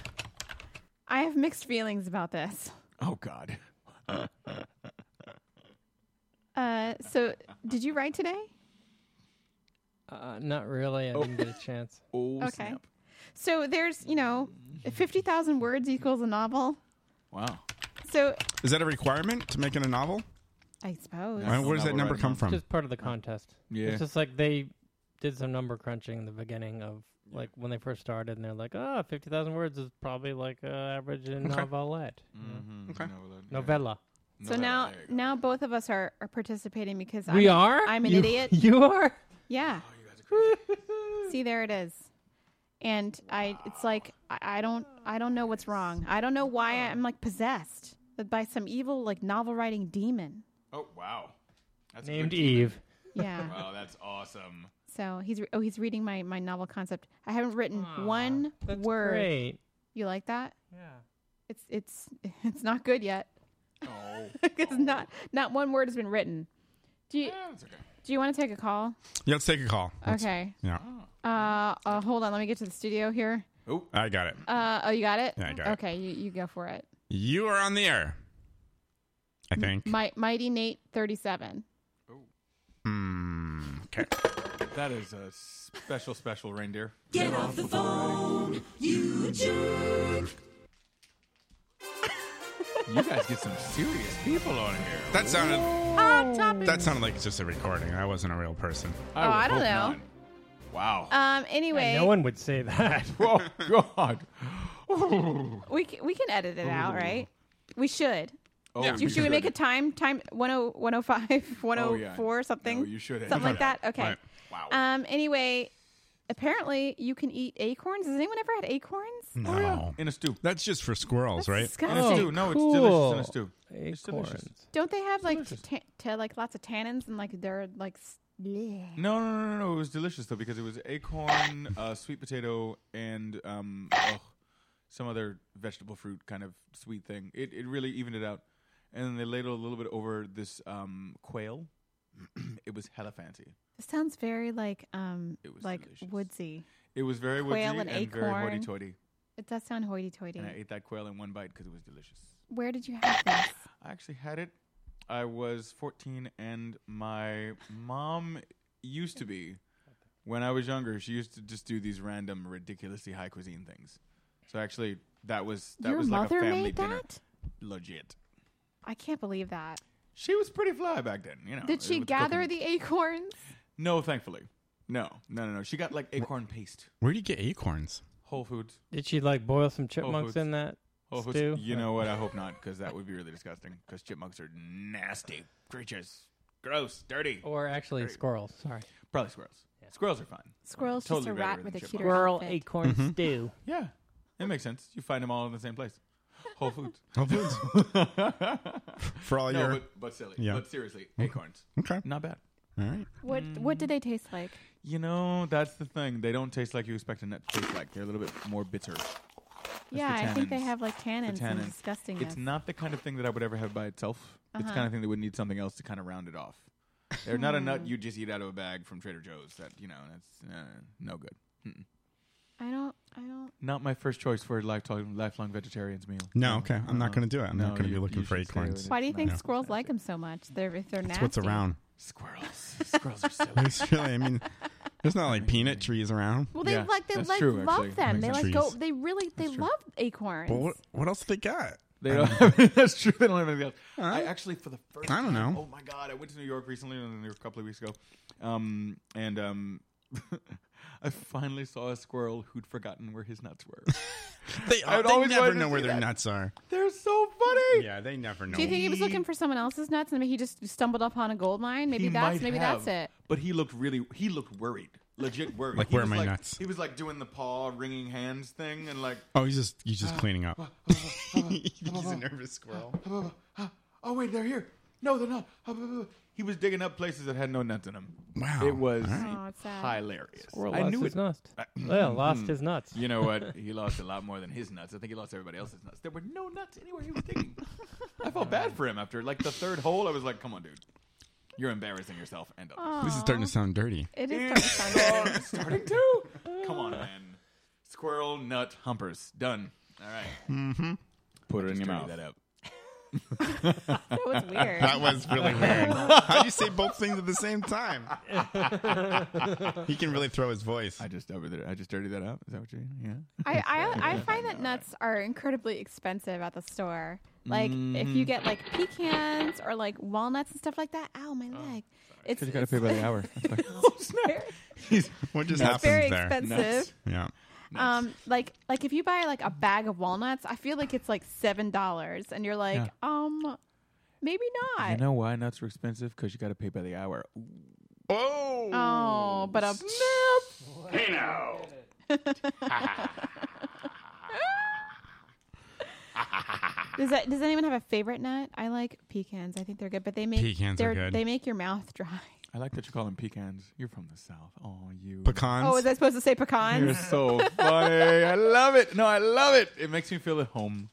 [SPEAKER 1] I have mixed feelings about this.
[SPEAKER 3] Oh God.
[SPEAKER 1] Uh, so did you write today?
[SPEAKER 10] Uh, not really. I didn't get a
[SPEAKER 3] (laughs)
[SPEAKER 10] chance.
[SPEAKER 3] Oh,
[SPEAKER 1] okay. So there's you know, fifty thousand words equals a novel.
[SPEAKER 3] Wow.
[SPEAKER 1] So
[SPEAKER 2] Is that a requirement to making a novel?
[SPEAKER 1] I suppose.
[SPEAKER 2] Why- where does that number come from?
[SPEAKER 10] Just part of the contest.
[SPEAKER 2] Yeah.
[SPEAKER 10] It's just like they did some number crunching in the beginning of like when they first started, and they're like, "Ah, oh, fifty thousand words is probably like uh, average
[SPEAKER 3] (laughs)
[SPEAKER 10] in
[SPEAKER 3] Okay.
[SPEAKER 10] novelette,
[SPEAKER 3] Mm-hmm.
[SPEAKER 2] Okay.
[SPEAKER 10] novella."
[SPEAKER 1] So now, now both of us are, are participating because
[SPEAKER 10] we
[SPEAKER 1] I'm,
[SPEAKER 10] are.
[SPEAKER 1] I'm an
[SPEAKER 10] You- Oh,
[SPEAKER 1] idiot.
[SPEAKER 10] (laughs) You are.
[SPEAKER 1] Yeah. (laughs) See, there it is. And I, it's like I, I don't, I don't know what's wrong. I don't know why I'm like possessed by some evil like novel writing demon.
[SPEAKER 3] Oh wow. That's a
[SPEAKER 10] Named
[SPEAKER 3] good demon.
[SPEAKER 10] Eve. (laughs)
[SPEAKER 1] Yeah.
[SPEAKER 3] wow, that's awesome.
[SPEAKER 1] So he's re- oh he's reading my my novel concept. I haven't written one word.
[SPEAKER 10] great.
[SPEAKER 1] You like that?
[SPEAKER 10] Yeah.
[SPEAKER 1] It's it's (laughs) it's not good yet.
[SPEAKER 3] Oh.
[SPEAKER 1] (laughs) Because not not one word has been written. Do you
[SPEAKER 10] Ah.
[SPEAKER 1] do you want to take a call?
[SPEAKER 2] Yeah, let's take a call. Let's-
[SPEAKER 1] Okay.
[SPEAKER 2] Yeah.
[SPEAKER 1] Uh, uh, hold on. Let me get to the studio here.
[SPEAKER 3] Oh,
[SPEAKER 2] I got it.
[SPEAKER 1] Uh, oh, you got it.
[SPEAKER 2] Yeah, I got it.
[SPEAKER 1] okay, you you go for it.
[SPEAKER 2] You are on the air. I think.
[SPEAKER 1] My, Mighty Nate thirty seven.
[SPEAKER 2] Hmm. Okay.
[SPEAKER 3] That is a special, special reindeer.
[SPEAKER 4] Get off the phone, you jerk.
[SPEAKER 3] You guys get some serious people on here.
[SPEAKER 2] That sounded.
[SPEAKER 1] Hot topic.
[SPEAKER 2] That sounded like it's just a recording. I wasn't a real person.
[SPEAKER 1] I Oh, would I don't hope know. not.
[SPEAKER 3] Wow.
[SPEAKER 1] Um. Anyway,
[SPEAKER 10] no one would say that.
[SPEAKER 3] Whoa, (laughs) God.
[SPEAKER 1] we c- we can edit it out, right? We should.
[SPEAKER 3] Oh, Yeah,
[SPEAKER 1] should,
[SPEAKER 3] we
[SPEAKER 1] should we
[SPEAKER 3] should.
[SPEAKER 1] make a time time oh, 10- 10- (laughs) 105, 104, something?
[SPEAKER 3] Oh, No, you should edit
[SPEAKER 1] Something like
[SPEAKER 3] it out.
[SPEAKER 1] that. Okay.
[SPEAKER 3] Right. Wow.
[SPEAKER 1] Um. Anyway, apparently you can eat acorns. Has anyone ever had acorns?
[SPEAKER 2] No.
[SPEAKER 3] Oh, In a stew.
[SPEAKER 2] That's just for squirrels, right?
[SPEAKER 1] disgusting.
[SPEAKER 3] In a
[SPEAKER 1] Oh,
[SPEAKER 3] stew. No, it's delicious in a
[SPEAKER 2] cool.
[SPEAKER 3] stew. It's delicious.
[SPEAKER 1] Don't they have like ta- ta- like lots of tannins and like they're like s- bleh.
[SPEAKER 3] No, no, no, no, no. It was delicious though because it was acorn, uh, sweet potato, and um, oh, some other vegetable fruit kind of sweet thing. It it really evened it out. And then they ladled a little bit over this um, quail. (clears throat) it was hella fancy.
[SPEAKER 1] It sounds very like um like woodsy.
[SPEAKER 3] It was very
[SPEAKER 1] Quail
[SPEAKER 3] woodsy
[SPEAKER 1] and
[SPEAKER 3] and very
[SPEAKER 1] acorn.
[SPEAKER 3] hoity-toity.
[SPEAKER 1] It does sound hoity-toity.
[SPEAKER 3] And I ate that quail in one bite because it was delicious.
[SPEAKER 1] Where did you have this?
[SPEAKER 3] I actually had it. I was 14, and my mom used to be, when I was younger, she used to just do these random, ridiculously high cuisine things. So actually, that was (coughs) that
[SPEAKER 1] Your
[SPEAKER 3] was like a
[SPEAKER 1] mother
[SPEAKER 3] family
[SPEAKER 1] made
[SPEAKER 3] dinner.
[SPEAKER 1] that?
[SPEAKER 3] Legit.
[SPEAKER 1] I can't believe that.
[SPEAKER 3] She was pretty fly back then, you know.
[SPEAKER 1] Did she
[SPEAKER 3] with
[SPEAKER 1] gather
[SPEAKER 3] cooking.
[SPEAKER 1] the acorns?
[SPEAKER 3] No, thankfully. No, no, no, no. She got like acorn paste,
[SPEAKER 2] Where do you get acorns?
[SPEAKER 3] Whole Foods.
[SPEAKER 10] Did she like boil some
[SPEAKER 3] Whole
[SPEAKER 10] chipmunks
[SPEAKER 3] Foods.
[SPEAKER 10] in that
[SPEAKER 3] Whole Foods.
[SPEAKER 10] stew?
[SPEAKER 3] You know what? I hope not, because that would be really disgusting. Because chipmunks are nasty creatures, gross, dirty.
[SPEAKER 10] Or actually squirrels. Sorry.
[SPEAKER 3] Probably squirrels. Squirrels are fine.
[SPEAKER 1] Squirrels just
[SPEAKER 3] Totally
[SPEAKER 1] a
[SPEAKER 3] better
[SPEAKER 1] rat
[SPEAKER 3] than
[SPEAKER 1] with a
[SPEAKER 3] chipmunks.
[SPEAKER 1] cuter
[SPEAKER 10] Squirrel
[SPEAKER 1] outfit.
[SPEAKER 10] acorn
[SPEAKER 3] Mhm.
[SPEAKER 10] stew.
[SPEAKER 3] Yeah, it makes sense. You find them all in the same place. Whole Foods.
[SPEAKER 2] Whole
[SPEAKER 1] (laughs)
[SPEAKER 2] Foods. For all
[SPEAKER 3] no,
[SPEAKER 2] your-
[SPEAKER 3] but, but silly.
[SPEAKER 2] Oh, Yeah.
[SPEAKER 3] But seriously,
[SPEAKER 2] Okay.
[SPEAKER 3] acorns.
[SPEAKER 2] Okay.
[SPEAKER 3] Not bad.
[SPEAKER 2] All right.
[SPEAKER 1] What what do they taste like?
[SPEAKER 3] You know, that's the thing. They don't taste like you expect a nut to taste like. They're a little bit more bitter. That's the
[SPEAKER 1] yeah, I think they
[SPEAKER 3] tannins.
[SPEAKER 1] have like
[SPEAKER 3] The
[SPEAKER 1] tannins and
[SPEAKER 3] tannin.
[SPEAKER 1] disgustingness.
[SPEAKER 3] It's not the kind of thing that I would ever have by itself. It's the
[SPEAKER 1] Uh-huh.
[SPEAKER 3] kind of thing that would need something else to kind of round it off. They're not a
[SPEAKER 1] (laughs)
[SPEAKER 3] nut you just eat out of a bag from Trader Joe's. That you know, that's uh, no good. Mm-mm.
[SPEAKER 1] I don't. I don't.
[SPEAKER 3] Not my first choice for a lifetime lifelong vegetarian's meal.
[SPEAKER 2] No, okay. I'm not
[SPEAKER 3] Uh-uh.
[SPEAKER 2] going to do it. I'm
[SPEAKER 3] No,
[SPEAKER 2] not going to be
[SPEAKER 3] you-
[SPEAKER 2] looking
[SPEAKER 3] you
[SPEAKER 2] for
[SPEAKER 3] should stay
[SPEAKER 2] acorns.
[SPEAKER 1] Why do you think
[SPEAKER 2] No.
[SPEAKER 1] squirrels like them so much? They're if they're
[SPEAKER 2] That's
[SPEAKER 1] nasty.
[SPEAKER 2] what's around.
[SPEAKER 3] Squirrels.
[SPEAKER 2] (laughs)
[SPEAKER 3] Squirrels are silly.
[SPEAKER 2] It's really, I mean, there's not like peanut trees around.
[SPEAKER 1] Well, they like they like love them. They like go. They really they love acorns.
[SPEAKER 2] But what, what else do they got?
[SPEAKER 3] They
[SPEAKER 2] I
[SPEAKER 3] don't
[SPEAKER 2] mean,
[SPEAKER 3] that's true. They don't have anything else. I
[SPEAKER 2] right.
[SPEAKER 3] actually, for the first,
[SPEAKER 2] I don't
[SPEAKER 3] time-
[SPEAKER 2] know.
[SPEAKER 3] Oh my god! I went to New York recently, and a couple of weeks ago, um, and um, (laughs) I finally saw a squirrel who'd forgotten where his
[SPEAKER 2] (laughs)
[SPEAKER 3] nuts were.
[SPEAKER 2] They,
[SPEAKER 3] I would
[SPEAKER 2] they
[SPEAKER 3] always
[SPEAKER 2] never
[SPEAKER 3] wanted to
[SPEAKER 2] know where
[SPEAKER 3] see
[SPEAKER 2] their
[SPEAKER 3] that.
[SPEAKER 2] nuts are.
[SPEAKER 3] They're so funny.
[SPEAKER 2] Yeah, they never know.
[SPEAKER 1] Do you think he was looking for someone else's nuts and he just stumbled upon a gold mine? Maybe
[SPEAKER 3] He
[SPEAKER 1] that's
[SPEAKER 3] might
[SPEAKER 1] maybe
[SPEAKER 3] have,
[SPEAKER 1] that's it.
[SPEAKER 3] But he looked really. He looked worried. legit worried.
[SPEAKER 2] Like,
[SPEAKER 3] He
[SPEAKER 2] where are
[SPEAKER 3] was
[SPEAKER 2] my
[SPEAKER 3] like-
[SPEAKER 2] nuts?
[SPEAKER 3] He was like doing the paw wringing hands thing, and like,
[SPEAKER 2] Oh, he's just he's just
[SPEAKER 1] Uh,
[SPEAKER 3] "Ah,
[SPEAKER 2] cleaning up.
[SPEAKER 3] ah,
[SPEAKER 2] (laughs) he's a nervous
[SPEAKER 3] squirrel. Oh wait, they're here. No, they're not. Ah, ah, ah. He was digging up places that had no nuts in them.
[SPEAKER 2] Wow.
[SPEAKER 3] it was
[SPEAKER 2] All right.
[SPEAKER 10] Aw, it's sad.
[SPEAKER 3] hilarious.
[SPEAKER 10] Squirrel
[SPEAKER 3] I
[SPEAKER 10] lost
[SPEAKER 3] knew
[SPEAKER 10] his
[SPEAKER 3] it. Uh, mm-hmm.
[SPEAKER 10] nuts. Well, lost his nuts.
[SPEAKER 3] You know what? He lost a lot more than his nuts. I think he lost everybody else's nuts. There were no nuts anywhere he was digging. I felt bad for him after like the third hole. I was like, "Come on, dude, you're embarrassing yourself." And others."
[SPEAKER 1] uh,
[SPEAKER 2] This is starting to sound dirty.
[SPEAKER 1] It is
[SPEAKER 3] It's
[SPEAKER 1] starting to sound dirty.
[SPEAKER 3] starting to. Come on, man. Squirrel nut humpers. Done. All right.
[SPEAKER 2] Mm-hmm.
[SPEAKER 3] Put it in your
[SPEAKER 2] mouth.
[SPEAKER 3] That up.
[SPEAKER 2] that
[SPEAKER 3] was (laughs) weird.
[SPEAKER 2] That was (laughs) really weird. How do you say both things at the same time? he can really throw his
[SPEAKER 3] (laughs)
[SPEAKER 2] voice.
[SPEAKER 3] I just over there. I just dirty that up. Is that what you? mean? Yeah. (laughs)
[SPEAKER 1] I, I I find that nuts are incredibly expensive at the store. Like if you
[SPEAKER 3] Mhm.
[SPEAKER 1] get like pecans or like walnuts and stuff like that. Ow,
[SPEAKER 3] Oh,
[SPEAKER 1] my leg! It's
[SPEAKER 3] Because you got to
[SPEAKER 1] (laughs)
[SPEAKER 3] pay by the hour. (laughs)
[SPEAKER 2] what just
[SPEAKER 1] It's
[SPEAKER 2] happens
[SPEAKER 1] very
[SPEAKER 2] there?
[SPEAKER 1] expensive.
[SPEAKER 2] Yeah.
[SPEAKER 1] Um, like like if you buy like a bag of walnuts, I feel like it's like seven dollars, and you're like,
[SPEAKER 3] Yeah.
[SPEAKER 1] um, maybe not.
[SPEAKER 3] You know why nuts are expensive? Because you got to pay by the hour.
[SPEAKER 2] Oh,
[SPEAKER 1] oh, but a snap.
[SPEAKER 3] Hey now.
[SPEAKER 1] (laughs) Does that does anyone have a favorite nut? I like pecans. I think they're good, but they make
[SPEAKER 3] Pecans are
[SPEAKER 1] they're-
[SPEAKER 3] good.
[SPEAKER 1] They make your mouth dry.
[SPEAKER 3] I like that you call them pecans. You're from the south. Oh, you
[SPEAKER 2] pecans.
[SPEAKER 1] Oh, was I supposed to say pecans?
[SPEAKER 3] You're so funny. I love it. No, I love it. It makes me feel at home.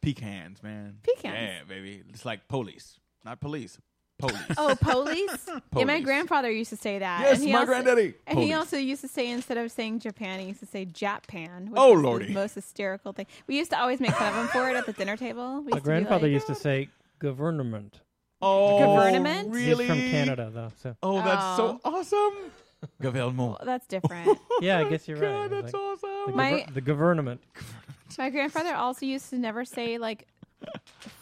[SPEAKER 3] Pecans, man.
[SPEAKER 1] Pecans.
[SPEAKER 3] Yeah, baby. It's like police, not police. Police.
[SPEAKER 1] (laughs) Oh,
[SPEAKER 3] (laughs)
[SPEAKER 1] police? Yeah, my
[SPEAKER 3] Police.
[SPEAKER 1] grandfather used to say that.
[SPEAKER 3] Yes,
[SPEAKER 1] and he
[SPEAKER 3] my
[SPEAKER 1] also,
[SPEAKER 3] granddaddy.
[SPEAKER 1] And he
[SPEAKER 3] Police.
[SPEAKER 1] also used to say instead of saying Japan, he used to say Japan. Which
[SPEAKER 10] Oh,
[SPEAKER 1] is
[SPEAKER 10] lordy.
[SPEAKER 1] the most hysterical thing. We used to always make fun of him for it at the dinner table. We
[SPEAKER 10] My
[SPEAKER 1] used to be
[SPEAKER 10] grandfather
[SPEAKER 1] like,
[SPEAKER 10] used to say government.
[SPEAKER 3] Oh,
[SPEAKER 1] Government?
[SPEAKER 10] He's from
[SPEAKER 3] really?
[SPEAKER 10] Canada, though. So.
[SPEAKER 3] Oh, that's so
[SPEAKER 10] (laughs)
[SPEAKER 3] awesome. Gavelmo.
[SPEAKER 1] "Oh, that's different.
[SPEAKER 10] Yeah, I guess you're (laughs) right.
[SPEAKER 3] Oh
[SPEAKER 1] God,
[SPEAKER 10] It's
[SPEAKER 1] that's
[SPEAKER 10] The,
[SPEAKER 1] awesome.
[SPEAKER 10] gover-
[SPEAKER 1] My-
[SPEAKER 10] the government.
[SPEAKER 1] my grandfather also used to never say like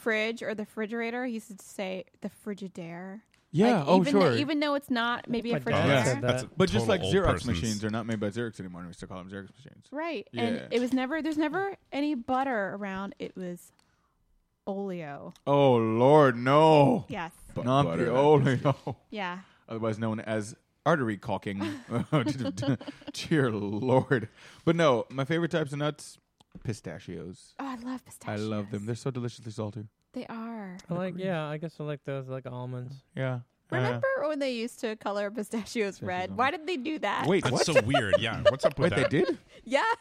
[SPEAKER 1] fridge or the refrigerator. He used to say the frigidaire.
[SPEAKER 3] Yeah,
[SPEAKER 1] Like,
[SPEAKER 3] oh,
[SPEAKER 1] even
[SPEAKER 3] sure.
[SPEAKER 1] Though, even though it's not maybe a
[SPEAKER 10] My
[SPEAKER 1] frigidaire.
[SPEAKER 3] but just like
[SPEAKER 2] total old
[SPEAKER 3] Xerox
[SPEAKER 2] person's-
[SPEAKER 3] machines are not made by Xerox anymore. We still call them Xerox machines.
[SPEAKER 1] Right.
[SPEAKER 3] Yeah.
[SPEAKER 1] And it was never there's never any butter around. It was oleo.
[SPEAKER 3] Oh Lord, no.
[SPEAKER 1] Yes.
[SPEAKER 3] But not (laughs)
[SPEAKER 2] butter,
[SPEAKER 3] the
[SPEAKER 2] that
[SPEAKER 3] only Oh, no.
[SPEAKER 1] Yeah.
[SPEAKER 3] Otherwise known as artery caulking. (laughs) Dear Lord. But no, my favorite types of nuts, pistachios.
[SPEAKER 1] Oh, I love
[SPEAKER 3] I love them. Uh, They're so deliciously salty.
[SPEAKER 1] They are.
[SPEAKER 10] I like, yeah, I guess I like those, like almonds.
[SPEAKER 3] Yeah. Uh,
[SPEAKER 1] Remember when they used to color pistachios red? Why did they do that?
[SPEAKER 3] Wait, what?
[SPEAKER 2] weird. Yeah. What's up
[SPEAKER 3] Wait, they did?
[SPEAKER 1] yes.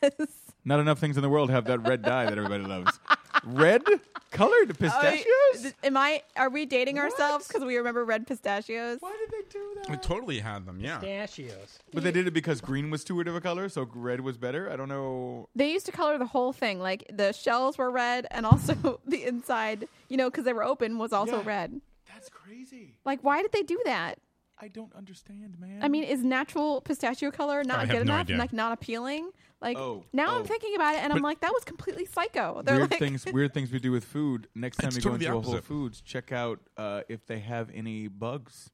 [SPEAKER 3] Not enough things in the world have that red dye that everybody loves. red
[SPEAKER 1] Oh,
[SPEAKER 3] colored pistachios?
[SPEAKER 1] Are- am I? Are we dating ourselves because we remember red pistachios? Why
[SPEAKER 3] did they do
[SPEAKER 2] I totally had them. Yeah.
[SPEAKER 10] Pistachios.
[SPEAKER 3] But they did it because green was too weird of a color, so red was better. I don't know.
[SPEAKER 1] They used to color the whole thing, like the shells were red, and also (laughs) the inside, you know, because they were open, was also
[SPEAKER 3] Yeah.
[SPEAKER 1] red.
[SPEAKER 3] That's crazy.
[SPEAKER 1] Like, why did they do that?
[SPEAKER 3] I don't understand, man.
[SPEAKER 1] I mean, is natural pistachio color
[SPEAKER 2] I
[SPEAKER 1] not
[SPEAKER 2] have
[SPEAKER 1] good
[SPEAKER 2] no
[SPEAKER 1] enough?
[SPEAKER 2] idea.
[SPEAKER 1] Like, not appealing? Like,
[SPEAKER 3] Oh,
[SPEAKER 1] now
[SPEAKER 3] oh.
[SPEAKER 1] I'm thinking about it, and I'm
[SPEAKER 3] But-
[SPEAKER 1] like, that was completely psycho. They're
[SPEAKER 3] weird
[SPEAKER 1] like,
[SPEAKER 3] things, weird things we do with food. Next time
[SPEAKER 2] It's
[SPEAKER 3] you
[SPEAKER 2] totally
[SPEAKER 3] go into
[SPEAKER 2] the
[SPEAKER 3] a Whole
[SPEAKER 2] opposite.
[SPEAKER 3] Foods, check out uh, if they have any bugs.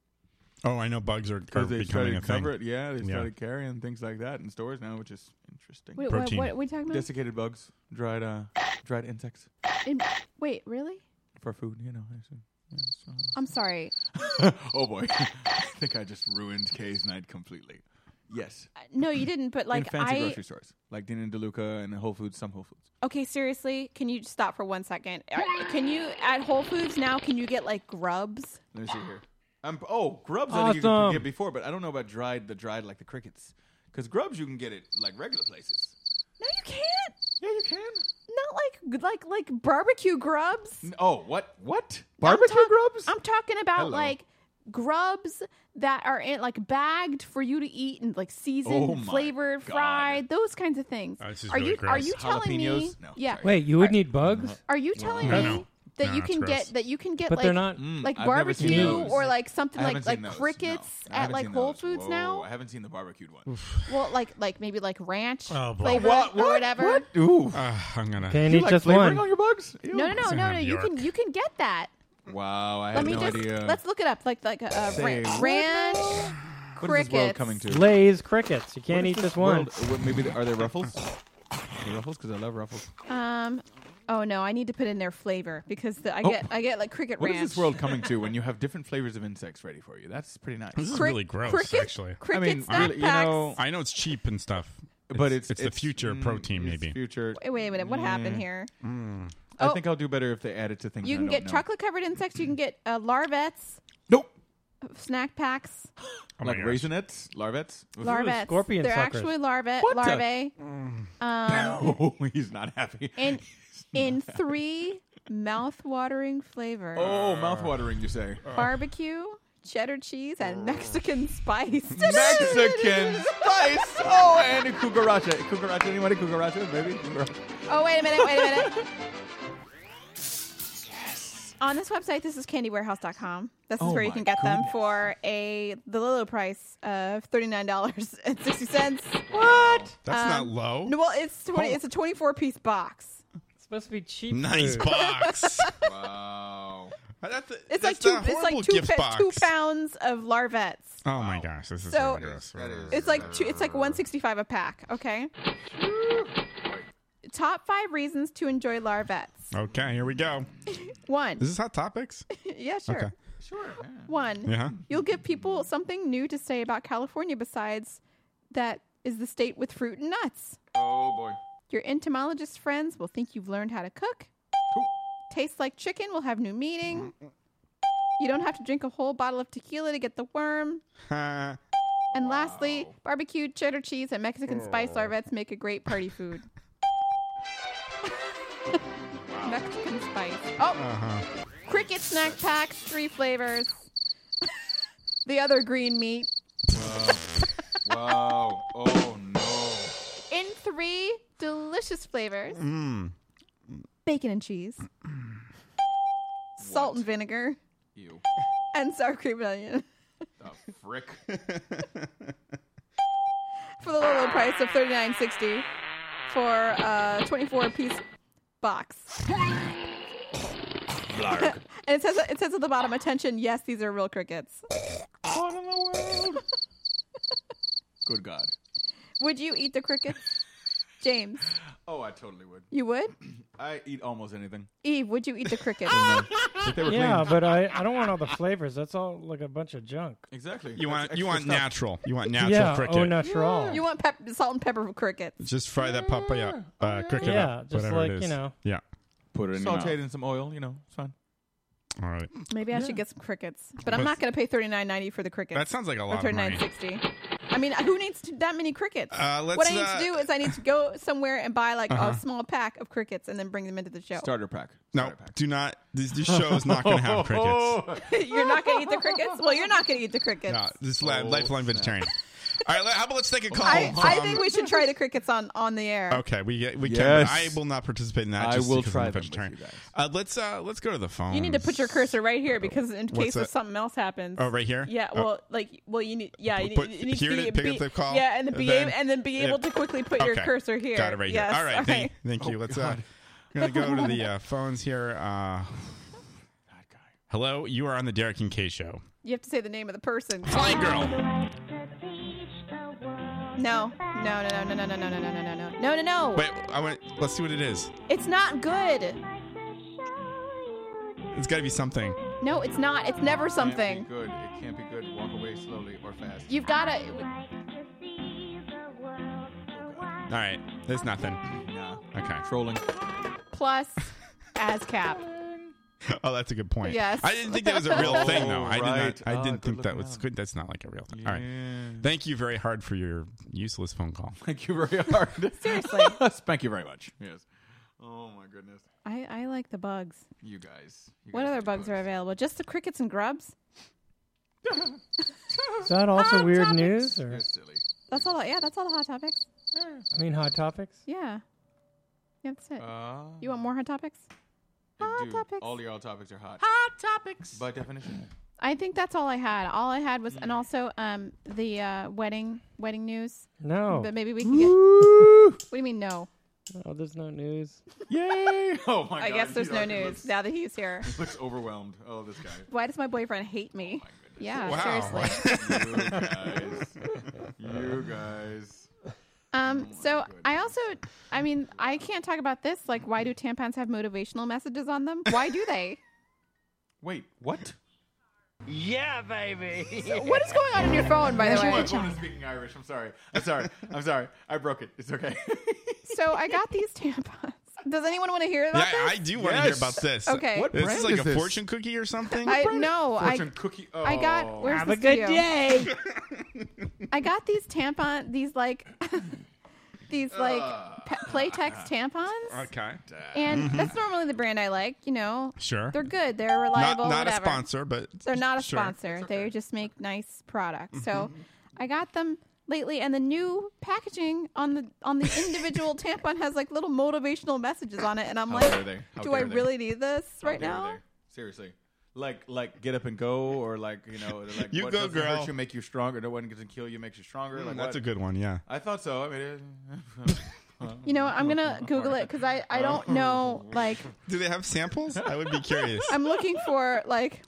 [SPEAKER 2] Oh, I know bugs are, are
[SPEAKER 3] Because they
[SPEAKER 2] becoming
[SPEAKER 3] started
[SPEAKER 2] a thing.
[SPEAKER 3] covering, yeah, they started carrying things like that in stores now, which is interesting.
[SPEAKER 1] (laughs) Wait, what- Protein. what- what are you talking about?
[SPEAKER 3] Desiccated bugs, dried, uh, dried insects
[SPEAKER 1] in- wait, really?
[SPEAKER 3] for food. You know. I
[SPEAKER 2] (laughs)
[SPEAKER 3] assume. Yeah, so-
[SPEAKER 1] I'm sorry.
[SPEAKER 3] oh boy, (laughs) I think I just ruined Kay's night completely. Yes.
[SPEAKER 1] No, you didn't. But like,
[SPEAKER 3] in fancy
[SPEAKER 1] I
[SPEAKER 3] grocery stores like Dean and DeLuca and Whole Foods, some Whole Foods.
[SPEAKER 1] Okay, seriously, can you stop for one second? Uh, Can you at Whole Foods now? Can you get like grubs?
[SPEAKER 3] Let me see here. Um, oh, grubs I think you could
[SPEAKER 10] Awesome.
[SPEAKER 3] get before, but I don't know about dried the dried like the crickets. Because grubs you can get at like regular places.
[SPEAKER 1] No, you can't.
[SPEAKER 3] Yeah, you can.
[SPEAKER 1] Not like like like barbecue grubs.
[SPEAKER 3] N- Oh, what? What? Barbecue grubs?
[SPEAKER 1] I'm talking about
[SPEAKER 3] Hello.
[SPEAKER 1] like grubs that are in like bagged for you to eat and like seasoned,
[SPEAKER 10] Oh my
[SPEAKER 1] flavored, fried, those kinds of things.
[SPEAKER 10] Oh, this is
[SPEAKER 1] are
[SPEAKER 10] really
[SPEAKER 1] you are
[SPEAKER 10] gross.
[SPEAKER 1] you telling me?
[SPEAKER 10] Jalapenos?
[SPEAKER 3] No,
[SPEAKER 1] yeah.
[SPEAKER 10] Wait, you would need bugs?
[SPEAKER 1] Are you telling
[SPEAKER 10] No,
[SPEAKER 1] me
[SPEAKER 10] no.
[SPEAKER 1] that
[SPEAKER 10] No,
[SPEAKER 1] you
[SPEAKER 10] that's
[SPEAKER 1] can
[SPEAKER 10] gross.
[SPEAKER 1] get that you can get
[SPEAKER 10] But
[SPEAKER 1] like
[SPEAKER 10] they're not- Mm,
[SPEAKER 1] like
[SPEAKER 3] I've never seen
[SPEAKER 1] barbecue
[SPEAKER 3] those.
[SPEAKER 1] or like something
[SPEAKER 3] I
[SPEAKER 1] like
[SPEAKER 3] haven't seen
[SPEAKER 1] like
[SPEAKER 3] those, no.
[SPEAKER 1] crickets
[SPEAKER 3] I
[SPEAKER 1] at
[SPEAKER 3] haven't
[SPEAKER 1] like
[SPEAKER 3] seen
[SPEAKER 1] Whole
[SPEAKER 3] those.
[SPEAKER 1] Foods
[SPEAKER 3] Whoa,
[SPEAKER 1] now?
[SPEAKER 3] I haven't seen the barbecued one.
[SPEAKER 1] Well, like like maybe like ranch
[SPEAKER 2] Oh, boy.
[SPEAKER 1] flavor
[SPEAKER 2] What?
[SPEAKER 1] or whatever.
[SPEAKER 3] Ooh.
[SPEAKER 2] Ah, I'm gonna.
[SPEAKER 10] Can you eat just one?
[SPEAKER 3] your bugs?
[SPEAKER 1] No, no, no, no, no. You can you can get that.
[SPEAKER 3] Wow, I
[SPEAKER 1] Let
[SPEAKER 3] have
[SPEAKER 1] me
[SPEAKER 3] no
[SPEAKER 1] just
[SPEAKER 3] idea.
[SPEAKER 1] let's look it up. Like like a, a
[SPEAKER 3] Say
[SPEAKER 1] ran-
[SPEAKER 3] what?
[SPEAKER 1] ranch
[SPEAKER 3] What is this world
[SPEAKER 1] crickets.
[SPEAKER 3] coming to?
[SPEAKER 10] Lay's crickets. You
[SPEAKER 3] What
[SPEAKER 10] can't
[SPEAKER 3] is
[SPEAKER 10] eat
[SPEAKER 3] this
[SPEAKER 10] just one.
[SPEAKER 3] world- uh, what- maybe they- are they ruffles? Are they ruffles? Because I love ruffles.
[SPEAKER 1] Um, Oh no, I need to put in their flavor because the, I
[SPEAKER 3] Oh.
[SPEAKER 1] get I get like cricket
[SPEAKER 3] What is
[SPEAKER 1] ranch.
[SPEAKER 3] this world coming to when you have different flavors of insects ready for you? That's pretty nice.
[SPEAKER 2] This is Crick- really gross, cricket- actually.
[SPEAKER 1] cricket snack
[SPEAKER 3] really, you know,
[SPEAKER 2] I know it's cheap and stuff,
[SPEAKER 3] but
[SPEAKER 2] It's-
[SPEAKER 3] it's
[SPEAKER 2] it's the future of protein,
[SPEAKER 3] mm, it's
[SPEAKER 2] maybe.
[SPEAKER 3] future.
[SPEAKER 1] Wait, wait a minute, what happened here?
[SPEAKER 3] I
[SPEAKER 1] Oh.
[SPEAKER 3] think I'll do better if they add it to things. Mm.
[SPEAKER 1] You
[SPEAKER 3] I
[SPEAKER 1] can
[SPEAKER 3] don't
[SPEAKER 1] get
[SPEAKER 3] know.
[SPEAKER 1] chocolate covered insects. You can get uh, larvettes. Nope. Snack packs.
[SPEAKER 2] Oh
[SPEAKER 3] like raisinets,
[SPEAKER 1] (laughs)
[SPEAKER 3] larvets,
[SPEAKER 1] Larvettes. They're actually larvae.
[SPEAKER 3] What the- Mm.
[SPEAKER 1] larvae. Um,
[SPEAKER 3] Oh, he's not happy. (laughs)
[SPEAKER 1] in in three mouth-watering flavors:
[SPEAKER 3] oh, mouthwatering, you say?
[SPEAKER 2] Uh.
[SPEAKER 1] (laughs) barbecue, cheddar cheese, and Mexican (laughs) spice.
[SPEAKER 2] (laughs)
[SPEAKER 3] Mexican spice. Oh, and cucaracha. Cucaracha. Anybody cucaracha? Maybe cucaracha.
[SPEAKER 1] (laughs) Oh wait a minute! Wait a minute!
[SPEAKER 2] (laughs)
[SPEAKER 1] On this website, this is candywarehouse.com. This is
[SPEAKER 6] Oh
[SPEAKER 1] where you
[SPEAKER 6] my
[SPEAKER 1] can get them
[SPEAKER 6] goodness.
[SPEAKER 1] for a the low price of thirty nine dollars and sixty cents. What?
[SPEAKER 2] That's not low.
[SPEAKER 1] No, well, it's twenty.
[SPEAKER 2] Hold-
[SPEAKER 1] It's a twenty four piece box. It's
[SPEAKER 10] supposed to be cheap.
[SPEAKER 2] (laughs) Nice box.
[SPEAKER 3] wow.
[SPEAKER 1] It's
[SPEAKER 2] That's
[SPEAKER 1] like
[SPEAKER 2] not
[SPEAKER 1] two. It's like
[SPEAKER 2] horrible
[SPEAKER 1] two.
[SPEAKER 2] gift
[SPEAKER 1] pa-
[SPEAKER 2] box.
[SPEAKER 1] two pounds of larvettes.
[SPEAKER 2] Oh my gosh, this is
[SPEAKER 1] So-
[SPEAKER 2] so gross.
[SPEAKER 1] It's like two, it's like one sixty five a pack. Okay. Top five reasons to enjoy larvettes.
[SPEAKER 2] Okay, here we go.
[SPEAKER 1] One.
[SPEAKER 2] Is this hot topics? (laughs)
[SPEAKER 1] (laughs) yeah, sure.
[SPEAKER 2] Okay.
[SPEAKER 1] Sure. One.
[SPEAKER 2] Yeah.
[SPEAKER 1] You'll give people something new to say about California besides that is the state with fruit and nuts.
[SPEAKER 3] Oh boy.
[SPEAKER 1] Your entomologist friends will think you've learned how to cook. Tastes like chicken will have new meaning. You don't have to drink a whole bottle of tequila to get the worm.
[SPEAKER 2] Ha.
[SPEAKER 1] And lastly, barbecued cheddar cheese and Mexican spice larvettes make a great party food.
[SPEAKER 2] (laughs)
[SPEAKER 1] (laughs) Mexican spice. Oh,
[SPEAKER 2] Uh-huh.
[SPEAKER 1] cricket snack packs, three flavors. (laughs) the other green meat
[SPEAKER 3] wow. Oh no.
[SPEAKER 1] in three delicious flavors:
[SPEAKER 2] Mm.
[SPEAKER 1] bacon
[SPEAKER 2] (clears throat)
[SPEAKER 1] and cheese, salt and vinegar,
[SPEAKER 3] Ew.
[SPEAKER 1] and sour cream and onion.
[SPEAKER 3] The frick.
[SPEAKER 1] for the low, low price of thirty nine sixty for a twenty four piece box. (laughs) and it says it says at the bottom, attention, yes, these are real crickets.
[SPEAKER 3] What in the world? Good God.
[SPEAKER 1] Would you eat the crickets? James,
[SPEAKER 3] Oh, I totally would.
[SPEAKER 1] you would?
[SPEAKER 3] I eat almost anything.
[SPEAKER 1] Eve, would you eat the crickets?
[SPEAKER 3] If they were
[SPEAKER 10] yeah,
[SPEAKER 3] clean.
[SPEAKER 10] but I, I don't want all the flavors. That's all like a bunch of junk.
[SPEAKER 3] Exactly.
[SPEAKER 2] You want
[SPEAKER 3] That's
[SPEAKER 2] you want
[SPEAKER 3] extra stuff.
[SPEAKER 2] natural. You want natural
[SPEAKER 10] Yeah, oh,
[SPEAKER 2] cricket.
[SPEAKER 10] au natural.
[SPEAKER 1] you want pep- salt and pepper crickets.
[SPEAKER 2] Just fry that puppy up. Uh, cricket
[SPEAKER 10] Yeah,
[SPEAKER 2] up.
[SPEAKER 10] just
[SPEAKER 2] whatever
[SPEAKER 10] like,
[SPEAKER 2] it is.
[SPEAKER 10] you know.
[SPEAKER 2] Yeah. Put
[SPEAKER 3] Sauteed
[SPEAKER 2] All
[SPEAKER 3] in some oil, you know, it's fine.
[SPEAKER 2] right.
[SPEAKER 1] Maybe I should get some crickets, but I'm
[SPEAKER 2] But-
[SPEAKER 1] not going to pay thirty nine ninety for the crickets.
[SPEAKER 2] That sounds like a lot of
[SPEAKER 1] Thirty
[SPEAKER 2] money.
[SPEAKER 1] nine sixty. I mean, who needs to, that many crickets?
[SPEAKER 2] Uh, let's,
[SPEAKER 1] what I need
[SPEAKER 2] uh,
[SPEAKER 1] to do is I need to go somewhere and buy like
[SPEAKER 2] Uh-huh.
[SPEAKER 1] a small pack of crickets and then bring them into the show.
[SPEAKER 3] Starter pack.
[SPEAKER 2] No, do not. This, this show is not going
[SPEAKER 10] (laughs)
[SPEAKER 2] to have crickets.
[SPEAKER 3] Oh,
[SPEAKER 1] you're not going to eat the crickets. Well, you're not going to eat the crickets.
[SPEAKER 2] No, this
[SPEAKER 3] oh,
[SPEAKER 2] is li- lifelong vegetarian. All right, le- how about let's take a call?
[SPEAKER 1] I, I
[SPEAKER 2] from-
[SPEAKER 1] think we should try the crickets on on the air.
[SPEAKER 2] Oh, um, Okay, we get- we
[SPEAKER 3] Yes.
[SPEAKER 2] can. but I will not participate in that.
[SPEAKER 3] I
[SPEAKER 2] just
[SPEAKER 3] will
[SPEAKER 2] because I'm
[SPEAKER 3] try
[SPEAKER 2] a
[SPEAKER 3] them with
[SPEAKER 2] vegetarian.
[SPEAKER 3] you guys.
[SPEAKER 2] Uh, let's uh, let's go to the phone.
[SPEAKER 1] You need to put your cursor right here because in
[SPEAKER 2] What's
[SPEAKER 1] case
[SPEAKER 2] that?
[SPEAKER 1] if something else happens.
[SPEAKER 2] Oh, right here?
[SPEAKER 1] Yeah.
[SPEAKER 2] Oh.
[SPEAKER 1] Well, like, well, you need. Yeah, you,
[SPEAKER 2] Put
[SPEAKER 1] need- you need
[SPEAKER 2] here
[SPEAKER 1] to,
[SPEAKER 2] to
[SPEAKER 1] be,
[SPEAKER 2] pick up
[SPEAKER 1] be-
[SPEAKER 2] the call,
[SPEAKER 1] Yeah, and then be
[SPEAKER 2] then-
[SPEAKER 1] able, and then be
[SPEAKER 2] yeah.
[SPEAKER 1] able to quickly put your
[SPEAKER 2] Okay,
[SPEAKER 1] cursor here.
[SPEAKER 2] Got it right
[SPEAKER 1] Yes,
[SPEAKER 2] here.
[SPEAKER 1] (laughs)
[SPEAKER 2] All right,
[SPEAKER 1] all
[SPEAKER 2] thank, thank
[SPEAKER 3] Oh,
[SPEAKER 2] you. Let's. Uh, we're gonna go to the uh, phones here. Uh, Hello, you are on the Derek and Kay show.
[SPEAKER 1] You have to say the name of
[SPEAKER 2] (laughs)
[SPEAKER 1] the person.
[SPEAKER 2] Flying girl.
[SPEAKER 1] No, no, no, no, no, no, no, no, no, no, no, no, no, no, no.
[SPEAKER 2] Wait, I want. Let's see what it is.
[SPEAKER 1] It's not good.
[SPEAKER 2] It's got to be something.
[SPEAKER 1] No, it's not. It's never something.
[SPEAKER 3] Can't be good. It can't be good. Walk away slowly or fast.
[SPEAKER 1] You've got to.
[SPEAKER 2] All right, there's nothing. Okay,
[SPEAKER 3] trolling.
[SPEAKER 1] Plus, (laughs) ASCAP.
[SPEAKER 2] Oh, that's a good point.
[SPEAKER 1] Yes.
[SPEAKER 2] I didn't think that was a real
[SPEAKER 3] Oh,
[SPEAKER 2] thing, though. I
[SPEAKER 3] right.
[SPEAKER 2] did not. I
[SPEAKER 3] Ah,
[SPEAKER 2] didn't
[SPEAKER 3] good
[SPEAKER 2] think that
[SPEAKER 3] looking
[SPEAKER 2] was.
[SPEAKER 3] out.
[SPEAKER 2] Good. That's not like a real thing. All right. Thank you very hard for your useless phone call.
[SPEAKER 3] Thank you very hard.
[SPEAKER 1] (laughs) Seriously.
[SPEAKER 3] (laughs) Thank you very much. Yes. Oh my goodness.
[SPEAKER 1] I, I like the bugs.
[SPEAKER 3] You guys. You
[SPEAKER 1] What other bugs are available? Just the crickets and grubs?
[SPEAKER 10] Is that also weird news? Or
[SPEAKER 1] That's all. Yeah, that's all the hot topics. Mm.
[SPEAKER 10] I mean, hot topics.
[SPEAKER 1] Yeah. Yeah, that's it.
[SPEAKER 3] Ah.
[SPEAKER 1] you want more hot topics?
[SPEAKER 3] Hot
[SPEAKER 1] topics.
[SPEAKER 3] All your all topics are hot.
[SPEAKER 1] Hot topics.
[SPEAKER 3] By definition.
[SPEAKER 1] I think that's all I had. All I had was, and also um the uh, wedding wedding news.
[SPEAKER 10] No.
[SPEAKER 1] But maybe we can get. what do you mean no?
[SPEAKER 10] Oh, there's no news.
[SPEAKER 3] Yay! (laughs) Oh my
[SPEAKER 1] I
[SPEAKER 3] god.
[SPEAKER 1] guess there's
[SPEAKER 3] he
[SPEAKER 1] no
[SPEAKER 3] looks-
[SPEAKER 1] news now that he's here.
[SPEAKER 3] Looks, looks overwhelmed. Oh, this guy.
[SPEAKER 1] Why does my boyfriend hate me? yeah,
[SPEAKER 3] Wow. (laughs)
[SPEAKER 1] seriously.
[SPEAKER 3] you guys. You guys.
[SPEAKER 1] Um, so I also, I mean, I can't talk about this. Like, why do tampons have motivational messages on them? Why do they?
[SPEAKER 3] Wait, what?
[SPEAKER 6] Yeah, baby.
[SPEAKER 1] what is going on in your phone, by the way?
[SPEAKER 3] My phone is speaking Irish. I'm sorry. I'm sorry. I'm sorry. I broke it. It's okay.
[SPEAKER 1] so I got these tampons. (laughs) Does anyone want to hear
[SPEAKER 2] Yeah,
[SPEAKER 1] about
[SPEAKER 2] I,
[SPEAKER 1] this?
[SPEAKER 2] I do want to hear about this.
[SPEAKER 1] Okay.
[SPEAKER 2] What this is
[SPEAKER 3] brand
[SPEAKER 2] like
[SPEAKER 3] is
[SPEAKER 2] a
[SPEAKER 3] this?
[SPEAKER 2] fortune cookie or something.
[SPEAKER 1] I no. (laughs) I,
[SPEAKER 3] Fortune cookie.
[SPEAKER 1] I
[SPEAKER 2] Oh.
[SPEAKER 1] got. Where's
[SPEAKER 2] Have
[SPEAKER 1] the
[SPEAKER 2] a good
[SPEAKER 1] studio?
[SPEAKER 2] day.
[SPEAKER 1] I got these tampon. These like. (laughs) these like pe- Playtex tampons.
[SPEAKER 2] Okay.
[SPEAKER 1] And
[SPEAKER 2] Mhm.
[SPEAKER 1] that's normally the brand I like, you know.
[SPEAKER 2] Sure.
[SPEAKER 1] They're good. They're
[SPEAKER 2] not,
[SPEAKER 1] reliable.
[SPEAKER 2] not a
[SPEAKER 1] whatever.
[SPEAKER 2] sponsor, but
[SPEAKER 1] They're not a
[SPEAKER 2] sure. Mm-hmm.
[SPEAKER 1] sponsor. They just make nice products. So I got them lately and the new packaging on the on the
[SPEAKER 2] (laughs)
[SPEAKER 1] individual tampon has like little motivational messages on it and I'm
[SPEAKER 3] How dare
[SPEAKER 1] like
[SPEAKER 3] they. How
[SPEAKER 1] do I
[SPEAKER 3] dare they.
[SPEAKER 1] really need this
[SPEAKER 3] How
[SPEAKER 1] right
[SPEAKER 3] dare
[SPEAKER 1] now?
[SPEAKER 3] they. Seriously. Like, like, get up and go, or like, you know, they're like
[SPEAKER 2] You
[SPEAKER 3] what
[SPEAKER 2] go,
[SPEAKER 3] doesn't hurt
[SPEAKER 2] girl.
[SPEAKER 3] you make you stronger. No one gets to kill you makes you stronger.
[SPEAKER 2] Mm,
[SPEAKER 3] like,
[SPEAKER 2] that's
[SPEAKER 3] what?
[SPEAKER 2] a good one, yeah.
[SPEAKER 3] I thought so. I mean, it-
[SPEAKER 1] You know, I'm
[SPEAKER 3] (laughs)
[SPEAKER 1] going to google it cuz I I don't know like
[SPEAKER 2] Do they have samples? I
[SPEAKER 1] (laughs)
[SPEAKER 2] would be curious.
[SPEAKER 1] I'm looking for like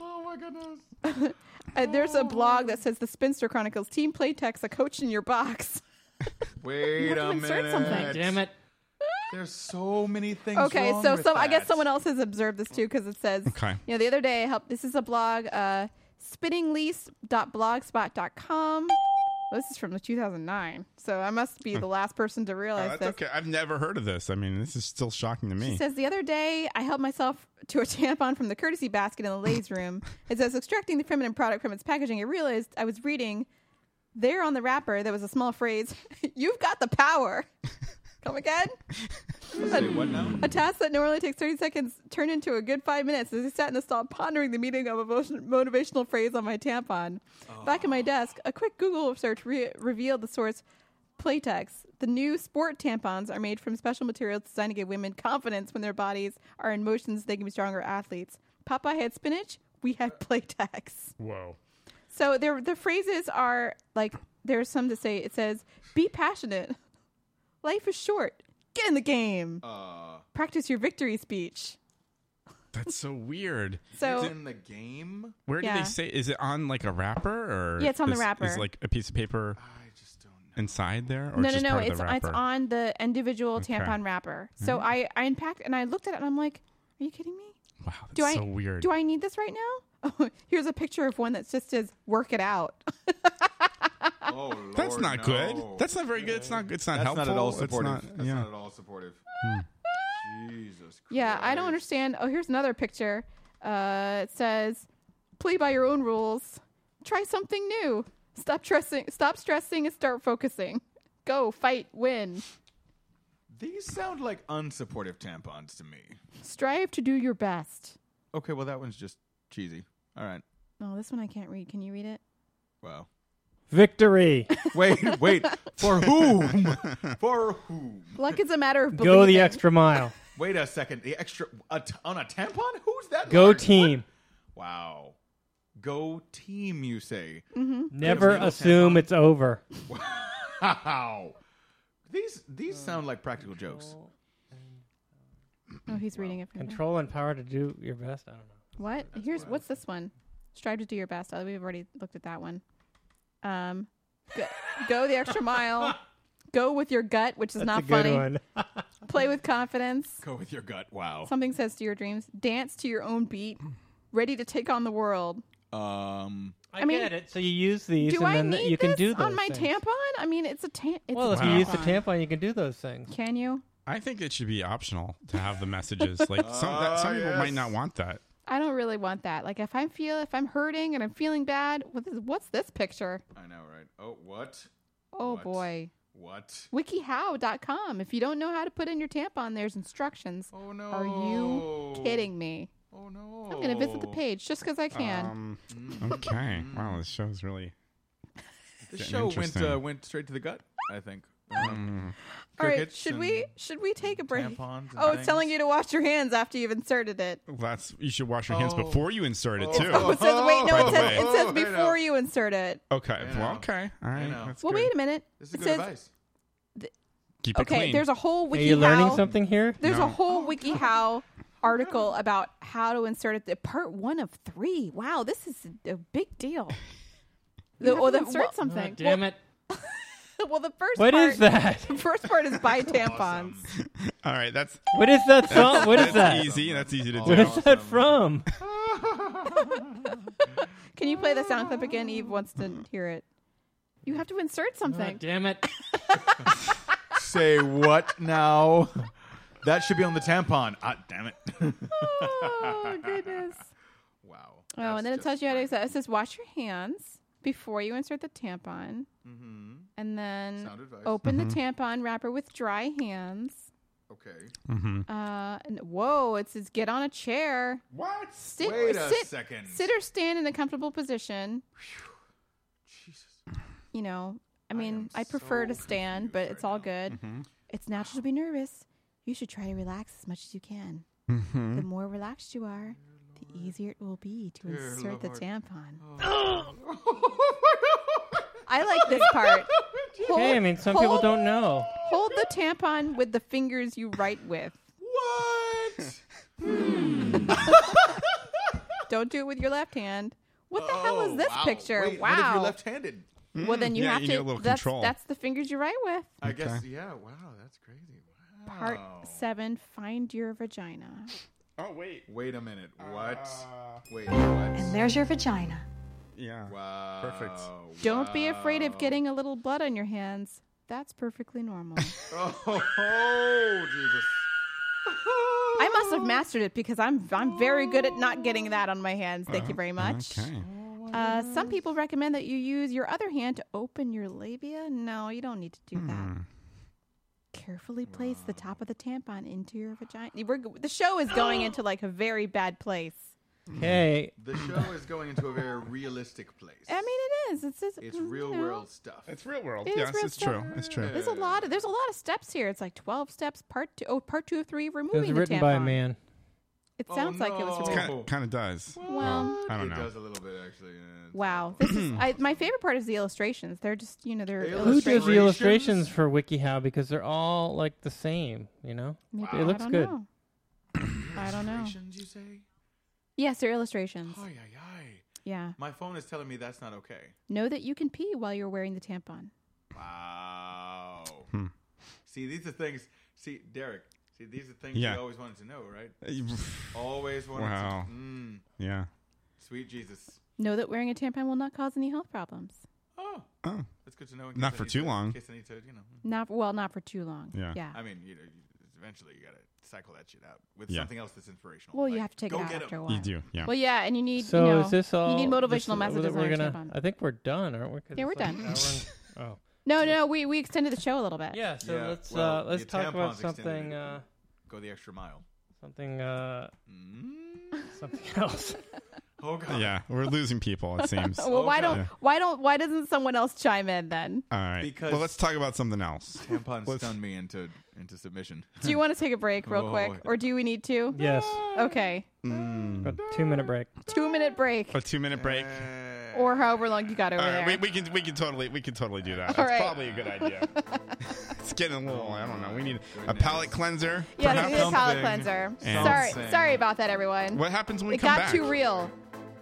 [SPEAKER 3] Oh my goodness.
[SPEAKER 1] (laughs)
[SPEAKER 3] Oh.
[SPEAKER 1] uh, there's a blog that says the Spinster Chronicles Team Playtex a coach in your box.
[SPEAKER 3] (laughs) Wait a
[SPEAKER 1] insert
[SPEAKER 3] minute.
[SPEAKER 1] something.
[SPEAKER 10] Damn it.
[SPEAKER 3] There's so many things.
[SPEAKER 1] (laughs) Okay,
[SPEAKER 3] wrong
[SPEAKER 1] so
[SPEAKER 3] with
[SPEAKER 1] some I guess
[SPEAKER 3] that.
[SPEAKER 1] someone else has observed this too because it says
[SPEAKER 3] Okay.
[SPEAKER 1] you know the other day I helped this is a blog uh spinninglease.blogspot.com. Well, this is from 2009. So I must
[SPEAKER 3] Hmm.
[SPEAKER 1] be the last person to
[SPEAKER 2] Oh,
[SPEAKER 1] realize
[SPEAKER 2] that's
[SPEAKER 1] this.
[SPEAKER 2] okay. I've never heard of this. I mean, this is still shocking to me.
[SPEAKER 1] She says the other day I held myself to a tampon from the courtesy basket in the Lay's room. As I was extracting the feminine product from its packaging, I realized I was reading there on the wrapper there was a small phrase, (laughs) "You've got the power." (laughs) Come again?
[SPEAKER 3] Say what now?
[SPEAKER 1] A task that normally takes 30 seconds turned into a good five minutes as I sat in the stall pondering the meaning of a motion- motivational phrase on my tampon.
[SPEAKER 3] Oh.
[SPEAKER 1] Back at my desk, a quick Google search re- revealed the source Playtex. The new sport tampons are made from special materials designed to give women confidence when their bodies are in motions they can be stronger athletes. Popeye had spinach, we had (laughs) Playtex.
[SPEAKER 2] Whoa.
[SPEAKER 1] So there, the phrases are like there's some to say. It says, "Be passionate. Life is short. Get in the game. Practice your victory speech."
[SPEAKER 2] That's so weird.
[SPEAKER 1] So-
[SPEAKER 3] it's in the game.
[SPEAKER 2] Where do
[SPEAKER 1] Yeah.
[SPEAKER 2] they say? Is it on like a wrapper or?
[SPEAKER 1] Yeah, it's on the
[SPEAKER 2] is-
[SPEAKER 1] wrapper.
[SPEAKER 2] Is like a piece of paper.
[SPEAKER 1] (laughs)
[SPEAKER 2] Inside there, or it's
[SPEAKER 1] no, no,
[SPEAKER 2] just
[SPEAKER 1] no.
[SPEAKER 2] part of
[SPEAKER 1] It's
[SPEAKER 2] the
[SPEAKER 1] it's
[SPEAKER 2] wrapper?
[SPEAKER 1] on the individual
[SPEAKER 2] Okay.
[SPEAKER 1] tampon wrapper. So
[SPEAKER 2] Mhm.
[SPEAKER 1] I I unpacked and I looked at it and I'm like, "Are you kidding me?
[SPEAKER 2] Wow, that's
[SPEAKER 1] do I
[SPEAKER 2] so weird.
[SPEAKER 1] do I need this right now?" (laughs) Oh, here's a picture of one that just says "Work it out." (laughs)
[SPEAKER 3] Oh,
[SPEAKER 2] That's
[SPEAKER 3] Lord,
[SPEAKER 2] not
[SPEAKER 3] no.
[SPEAKER 2] good. That's not very good. It's not. It's not
[SPEAKER 3] That's
[SPEAKER 2] helpful.
[SPEAKER 3] not at all
[SPEAKER 2] It's
[SPEAKER 3] supportive.
[SPEAKER 2] not-
[SPEAKER 3] That's
[SPEAKER 2] yeah.
[SPEAKER 3] not at all supportive.
[SPEAKER 2] Hmm.
[SPEAKER 3] Jesus.
[SPEAKER 1] Yeah, I don't understand. Oh, here's another picture. Uh, it says, "Play by your own rules. Try something new. Stop stressing. Stop stressing and start focusing. Go fight, win.
[SPEAKER 3] These sound like unsupportive tampons to me.
[SPEAKER 1] Strive to do your best."
[SPEAKER 3] Okay, well that one's just cheesy. All right.
[SPEAKER 1] Oh, this one I can't read. Can you read it?
[SPEAKER 3] Wow.
[SPEAKER 10] Victory.
[SPEAKER 3] (laughs) Wait, wait. For whom? (laughs) For whom?
[SPEAKER 1] Luck is a matter of
[SPEAKER 10] Go the
[SPEAKER 1] believing.
[SPEAKER 10] extra mile.
[SPEAKER 3] Wait a second. The extra a t- on a tampon? Who's that?
[SPEAKER 10] Go
[SPEAKER 3] large?
[SPEAKER 10] team.
[SPEAKER 3] Wow. Go team, you say? (laughs)
[SPEAKER 10] Never
[SPEAKER 3] Little
[SPEAKER 10] assume
[SPEAKER 3] tampon.
[SPEAKER 10] it's over.
[SPEAKER 3] Wow. These these sound like practical jokes.
[SPEAKER 1] Oh, he's reading it from there.
[SPEAKER 10] Control and power to do your best. I don't know.
[SPEAKER 1] What? Here's what's this one? Strive to do your best. Oh, we've already looked at that one. Um, go, go the extra
[SPEAKER 10] (laughs)
[SPEAKER 1] mile. Go with your gut, which is
[SPEAKER 3] That's
[SPEAKER 1] not
[SPEAKER 3] a good
[SPEAKER 1] funny.
[SPEAKER 3] one.
[SPEAKER 1] Play with confidence.
[SPEAKER 3] Go with your gut. Wow.
[SPEAKER 1] Something says to your dreams. Dance to your own beat. Ready to take on the world.
[SPEAKER 3] Um.
[SPEAKER 10] I,
[SPEAKER 1] I mean,
[SPEAKER 10] get it. So you use these,
[SPEAKER 1] do
[SPEAKER 10] and
[SPEAKER 1] I
[SPEAKER 10] then
[SPEAKER 1] need
[SPEAKER 10] you can
[SPEAKER 1] this
[SPEAKER 10] do those
[SPEAKER 1] on my
[SPEAKER 10] things.
[SPEAKER 1] tampon? I mean, it's a tan. It's
[SPEAKER 10] Well,
[SPEAKER 1] a
[SPEAKER 10] if you use the
[SPEAKER 1] tampon.
[SPEAKER 10] tampon, you can do those things.
[SPEAKER 1] Can you?
[SPEAKER 2] I think it should be optional to have the messages. (laughs) Like some, that, some
[SPEAKER 3] Ah,
[SPEAKER 2] people might
[SPEAKER 3] yes.
[SPEAKER 2] not want that.
[SPEAKER 1] I don't really want that. Like, if I feel, if I'm hurting and I'm feeling bad, what is, what's this picture?
[SPEAKER 3] I know, right? Oh, what?
[SPEAKER 1] Oh
[SPEAKER 3] What?
[SPEAKER 1] boy.
[SPEAKER 3] What?
[SPEAKER 1] wikihow.com. If you don't know how to put in your tampon, there's instructions.
[SPEAKER 3] Oh no.
[SPEAKER 1] Are you kidding me?
[SPEAKER 3] Oh no.
[SPEAKER 1] I'm going to visit the page just because I can.
[SPEAKER 2] Um, okay. Wow, this show's really.
[SPEAKER 3] The
[SPEAKER 2] getting
[SPEAKER 3] show went
[SPEAKER 2] interesting. Mm.
[SPEAKER 3] uh, went straight to the gut. I think. Um,
[SPEAKER 1] All right,
[SPEAKER 3] crickets
[SPEAKER 1] should
[SPEAKER 3] and-
[SPEAKER 1] we should we take a break?
[SPEAKER 3] tampons and
[SPEAKER 1] Oh, it's telling
[SPEAKER 3] things.
[SPEAKER 1] you to wash your hands after you've inserted it.
[SPEAKER 2] That's you should wash your hands
[SPEAKER 3] Oh.
[SPEAKER 2] before you insert it too.
[SPEAKER 3] (laughs)
[SPEAKER 1] Oh, it says, wait, no,
[SPEAKER 2] By
[SPEAKER 1] it
[SPEAKER 2] the
[SPEAKER 1] says,
[SPEAKER 2] way.
[SPEAKER 1] it says before you insert it.
[SPEAKER 2] Okay. Well, okay. All right. That's
[SPEAKER 1] Well,
[SPEAKER 2] good.
[SPEAKER 1] wait a minute.
[SPEAKER 3] This
[SPEAKER 1] it says,
[SPEAKER 2] Keep it
[SPEAKER 1] okay,
[SPEAKER 2] clean.
[SPEAKER 1] there's a whole
[SPEAKER 10] Are
[SPEAKER 1] WikiHow.
[SPEAKER 10] you learning something here?
[SPEAKER 1] There's
[SPEAKER 10] No.
[SPEAKER 3] (laughs)
[SPEAKER 1] a whole WikiHow article about how to insert it. the Part one of three. Wow,
[SPEAKER 3] (laughs)
[SPEAKER 1] this is a big deal.
[SPEAKER 10] You have
[SPEAKER 1] or
[SPEAKER 10] to
[SPEAKER 1] the- oh,
[SPEAKER 10] insert
[SPEAKER 1] something.
[SPEAKER 10] damn it.
[SPEAKER 1] (laughs) well, the first
[SPEAKER 10] What
[SPEAKER 1] part,
[SPEAKER 10] is that? (laughs)
[SPEAKER 1] The (laughs) first part
[SPEAKER 3] (laughs)
[SPEAKER 1] is buy tampons.
[SPEAKER 2] (laughs) All right, that's
[SPEAKER 10] What is that song?
[SPEAKER 2] That's-
[SPEAKER 10] what is
[SPEAKER 2] that's
[SPEAKER 10] that?
[SPEAKER 2] Easy. That's easy to do.
[SPEAKER 3] Oh.
[SPEAKER 10] Where is that
[SPEAKER 1] (laughs)
[SPEAKER 10] from?
[SPEAKER 1] Can you play the sound clip again? Eve wants
[SPEAKER 3] Mm.
[SPEAKER 1] to hear it. You have to
[SPEAKER 3] Oh,
[SPEAKER 1] insert something.
[SPEAKER 10] Oh, damn it.
[SPEAKER 3] Say what now? That should be on the tampon. Ah, damn
[SPEAKER 1] (laughs)
[SPEAKER 3] it.
[SPEAKER 1] (laughs) Oh
[SPEAKER 3] (laughs)
[SPEAKER 1] goodness.
[SPEAKER 3] Wow.
[SPEAKER 1] Oh, and then it tells you how to. It says wash your hands before you insert the tampon,
[SPEAKER 3] Mm-hmm.
[SPEAKER 1] and then
[SPEAKER 3] Sound advice.
[SPEAKER 1] open
[SPEAKER 2] Mhm.
[SPEAKER 1] the
[SPEAKER 10] Mm-hmm.
[SPEAKER 1] tampon wrapper with dry hands.
[SPEAKER 3] Okay.
[SPEAKER 2] Mhm.
[SPEAKER 1] Uh, and whoa, it says get on a chair.
[SPEAKER 3] What?
[SPEAKER 1] Sit,
[SPEAKER 3] Wait a
[SPEAKER 1] sit,
[SPEAKER 3] second.
[SPEAKER 1] Sit or stand in a comfortable position. Jesus. You know, I mean, I, prefer to stand, but it's all good.
[SPEAKER 10] Mm-hmm.
[SPEAKER 2] Mhm.
[SPEAKER 1] It's natural to be nervous. You should try to relax as much as you can.
[SPEAKER 10] Mm-hmm.
[SPEAKER 2] Mhm.
[SPEAKER 1] The more relaxed you are, the easier it will be to
[SPEAKER 2] Dear
[SPEAKER 1] insert the
[SPEAKER 2] Lord.
[SPEAKER 1] tampon.
[SPEAKER 3] Oh. (laughs)
[SPEAKER 1] I like this part. Hold-
[SPEAKER 10] Okay, I mean, some people
[SPEAKER 1] hold-
[SPEAKER 10] don't know.
[SPEAKER 1] Hold the tampon with the fingers you write with.
[SPEAKER 3] What?
[SPEAKER 1] Don't do it with your left hand. What the hell is this
[SPEAKER 3] Oh, wow.
[SPEAKER 1] (laughs) picture?
[SPEAKER 3] Wait,
[SPEAKER 1] wow.
[SPEAKER 3] What if you're left-handed?
[SPEAKER 1] Well, then you
[SPEAKER 2] Mm, yeah,
[SPEAKER 1] have
[SPEAKER 2] you
[SPEAKER 1] to.
[SPEAKER 2] need a little
[SPEAKER 1] that's,
[SPEAKER 2] control.
[SPEAKER 1] that's the fingers you write with.
[SPEAKER 3] I
[SPEAKER 2] Okay.
[SPEAKER 3] guess. Yeah. Wow. That's crazy. Wow.
[SPEAKER 1] Part seven: Find your vagina.
[SPEAKER 3] Oh wait. Wait a minute.
[SPEAKER 1] Uh,
[SPEAKER 3] What? wait. What?
[SPEAKER 19] And there's your vagina.
[SPEAKER 2] Yeah.
[SPEAKER 3] Wow.
[SPEAKER 2] Perfect.
[SPEAKER 1] Don't be afraid of getting a little blood on your hands. That's perfectly normal.
[SPEAKER 3] Oh, oh Jesus.
[SPEAKER 1] I must
[SPEAKER 3] (laughs)
[SPEAKER 1] have mastered it because I'm I'm very good at not getting that on my hands. Thank you very much.
[SPEAKER 2] Oh, Okay.
[SPEAKER 1] Uh, some people recommend that you use your other hand to open your labia. No, you don't need to do
[SPEAKER 2] Hmm.
[SPEAKER 1] that. Carefully place the top of the tampon into your vagina. We're, g- the show is
[SPEAKER 3] (gasps)
[SPEAKER 1] going into like a very bad place.
[SPEAKER 10] Okay.
[SPEAKER 3] The show is going into a very realistic place.
[SPEAKER 1] I mean, it is. It's just, mm,
[SPEAKER 3] It's
[SPEAKER 1] you
[SPEAKER 3] real
[SPEAKER 1] know.
[SPEAKER 3] world stuff.
[SPEAKER 2] It's real world.
[SPEAKER 1] It is
[SPEAKER 2] yes,
[SPEAKER 1] real
[SPEAKER 2] it's
[SPEAKER 1] stuff.
[SPEAKER 2] true. It's true.
[SPEAKER 1] There's a lot of there's a lot of steps here. It's like twelve steps. Part two, oh, part two of three.
[SPEAKER 10] It was
[SPEAKER 1] Removing the
[SPEAKER 10] written
[SPEAKER 1] tampon.
[SPEAKER 10] by a man.
[SPEAKER 1] It sounds like it was
[SPEAKER 3] Oh, no.
[SPEAKER 1] written.
[SPEAKER 2] Kind of, kind of does.
[SPEAKER 1] Well-
[SPEAKER 2] I don't
[SPEAKER 3] it
[SPEAKER 2] know.
[SPEAKER 3] does a little bit actually. yeah.
[SPEAKER 1] Wow, this is I, my favorite part is the illustrations. They're just you know they're
[SPEAKER 10] Who does the illustrations
[SPEAKER 1] illustrations.
[SPEAKER 10] for WikiHow? Because they're all like the same, you know?
[SPEAKER 1] Maybe-
[SPEAKER 10] It looks
[SPEAKER 1] I don't
[SPEAKER 10] good.
[SPEAKER 1] Know. I don't know.
[SPEAKER 3] Illustrations, you say?
[SPEAKER 1] Yes, they're illustrations.
[SPEAKER 3] Ay, ay, ay.
[SPEAKER 1] Yeah.
[SPEAKER 3] My phone is telling me that's not okay.
[SPEAKER 1] Know that you can pee while you're wearing the tampon.
[SPEAKER 3] Wow.
[SPEAKER 2] Hmm.
[SPEAKER 3] See, these are things. See, Derek. See, these are things
[SPEAKER 2] Yeah.
[SPEAKER 3] you always wanted to know, right?
[SPEAKER 2] Uh,
[SPEAKER 3] Always wanted
[SPEAKER 2] Wow.
[SPEAKER 3] to. Mm,
[SPEAKER 2] (sighs) Yeah.
[SPEAKER 3] sweet Jesus.
[SPEAKER 1] Know that wearing a tampon will not cause any health problems.
[SPEAKER 3] Oh,
[SPEAKER 2] Oh.
[SPEAKER 3] that's good to know. in
[SPEAKER 2] Not
[SPEAKER 3] case I
[SPEAKER 2] for
[SPEAKER 3] need
[SPEAKER 2] too
[SPEAKER 3] to-
[SPEAKER 2] long.
[SPEAKER 3] In case I need to, you know. hmm.
[SPEAKER 1] Not well, not for too long.
[SPEAKER 2] Yeah.
[SPEAKER 1] Yeah.
[SPEAKER 3] I mean, you know, you, eventually you gotta cycle that shit out with
[SPEAKER 2] Yeah.
[SPEAKER 3] something else that's inspirational.
[SPEAKER 1] Well, you
[SPEAKER 3] Like,
[SPEAKER 1] have to take it
[SPEAKER 3] go
[SPEAKER 1] out
[SPEAKER 3] get 'em.
[SPEAKER 1] after a while.
[SPEAKER 2] You do. Yeah.
[SPEAKER 1] Well, yeah, and you need
[SPEAKER 10] So
[SPEAKER 1] you know
[SPEAKER 10] is this all?
[SPEAKER 1] you need
[SPEAKER 10] this is-
[SPEAKER 1] motivational
[SPEAKER 10] we're
[SPEAKER 1] messages on your
[SPEAKER 10] gonna- uh,
[SPEAKER 1] tampon.
[SPEAKER 10] I think we're done, aren't we? 'Cause
[SPEAKER 1] Yeah,
[SPEAKER 10] it's
[SPEAKER 1] we're
[SPEAKER 10] like
[SPEAKER 1] done.
[SPEAKER 10] an
[SPEAKER 3] (laughs)
[SPEAKER 10] hour and- oh.
[SPEAKER 1] No, no, we we extended the show a little bit.
[SPEAKER 10] Yeah. So
[SPEAKER 3] Yeah,
[SPEAKER 10] let's
[SPEAKER 3] well,
[SPEAKER 10] uh, let's
[SPEAKER 3] your
[SPEAKER 10] talk about
[SPEAKER 3] tampon's extended.
[SPEAKER 10] something uh,
[SPEAKER 3] Go the extra mile.
[SPEAKER 10] something uh,
[SPEAKER 3] Mm.
[SPEAKER 10] something else.
[SPEAKER 3] Oh God.
[SPEAKER 2] Yeah. We're losing people. It seems. All
[SPEAKER 1] (laughs) Well, why
[SPEAKER 3] Okay.
[SPEAKER 1] don't why don't why doesn't someone else chime in then?
[SPEAKER 2] right.
[SPEAKER 3] Because-
[SPEAKER 2] well, let's talk about something else.
[SPEAKER 3] Tampon
[SPEAKER 2] Let's-
[SPEAKER 3] stunned me into into submission.
[SPEAKER 1] Do
[SPEAKER 2] Hmm.
[SPEAKER 1] you want to take a break real
[SPEAKER 3] Oh,
[SPEAKER 1] quick,
[SPEAKER 3] yeah.
[SPEAKER 1] or do we need to?
[SPEAKER 10] (laughs) yes.
[SPEAKER 1] Okay,
[SPEAKER 2] Mm.
[SPEAKER 10] A two minute break.
[SPEAKER 1] two minute break,
[SPEAKER 2] A two-minute break.
[SPEAKER 1] or however long you got over
[SPEAKER 2] All right,
[SPEAKER 1] there.
[SPEAKER 2] we, we can we can totally we can totally do that. That's
[SPEAKER 1] All right.
[SPEAKER 2] probably a good
[SPEAKER 1] (laughs)
[SPEAKER 2] idea. it's getting a little I don't know. We need a palate cleanser.
[SPEAKER 1] yeah,
[SPEAKER 2] perhaps?
[SPEAKER 1] this is palate
[SPEAKER 3] Something.
[SPEAKER 1] cleanser.
[SPEAKER 2] And-
[SPEAKER 1] Sorry,
[SPEAKER 3] Something.
[SPEAKER 1] sorry about that, everyone.
[SPEAKER 2] What happens when we
[SPEAKER 1] it
[SPEAKER 2] come
[SPEAKER 1] got
[SPEAKER 2] back?
[SPEAKER 1] too real.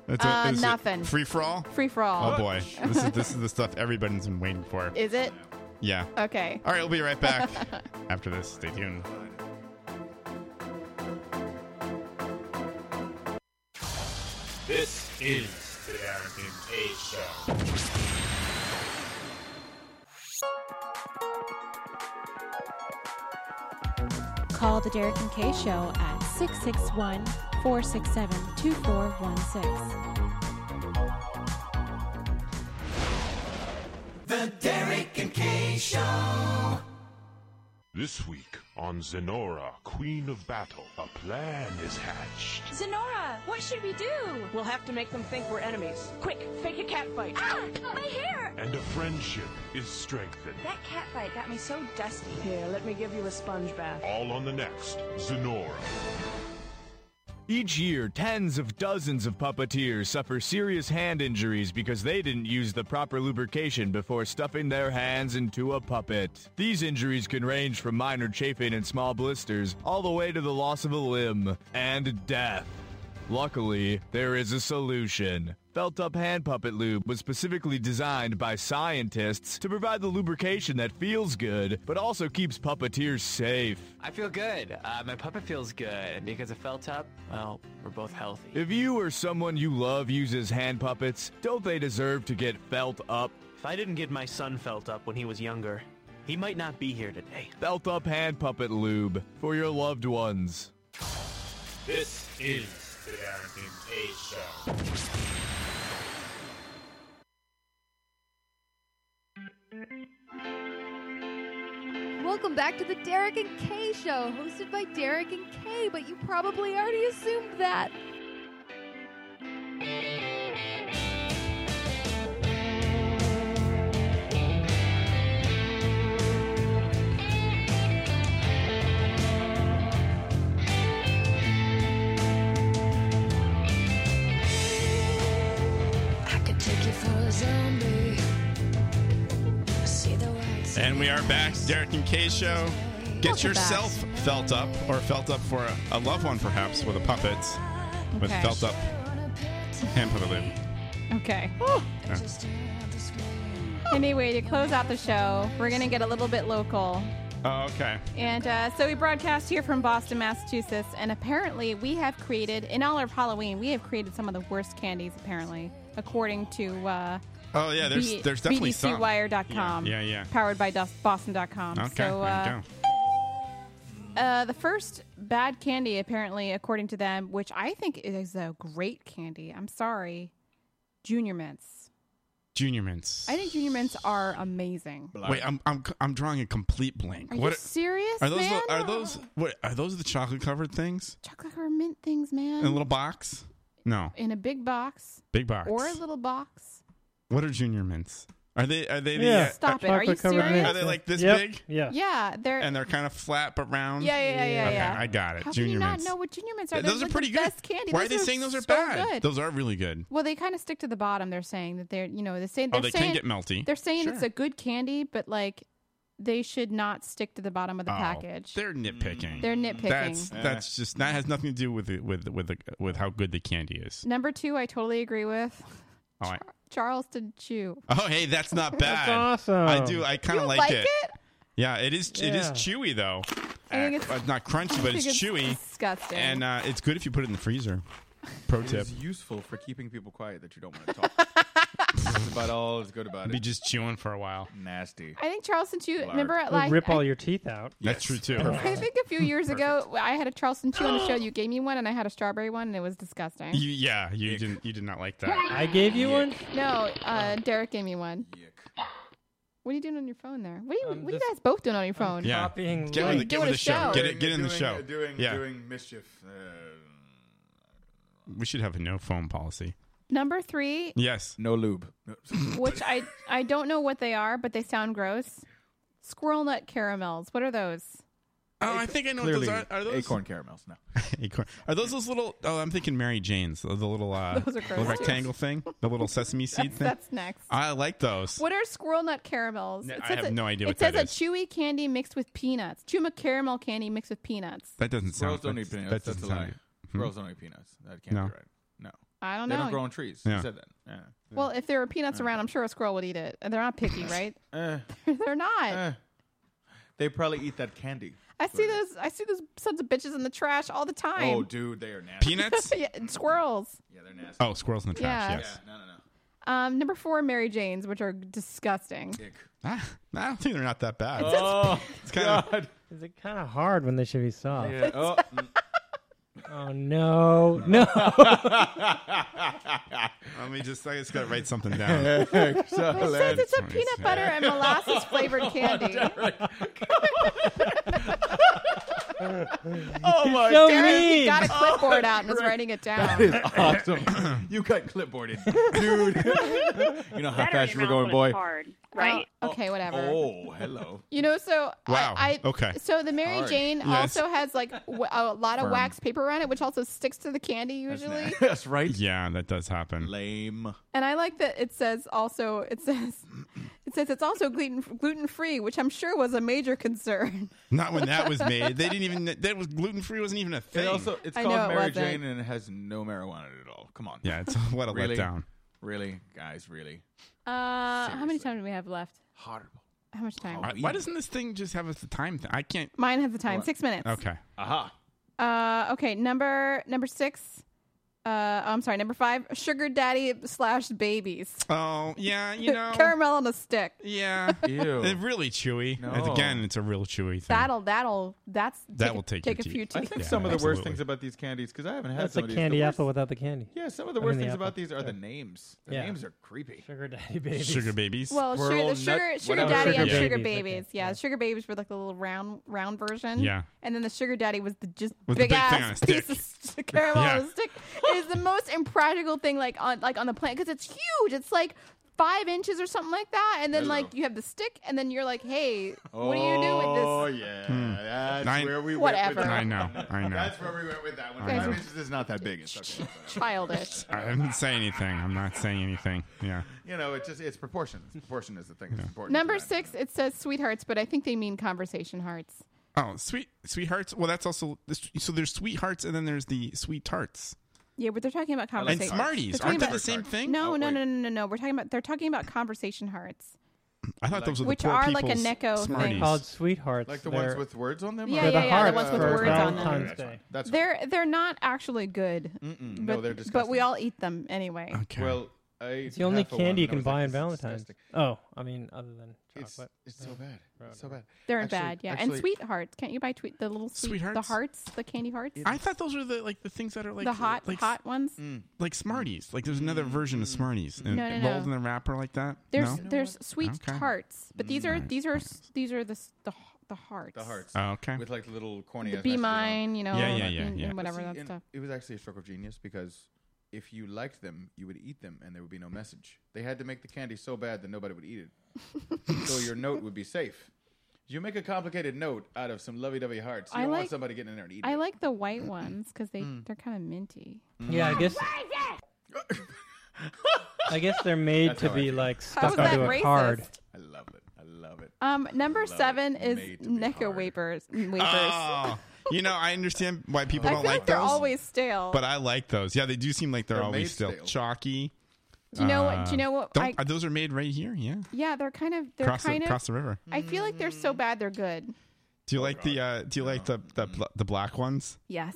[SPEAKER 2] That's what-
[SPEAKER 1] Uh,
[SPEAKER 2] is it
[SPEAKER 1] nothing.
[SPEAKER 2] Free for all.
[SPEAKER 1] Free for all.
[SPEAKER 2] Oh
[SPEAKER 1] (laughs)
[SPEAKER 2] boy, this is this is the stuff everybody's been waiting for.
[SPEAKER 1] Is it? Oh,
[SPEAKER 2] Yeah.
[SPEAKER 1] Okay.
[SPEAKER 2] All right, we'll be right
[SPEAKER 1] (laughs)
[SPEAKER 2] back after this. Stay tuned.
[SPEAKER 12] This is the Darrington A Show.
[SPEAKER 8] Call the Derek and Kay Show at 661 467 2416.
[SPEAKER 4] The Derek and Kay Show.
[SPEAKER 9] This week on Zenora, Queen of Battle, a plan is hatched.
[SPEAKER 11] Zenora, what should we do? We'll have to make them think we're enemies. Quick, fake a cat fight.
[SPEAKER 9] Ah!
[SPEAKER 11] My hair!
[SPEAKER 9] And a friendship is strengthened.
[SPEAKER 11] That cat fight got me so dusty. Here, let me give you a sponge bath.
[SPEAKER 9] All on the next Zenora.
[SPEAKER 13] Each year, tens of dozens of puppeteers suffer serious hand injuries because they didn't use the proper lubrication before stuffing their hands into a puppet. These injuries can range from minor chafing and small blisters all the way to the loss of a limb and death. Luckily, there is a solution. Felt Up Hand Puppet Lube was specifically designed by scientists to provide the lubrication that feels good, but also keeps puppeteers safe.
[SPEAKER 7] I feel good. Uh, my puppet feels good. And because of Felt Up, well, we're both healthy.
[SPEAKER 13] If you or someone you love uses hand puppets, don't they deserve to get felt up?
[SPEAKER 7] If I didn't get my son felt up when he was younger, he might not be here today.
[SPEAKER 13] Felt Up Hand Puppet Lube for your loved ones.
[SPEAKER 12] This is the Darrington A Show.
[SPEAKER 14] Welcome back to the Derek and Kay Show, hosted by Derek and Kay, but you probably already assumed that.
[SPEAKER 21] I could take you for a zombie. See the wax.
[SPEAKER 2] And we are back, Derek and Kay show. Get
[SPEAKER 21] Welcome
[SPEAKER 2] yourself felt up or felt up for a, a loved one, perhaps, with a puppet. With
[SPEAKER 1] Okay.
[SPEAKER 2] felt up hand puppet lube.
[SPEAKER 1] Okay.
[SPEAKER 2] Yeah.
[SPEAKER 1] Anyway, to close out the show, we're going to get a little bit local.
[SPEAKER 2] Oh, okay.
[SPEAKER 1] And uh, so we broadcast here from Boston, Massachusetts, and apparently we have created, in honor of Halloween, we have created some of the worst candies, apparently, according to. Uh,
[SPEAKER 2] Oh, yeah, there's-
[SPEAKER 1] B-
[SPEAKER 2] there's definitely some.
[SPEAKER 1] BDCWire.com.
[SPEAKER 2] Yeah, yeah, yeah.
[SPEAKER 1] Powered by Dos- Boston.com.
[SPEAKER 2] Okay, there
[SPEAKER 1] so,
[SPEAKER 2] you
[SPEAKER 1] uh,
[SPEAKER 2] go.
[SPEAKER 1] uh, the first bad candy, apparently, according to them, which I think is a great candy. I'm sorry. Junior mints.
[SPEAKER 2] Junior mints.
[SPEAKER 1] I think junior mints are amazing.
[SPEAKER 2] Wait, I'm, I'm I'm drawing a complete blank.
[SPEAKER 1] Are
[SPEAKER 2] what
[SPEAKER 1] you serious,
[SPEAKER 2] Are those
[SPEAKER 1] man?
[SPEAKER 2] are those what are those the chocolate covered things
[SPEAKER 1] chocolate or mint things, man.
[SPEAKER 2] in a little box? No,
[SPEAKER 1] in a big box
[SPEAKER 2] big box.
[SPEAKER 1] or a little box.
[SPEAKER 2] what are junior mints? Are they are they the
[SPEAKER 1] Yeah. Stop it, are you Chocolate-covered serious? mints.
[SPEAKER 2] Are they like this
[SPEAKER 1] Yep,
[SPEAKER 2] big?
[SPEAKER 1] yeah. Yeah, they're-
[SPEAKER 2] and they're kind of flat but round.
[SPEAKER 1] Yeah, yeah, yeah, yeah,
[SPEAKER 2] Okay,
[SPEAKER 1] yeah.
[SPEAKER 2] I got it.
[SPEAKER 1] How can
[SPEAKER 2] junior
[SPEAKER 1] you not
[SPEAKER 2] mints.
[SPEAKER 1] know what junior mints are?
[SPEAKER 2] Th- those
[SPEAKER 1] They're
[SPEAKER 2] are pretty
[SPEAKER 1] the
[SPEAKER 2] good.
[SPEAKER 1] Best candy.
[SPEAKER 2] Why
[SPEAKER 1] Those
[SPEAKER 2] are they saying those are
[SPEAKER 1] so
[SPEAKER 2] bad?
[SPEAKER 1] good.
[SPEAKER 2] Those are really good.
[SPEAKER 1] Well, they kind of stick to the bottom. They're saying that they're, you know, they're saying
[SPEAKER 2] Oh, they
[SPEAKER 1] they're
[SPEAKER 2] can
[SPEAKER 1] saying
[SPEAKER 2] get melty.
[SPEAKER 1] They're saying it's
[SPEAKER 2] Sure.
[SPEAKER 1] a good candy, but like they should not stick to the bottom of the
[SPEAKER 2] Oh,
[SPEAKER 1] package.
[SPEAKER 2] They're nitpicking.
[SPEAKER 1] They're nitpicking.
[SPEAKER 2] That's that's just that has nothing to do with it, with with the, with how good the candy is.
[SPEAKER 1] Number two, I totally agree with (laughs)
[SPEAKER 2] All right.
[SPEAKER 1] Charleston Chew.
[SPEAKER 2] Oh, hey, that's not bad.
[SPEAKER 1] (laughs) That's awesome.
[SPEAKER 2] I do. I kind
[SPEAKER 1] You
[SPEAKER 2] of like,
[SPEAKER 1] like
[SPEAKER 2] it.
[SPEAKER 1] it?
[SPEAKER 2] Yeah, it is. It is
[SPEAKER 1] Yeah.
[SPEAKER 2] chewy though.
[SPEAKER 1] I think
[SPEAKER 2] Eh,
[SPEAKER 1] it's-
[SPEAKER 2] uh, not crunchy,
[SPEAKER 1] I
[SPEAKER 2] but it's,
[SPEAKER 1] think it's
[SPEAKER 2] chewy.
[SPEAKER 1] disgusting.
[SPEAKER 2] And uh, it's good if you put it in the freezer. Pro tip:
[SPEAKER 3] It's useful for keeping people quiet that you don't want to talk. (laughs) That's about all that's good about it.
[SPEAKER 2] be just chewing for a while.
[SPEAKER 3] Nasty.
[SPEAKER 1] I think Charleston Chew. Remember, at
[SPEAKER 10] It'll
[SPEAKER 1] like
[SPEAKER 10] rip
[SPEAKER 1] I-
[SPEAKER 10] all your teeth out.
[SPEAKER 2] That's true too.
[SPEAKER 1] I think
[SPEAKER 10] (laughs)
[SPEAKER 1] a few years ago, I had a Charleston Chew on
[SPEAKER 2] (gasps)
[SPEAKER 1] the show. You gave me one, and I had a strawberry one, and it was disgusting.
[SPEAKER 2] You, yeah, you didn't. You did not like that.
[SPEAKER 10] I gave you one.
[SPEAKER 1] No, uh, Derek gave me one. What are you doing on your phone there? What are
[SPEAKER 10] Um,
[SPEAKER 1] you, what are you guys both doing on your phone?
[SPEAKER 2] Yeah.
[SPEAKER 10] Copying
[SPEAKER 2] Get, in the,
[SPEAKER 10] link.
[SPEAKER 2] get with
[SPEAKER 1] a
[SPEAKER 2] the show.
[SPEAKER 1] show.
[SPEAKER 2] Get it. Get in the
[SPEAKER 3] Doing- uh,
[SPEAKER 2] show.
[SPEAKER 3] Doing,
[SPEAKER 2] yeah,
[SPEAKER 3] doing mischief. Uh,
[SPEAKER 2] we should have a no phone policy.
[SPEAKER 1] Number three,
[SPEAKER 2] Yes.
[SPEAKER 3] No lube.
[SPEAKER 2] (laughs)
[SPEAKER 1] which I I don't know what they are, but they sound gross. Squirrel nut caramels. What are those?
[SPEAKER 2] Oh, I think I know
[SPEAKER 3] (laughs) Clearly,
[SPEAKER 2] what those are. Are those
[SPEAKER 3] acorn caramels. No.
[SPEAKER 2] (laughs) Acorn. Are those those little? Oh, I'm thinking Mary Jane's. The the little uh,
[SPEAKER 1] Those are
[SPEAKER 2] little
[SPEAKER 1] gross, too.
[SPEAKER 2] rectangle thing. The little sesame seed
[SPEAKER 1] (laughs) That's,
[SPEAKER 2] thing.
[SPEAKER 1] that's next.
[SPEAKER 2] I like those.
[SPEAKER 1] What are squirrel nut caramels?
[SPEAKER 2] No,
[SPEAKER 1] It
[SPEAKER 2] I
[SPEAKER 1] says
[SPEAKER 2] have
[SPEAKER 1] a-
[SPEAKER 2] no idea
[SPEAKER 1] It
[SPEAKER 2] what
[SPEAKER 1] says
[SPEAKER 2] that
[SPEAKER 1] a
[SPEAKER 2] is.
[SPEAKER 1] chewy candy mixed with peanuts. Chuma caramel candy mixed with peanuts.
[SPEAKER 2] That doesn't
[SPEAKER 3] Squirrels
[SPEAKER 2] sound.
[SPEAKER 3] don't
[SPEAKER 2] that-
[SPEAKER 3] eat peanuts.
[SPEAKER 2] that
[SPEAKER 3] That's
[SPEAKER 2] doesn't
[SPEAKER 3] a
[SPEAKER 2] sound
[SPEAKER 3] lie.
[SPEAKER 2] good.
[SPEAKER 3] Squirrels don't eat peanuts. That can't
[SPEAKER 2] No.
[SPEAKER 3] be right. No.
[SPEAKER 1] I don't
[SPEAKER 3] they
[SPEAKER 1] know.
[SPEAKER 3] don't grow on trees.
[SPEAKER 2] Yeah.
[SPEAKER 3] You said that. Yeah.
[SPEAKER 1] Well, if there were peanuts around, I'm sure a squirrel would eat it. And They're
[SPEAKER 3] (laughs)
[SPEAKER 1] not picky, right? (laughs)
[SPEAKER 3] Eh,
[SPEAKER 1] They're not.
[SPEAKER 3] they probably eat that candy.
[SPEAKER 1] I see those. I see those sons of bitches in the trash all the time.
[SPEAKER 3] (laughs) Oh, dude, they are nasty.
[SPEAKER 1] (laughs) yeah, and squirrels.
[SPEAKER 3] Yeah, they're nasty.
[SPEAKER 2] Oh, squirrels in the trash.
[SPEAKER 1] Yeah.
[SPEAKER 2] Yes.
[SPEAKER 3] Yeah, no, no, no.
[SPEAKER 1] Um, number four, Mary Janes, which are disgusting.
[SPEAKER 2] Ah, I don't think they're not that bad.
[SPEAKER 3] (laughs)
[SPEAKER 10] Oh,
[SPEAKER 2] it's kind of
[SPEAKER 10] Is it kind of hard when they should be soft?
[SPEAKER 3] Yeah. Oh.
[SPEAKER 10] Oh no, no.
[SPEAKER 2] Let me just, I just got to write something
[SPEAKER 3] (laughs)
[SPEAKER 2] down.
[SPEAKER 3] It
[SPEAKER 1] It says it's a peanut butter and
[SPEAKER 3] (laughs)
[SPEAKER 1] molasses flavored candy.
[SPEAKER 3] (laughs) Oh my god.
[SPEAKER 1] So Derek, he got a
[SPEAKER 3] (laughs)
[SPEAKER 1] clipboard out and was writing it
[SPEAKER 3] That
[SPEAKER 1] down.
[SPEAKER 3] is awesome. you got clipboarded, dude. (laughs) you know how fast you were going, boy.
[SPEAKER 18] Uh,
[SPEAKER 1] right? okay, whatever.
[SPEAKER 3] Oh, hello.
[SPEAKER 1] You know, so
[SPEAKER 3] Wow.
[SPEAKER 1] I, I
[SPEAKER 3] Okay.
[SPEAKER 1] So the Mary
[SPEAKER 3] Hard.
[SPEAKER 1] Jane
[SPEAKER 3] Yes.
[SPEAKER 1] also has like w- a lot of
[SPEAKER 2] Firm.
[SPEAKER 1] wax paper around it, which also sticks to the candy usually.
[SPEAKER 3] (laughs) That's right.
[SPEAKER 2] Yeah, that does happen.
[SPEAKER 3] Lame.
[SPEAKER 1] And I like that it says also it says It says it's also gluten gluten free, which I'm sure was a major concern.
[SPEAKER 2] Not when that was made. They didn't even that was gluten free wasn't even a thing.
[SPEAKER 3] It also it's
[SPEAKER 1] I know it
[SPEAKER 3] called Mary
[SPEAKER 1] wasn't.
[SPEAKER 3] Jane and it has no marijuana in it at all. Come on.
[SPEAKER 2] Yeah, it's what a
[SPEAKER 3] really?
[SPEAKER 2] letdown.
[SPEAKER 3] Really, guys, really.
[SPEAKER 1] Uh, how many time do we have left?
[SPEAKER 3] Horrible.
[SPEAKER 1] How much time?
[SPEAKER 2] Uh, why doesn't this thing just have a th- time? Th- I can't.
[SPEAKER 1] Mine has the time. Six minutes.
[SPEAKER 2] Okay. (laughs)
[SPEAKER 3] Aha.
[SPEAKER 1] Uh, okay, number number six. Uh, I'm sorry, number five. Sugar daddy slash babies.
[SPEAKER 2] Oh yeah,
[SPEAKER 1] (laughs)
[SPEAKER 2] you know.
[SPEAKER 1] caramel on a stick.
[SPEAKER 2] Yeah.
[SPEAKER 3] (laughs) Ew.
[SPEAKER 2] It's really chewy.
[SPEAKER 3] No.
[SPEAKER 2] It's- Again, it's a real chewy thing.
[SPEAKER 1] That'll that'll that's
[SPEAKER 2] That
[SPEAKER 1] take a-
[SPEAKER 2] will take
[SPEAKER 1] take
[SPEAKER 2] your
[SPEAKER 1] a few
[SPEAKER 2] teeth. I
[SPEAKER 1] teeth.
[SPEAKER 3] I think
[SPEAKER 2] Yeah,
[SPEAKER 3] some of the worst
[SPEAKER 2] absolutely.
[SPEAKER 3] things about these candies because I haven't had
[SPEAKER 10] That's
[SPEAKER 3] some
[SPEAKER 10] a
[SPEAKER 3] of these.
[SPEAKER 10] candy
[SPEAKER 3] the
[SPEAKER 10] apple
[SPEAKER 3] worst-
[SPEAKER 10] without the candy.
[SPEAKER 3] Yeah, some of
[SPEAKER 10] I
[SPEAKER 3] the
[SPEAKER 10] mean,
[SPEAKER 3] worst
[SPEAKER 10] the
[SPEAKER 3] things
[SPEAKER 10] apple.
[SPEAKER 3] about these are the names. The
[SPEAKER 10] Yeah.
[SPEAKER 3] names are creepy.
[SPEAKER 10] Sugar daddy babies.
[SPEAKER 2] Sugar babies.
[SPEAKER 1] Well, sugar, the
[SPEAKER 3] Squirrel,
[SPEAKER 1] sugar,
[SPEAKER 3] nut,
[SPEAKER 1] sugar
[SPEAKER 3] whatever.
[SPEAKER 1] daddy
[SPEAKER 3] Sugar
[SPEAKER 1] and sugar
[SPEAKER 3] babies,
[SPEAKER 1] babies. Yeah, sugar babies were like the little round, round version.
[SPEAKER 2] Yeah.
[SPEAKER 1] and then the sugar daddy was the just
[SPEAKER 2] With the
[SPEAKER 1] big,
[SPEAKER 2] big
[SPEAKER 1] ass
[SPEAKER 2] thing on a
[SPEAKER 1] piece
[SPEAKER 2] stick.
[SPEAKER 1] of s- (laughs) caramel on
[SPEAKER 2] Yeah.
[SPEAKER 1] a stick. It is the most impractical thing, like on like on the planet, because it's huge. It's like five inches or something like that, and then
[SPEAKER 3] Hello.
[SPEAKER 1] like you have the stick, and then you're like, hey,
[SPEAKER 3] Oh,
[SPEAKER 1] what do you do with this?
[SPEAKER 3] Oh yeah,
[SPEAKER 2] Hmm.
[SPEAKER 3] that's
[SPEAKER 2] Nine-
[SPEAKER 3] where we went
[SPEAKER 1] Whatever.
[SPEAKER 3] with that.
[SPEAKER 1] (laughs)
[SPEAKER 2] I know. I know.
[SPEAKER 3] That's where we went with that one.
[SPEAKER 2] I
[SPEAKER 3] Five
[SPEAKER 2] know.
[SPEAKER 3] inches is not that big. It's okay.
[SPEAKER 1] Childish.
[SPEAKER 2] I didn't say anything. I'm not saying anything. Yeah.
[SPEAKER 3] You know, it just it's proportion. It's proportion is the thing. It's important.
[SPEAKER 1] Number
[SPEAKER 3] to that.
[SPEAKER 1] six, it says sweethearts, but I think they mean conversation hearts.
[SPEAKER 2] Oh, sweet sweethearts. Well, that's also so. There's sweethearts, and then there's the sweet tarts.
[SPEAKER 1] Yeah, but they're talking about
[SPEAKER 2] like
[SPEAKER 1] conversation.
[SPEAKER 2] Smarties.
[SPEAKER 1] They're talking
[SPEAKER 2] Aren't they
[SPEAKER 1] about-
[SPEAKER 2] the same thing?
[SPEAKER 3] Oh,
[SPEAKER 1] No, no, no, no, no, no. We're talking about they're talking about conversation hearts.
[SPEAKER 2] I thought those were
[SPEAKER 1] Which
[SPEAKER 2] the poor
[SPEAKER 1] are like a
[SPEAKER 2] people's
[SPEAKER 1] Necco thing.
[SPEAKER 2] Smarties.
[SPEAKER 10] Called sweethearts.
[SPEAKER 3] like the ones
[SPEAKER 10] They're-
[SPEAKER 3] with words on them.
[SPEAKER 1] Yeah,
[SPEAKER 3] or-
[SPEAKER 1] yeah, yeah, the ones with
[SPEAKER 10] for
[SPEAKER 1] words on them.
[SPEAKER 10] Valentine's
[SPEAKER 3] That's fine.
[SPEAKER 10] Day.
[SPEAKER 3] That's fine.
[SPEAKER 1] They're they're not actually good.
[SPEAKER 3] Mm-mm.
[SPEAKER 1] But,
[SPEAKER 3] No, they're
[SPEAKER 1] But we
[SPEAKER 3] disgusting.
[SPEAKER 1] all eat them anyway.
[SPEAKER 2] Okay.
[SPEAKER 3] well. I
[SPEAKER 10] It's the only
[SPEAKER 3] had for one
[SPEAKER 10] candy you
[SPEAKER 3] and I
[SPEAKER 10] can
[SPEAKER 3] was like,
[SPEAKER 10] buy on
[SPEAKER 3] "This is
[SPEAKER 10] Valentine's.
[SPEAKER 3] disgusting."
[SPEAKER 10] Oh, I mean, other than
[SPEAKER 3] It's,
[SPEAKER 10] chocolate.
[SPEAKER 3] it's so bad. It's so bad.
[SPEAKER 1] They're
[SPEAKER 3] Actually-
[SPEAKER 1] bad, yeah.
[SPEAKER 3] actually-
[SPEAKER 1] and sweethearts, can't you buy tweet the little sweet the
[SPEAKER 2] Sweethearts?
[SPEAKER 1] hearts, the candy hearts,
[SPEAKER 2] I thought those were the like the things that are like
[SPEAKER 1] the hot
[SPEAKER 2] like, Mm.
[SPEAKER 1] hot ones.
[SPEAKER 3] Mm.
[SPEAKER 2] like Smarties. Like there's another version of Smarties and
[SPEAKER 1] No, no,
[SPEAKER 2] rolled
[SPEAKER 1] no.
[SPEAKER 2] in a wrapper like that.
[SPEAKER 1] There's
[SPEAKER 2] no?
[SPEAKER 1] there's sweet
[SPEAKER 2] Okay.
[SPEAKER 1] tarts, but these are these are s- these are the s- the h- the hearts.
[SPEAKER 3] The hearts.
[SPEAKER 2] Oh, okay.
[SPEAKER 3] With like the little corny.
[SPEAKER 1] The
[SPEAKER 3] ass
[SPEAKER 1] be
[SPEAKER 3] messages on them.
[SPEAKER 1] mine, you know,
[SPEAKER 2] Yeah, yeah, yeah,
[SPEAKER 1] and,
[SPEAKER 2] yeah.
[SPEAKER 1] and
[SPEAKER 3] But
[SPEAKER 1] whatever
[SPEAKER 3] see,
[SPEAKER 1] that
[SPEAKER 3] and
[SPEAKER 1] stuff.
[SPEAKER 3] It was actually a stroke of genius because if you liked them, you would eat them, and there would be no message. They had to make the candy so bad that nobody would eat
[SPEAKER 1] (laughs)
[SPEAKER 3] it, so your note would be safe. You make a complicated note out of some lovey-dovey hearts. You
[SPEAKER 1] I
[SPEAKER 3] don't
[SPEAKER 1] like-
[SPEAKER 3] want somebody getting in there and eating.
[SPEAKER 1] I
[SPEAKER 3] it.
[SPEAKER 1] like the white ones because they
[SPEAKER 3] Mm.
[SPEAKER 1] they're kind of minty.
[SPEAKER 10] Yeah, I guess. I guess they're made
[SPEAKER 3] That's
[SPEAKER 10] to
[SPEAKER 3] how I
[SPEAKER 10] be
[SPEAKER 3] feel.
[SPEAKER 10] like
[SPEAKER 1] How is
[SPEAKER 10] stuck onto a
[SPEAKER 1] that
[SPEAKER 10] card.
[SPEAKER 1] racist?
[SPEAKER 3] I love it. I love it.
[SPEAKER 1] Um, number
[SPEAKER 3] Love it.
[SPEAKER 1] seven is
[SPEAKER 3] Made to be
[SPEAKER 1] Necco
[SPEAKER 3] hard.
[SPEAKER 1] wafers. Wafers.
[SPEAKER 2] Oh, you know, I understand why people
[SPEAKER 1] I
[SPEAKER 2] don't
[SPEAKER 1] feel like
[SPEAKER 2] like
[SPEAKER 1] they're
[SPEAKER 2] those,
[SPEAKER 1] always stale.
[SPEAKER 2] but I like those. Yeah, they do seem like they're,
[SPEAKER 3] They're made
[SPEAKER 2] always still
[SPEAKER 3] stale.
[SPEAKER 2] chalky.
[SPEAKER 1] Do you know what- do you
[SPEAKER 2] Uh,
[SPEAKER 1] know what
[SPEAKER 2] Don't,
[SPEAKER 1] I-
[SPEAKER 2] are those are made right here. Yeah,
[SPEAKER 1] yeah, they're kind of they're
[SPEAKER 2] across
[SPEAKER 1] kind
[SPEAKER 2] the,
[SPEAKER 1] of.
[SPEAKER 2] across the river.
[SPEAKER 1] I feel like they're
[SPEAKER 3] Mm.
[SPEAKER 1] so bad they're good.
[SPEAKER 2] Do you like the uh, Do you like the
[SPEAKER 3] Mm.
[SPEAKER 2] the, bl- the black ones?
[SPEAKER 1] Yes.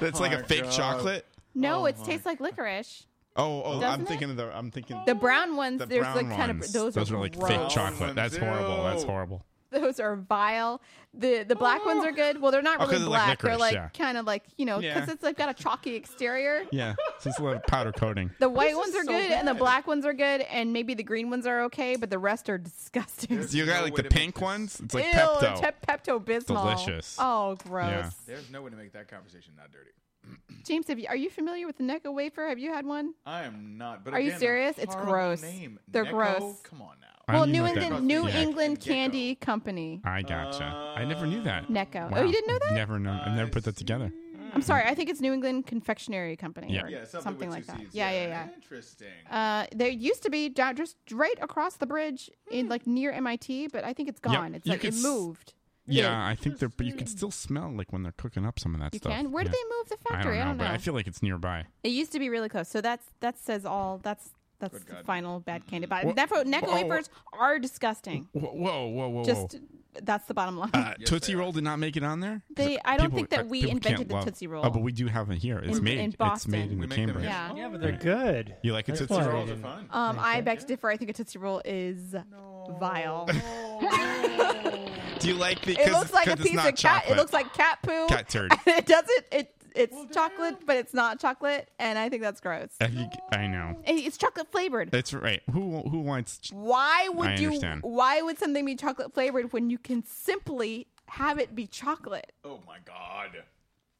[SPEAKER 2] That's like a
[SPEAKER 3] Oh my
[SPEAKER 2] fake
[SPEAKER 3] God.
[SPEAKER 2] chocolate.
[SPEAKER 1] No, it tastes like licorice.
[SPEAKER 2] Oh, oh,
[SPEAKER 1] Doesn't
[SPEAKER 2] I'm
[SPEAKER 1] it?
[SPEAKER 2] thinking of the. I'm thinking
[SPEAKER 1] The brown ones,
[SPEAKER 2] the
[SPEAKER 1] there's
[SPEAKER 2] brown
[SPEAKER 1] like
[SPEAKER 2] ones.
[SPEAKER 1] kind of those,
[SPEAKER 2] those
[SPEAKER 1] are,
[SPEAKER 2] are like fake
[SPEAKER 1] gross.
[SPEAKER 2] chocolate. That's
[SPEAKER 3] Brown ones,
[SPEAKER 2] horrible. That's
[SPEAKER 3] ew.
[SPEAKER 2] horrible.
[SPEAKER 1] (laughs) Those are vile. The the black ones are good. Well, they're not
[SPEAKER 2] Oh, 'cause
[SPEAKER 1] really
[SPEAKER 2] it's like
[SPEAKER 1] black. they're like
[SPEAKER 2] licorice, yeah.
[SPEAKER 1] kind of like you know because
[SPEAKER 2] Yeah.
[SPEAKER 1] it's like got a chalky exterior.
[SPEAKER 2] (laughs) Yeah, just a little powder coating.
[SPEAKER 1] The white
[SPEAKER 3] is
[SPEAKER 1] ones are
[SPEAKER 3] so
[SPEAKER 1] good and the
[SPEAKER 3] bad.
[SPEAKER 1] black ones are good and maybe the green ones are okay, but the rest are disgusting.
[SPEAKER 2] You got
[SPEAKER 3] no
[SPEAKER 2] like the
[SPEAKER 3] way to make
[SPEAKER 2] pink
[SPEAKER 3] this.
[SPEAKER 2] ones. It's like
[SPEAKER 1] Ew,
[SPEAKER 2] Pepto.
[SPEAKER 1] Pepto Bismol.
[SPEAKER 2] Delicious.
[SPEAKER 1] Oh, gross.
[SPEAKER 2] Yeah.
[SPEAKER 3] There's no way to make that conversation not dirty.
[SPEAKER 1] James, have you, are you familiar with the Necco wafer? Have you had one?
[SPEAKER 3] I am not. But
[SPEAKER 1] Are you
[SPEAKER 3] again, the
[SPEAKER 1] serious? It's
[SPEAKER 3] horrible
[SPEAKER 1] gross.
[SPEAKER 3] Name.
[SPEAKER 1] They're
[SPEAKER 3] Necco?
[SPEAKER 1] gross.
[SPEAKER 3] Come on now.
[SPEAKER 2] I
[SPEAKER 1] well,
[SPEAKER 2] didn't
[SPEAKER 1] New
[SPEAKER 2] know that.
[SPEAKER 1] England New
[SPEAKER 3] Yeah.
[SPEAKER 1] England
[SPEAKER 3] Gecko.
[SPEAKER 1] Candy Company.
[SPEAKER 2] I gotcha. I never knew that.
[SPEAKER 1] Necco. Oh, you didn't know that?
[SPEAKER 2] Never known. I've never put that together.
[SPEAKER 1] I'm sorry. I think it's New England Confectionery Company
[SPEAKER 2] Yeah.
[SPEAKER 1] or
[SPEAKER 3] Yeah, something,
[SPEAKER 1] something,
[SPEAKER 3] with
[SPEAKER 1] like
[SPEAKER 3] two
[SPEAKER 1] that.
[SPEAKER 3] C's.
[SPEAKER 1] Yeah, yeah, yeah.
[SPEAKER 3] Interesting.
[SPEAKER 1] Uh, there used to be down just right across the bridge
[SPEAKER 3] Hmm.
[SPEAKER 1] in like near MIT, but I think it's
[SPEAKER 2] Yeah,
[SPEAKER 1] gone. It's
[SPEAKER 2] you
[SPEAKER 1] like
[SPEAKER 2] could
[SPEAKER 1] it
[SPEAKER 2] s-
[SPEAKER 1] moved.
[SPEAKER 2] Yeah, I think they're. But you can still smell like when they're cooking up some of that
[SPEAKER 1] Hmm. You
[SPEAKER 2] stuff.
[SPEAKER 1] can. Where
[SPEAKER 2] yeah.
[SPEAKER 1] did they move the
[SPEAKER 2] I don't
[SPEAKER 1] factory?
[SPEAKER 2] know, but I feel like it's nearby.
[SPEAKER 1] It used to be really close. So that's that says all. That's that's
[SPEAKER 3] Good
[SPEAKER 1] the
[SPEAKER 3] God.
[SPEAKER 1] final bad candy.
[SPEAKER 2] Wha-
[SPEAKER 1] But that's what Necco
[SPEAKER 2] wha-
[SPEAKER 1] wafers are disgusting.
[SPEAKER 2] Whoa, whoa, whoa, whoa!
[SPEAKER 1] Just that's the bottom line.
[SPEAKER 2] uh,
[SPEAKER 3] Yes,
[SPEAKER 2] Tootsie
[SPEAKER 3] they are.
[SPEAKER 2] Roll did not make it on there. 'Cause
[SPEAKER 1] They- I don't
[SPEAKER 2] people-
[SPEAKER 1] think that
[SPEAKER 2] uh,
[SPEAKER 1] we
[SPEAKER 2] people
[SPEAKER 1] invented
[SPEAKER 2] can't
[SPEAKER 1] the
[SPEAKER 2] love-
[SPEAKER 1] Tootsie
[SPEAKER 2] Oh,
[SPEAKER 1] Roll.
[SPEAKER 2] but we do have it here. It's
[SPEAKER 1] In-
[SPEAKER 2] made.
[SPEAKER 1] in
[SPEAKER 2] it's
[SPEAKER 1] Boston.
[SPEAKER 2] made in
[SPEAKER 3] We make them
[SPEAKER 2] Cambridge.
[SPEAKER 3] here.
[SPEAKER 1] yeah.
[SPEAKER 10] Yeah, but they're good.
[SPEAKER 2] You like a
[SPEAKER 10] That's
[SPEAKER 2] Tootsie
[SPEAKER 10] why
[SPEAKER 3] Tootsie
[SPEAKER 10] they
[SPEAKER 3] rolls are
[SPEAKER 10] didn't-
[SPEAKER 3] fun.
[SPEAKER 1] (laughs) Um, I beg to differ. I think a Tootsie Roll is
[SPEAKER 2] (laughs)
[SPEAKER 1] vile.
[SPEAKER 2] Do you like the?
[SPEAKER 1] It looks like a piece of cat. It looks like cat poo.
[SPEAKER 2] Cat
[SPEAKER 1] (laughs)
[SPEAKER 2] turd.
[SPEAKER 1] it doesn't. It it's chocolate, but it's not chocolate, and I think that's gross.
[SPEAKER 2] Have you, I know.
[SPEAKER 1] It- It's chocolate flavored.
[SPEAKER 2] That's right. Who who wants? ch-
[SPEAKER 1] Why would
[SPEAKER 2] I
[SPEAKER 1] you?
[SPEAKER 2] understand.
[SPEAKER 1] Why would something be chocolate flavored when you can simply have it be chocolate?
[SPEAKER 3] Oh my god.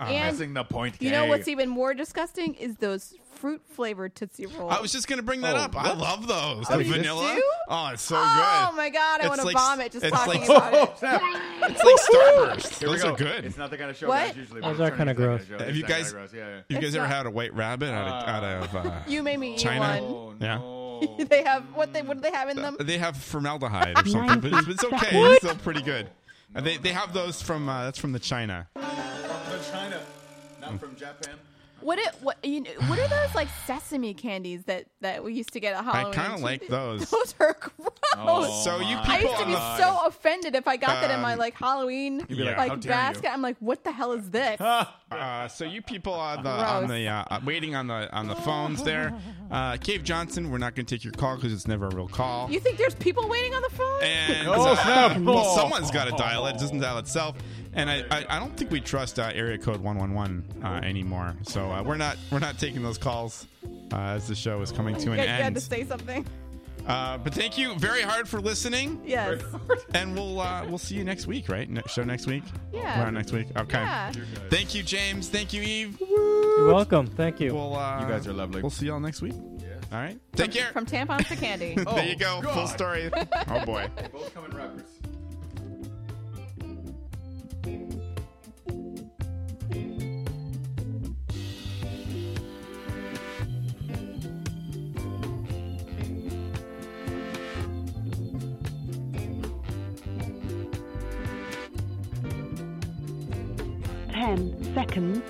[SPEAKER 2] Uh,
[SPEAKER 1] and
[SPEAKER 3] Missing the point.
[SPEAKER 1] you know
[SPEAKER 3] Kay. (laughs)
[SPEAKER 1] what's even more disgusting is those fruit flavored Tootsie Rolls.
[SPEAKER 2] I was just gonna bring that
[SPEAKER 3] Oh,
[SPEAKER 2] up. I
[SPEAKER 3] what?
[SPEAKER 2] love those.
[SPEAKER 3] Oh,
[SPEAKER 2] the
[SPEAKER 3] you
[SPEAKER 2] vanilla.
[SPEAKER 1] do?
[SPEAKER 2] Oh, it's so
[SPEAKER 1] oh
[SPEAKER 2] good.
[SPEAKER 1] my god, I
[SPEAKER 2] It's
[SPEAKER 1] want to
[SPEAKER 2] like-
[SPEAKER 1] vomit just
[SPEAKER 2] it's
[SPEAKER 1] talking
[SPEAKER 2] like-
[SPEAKER 3] Oh,
[SPEAKER 1] about
[SPEAKER 2] (laughs)
[SPEAKER 1] it.
[SPEAKER 2] It's like Starburst.
[SPEAKER 3] Here we
[SPEAKER 2] Those are
[SPEAKER 3] go.
[SPEAKER 2] good.
[SPEAKER 3] It's not the kind of show
[SPEAKER 1] What?
[SPEAKER 3] guys usually.
[SPEAKER 10] Those
[SPEAKER 3] but
[SPEAKER 10] are
[SPEAKER 3] it's
[SPEAKER 10] Oh, kinda
[SPEAKER 3] not the
[SPEAKER 10] gross.
[SPEAKER 3] show.
[SPEAKER 2] Have
[SPEAKER 3] It's
[SPEAKER 2] you
[SPEAKER 3] not kinda
[SPEAKER 2] guys-
[SPEAKER 3] gross. Yeah. yeah.
[SPEAKER 2] You guys
[SPEAKER 1] It's
[SPEAKER 2] ever
[SPEAKER 1] not-
[SPEAKER 2] had a white rabbit out of, out of uh,
[SPEAKER 1] (laughs) You made me eat
[SPEAKER 2] China?
[SPEAKER 1] one.
[SPEAKER 3] Oh
[SPEAKER 2] Yeah.
[SPEAKER 3] no.
[SPEAKER 1] (laughs) they have what they what do they have in them?
[SPEAKER 2] They have formaldehyde or something, but it's, it's okay.
[SPEAKER 1] What?
[SPEAKER 2] It's still pretty good. Uh, they they have those from uh, that's from the China.
[SPEAKER 3] From (laughs) China, not from Japan.
[SPEAKER 1] What it what you know, what are those like sesame candies that that we used to get at Halloween?
[SPEAKER 2] I kind of like those.
[SPEAKER 1] (laughs) Those are gross.
[SPEAKER 2] Oh, So you my
[SPEAKER 1] I used to be
[SPEAKER 2] people-
[SPEAKER 1] so offended if I got that in my
[SPEAKER 2] Um,
[SPEAKER 1] like Halloween
[SPEAKER 2] you'd be like, "How
[SPEAKER 1] like
[SPEAKER 2] dare you."
[SPEAKER 1] basket. I'm like, what the hell is this?
[SPEAKER 2] Uh, so you people on the on the uh, waiting on the on the phones
[SPEAKER 1] (laughs)
[SPEAKER 2] there, uh, Cave Johnson. We're not going to take your call because it's never a real call.
[SPEAKER 1] You Oh, think there's people waiting on the phone? (laughs)
[SPEAKER 2] And uh, (laughs) well, someone's got to dial it. It doesn't dial itself. And I, I, I don't think we trust uh, area code one one one anymore. So uh, we're not we're not taking those calls uh, as the show is coming to
[SPEAKER 1] you,
[SPEAKER 2] an
[SPEAKER 1] had, you had to
[SPEAKER 2] end.
[SPEAKER 1] say something.
[SPEAKER 2] Uh, but thank you very hard for listening.
[SPEAKER 1] Yes.
[SPEAKER 2] And we'll uh, we'll see you next week, right? Ne- show next week.
[SPEAKER 1] Yeah.
[SPEAKER 2] We're on next week. Okay.
[SPEAKER 1] Yeah.
[SPEAKER 2] Thank you, James. Thank you, Eve.
[SPEAKER 10] You're welcome. Thank you.
[SPEAKER 2] We'll, uh,
[SPEAKER 3] You guys are lovely.
[SPEAKER 2] We'll see y'all next week. All right. Take care.
[SPEAKER 1] (laughs)
[SPEAKER 2] Oh,
[SPEAKER 1] From tampons to candy.
[SPEAKER 2] (laughs) there you go. Full (laughs) story. Oh boy.
[SPEAKER 3] Both coming rappers.
[SPEAKER 20] Ten seconds.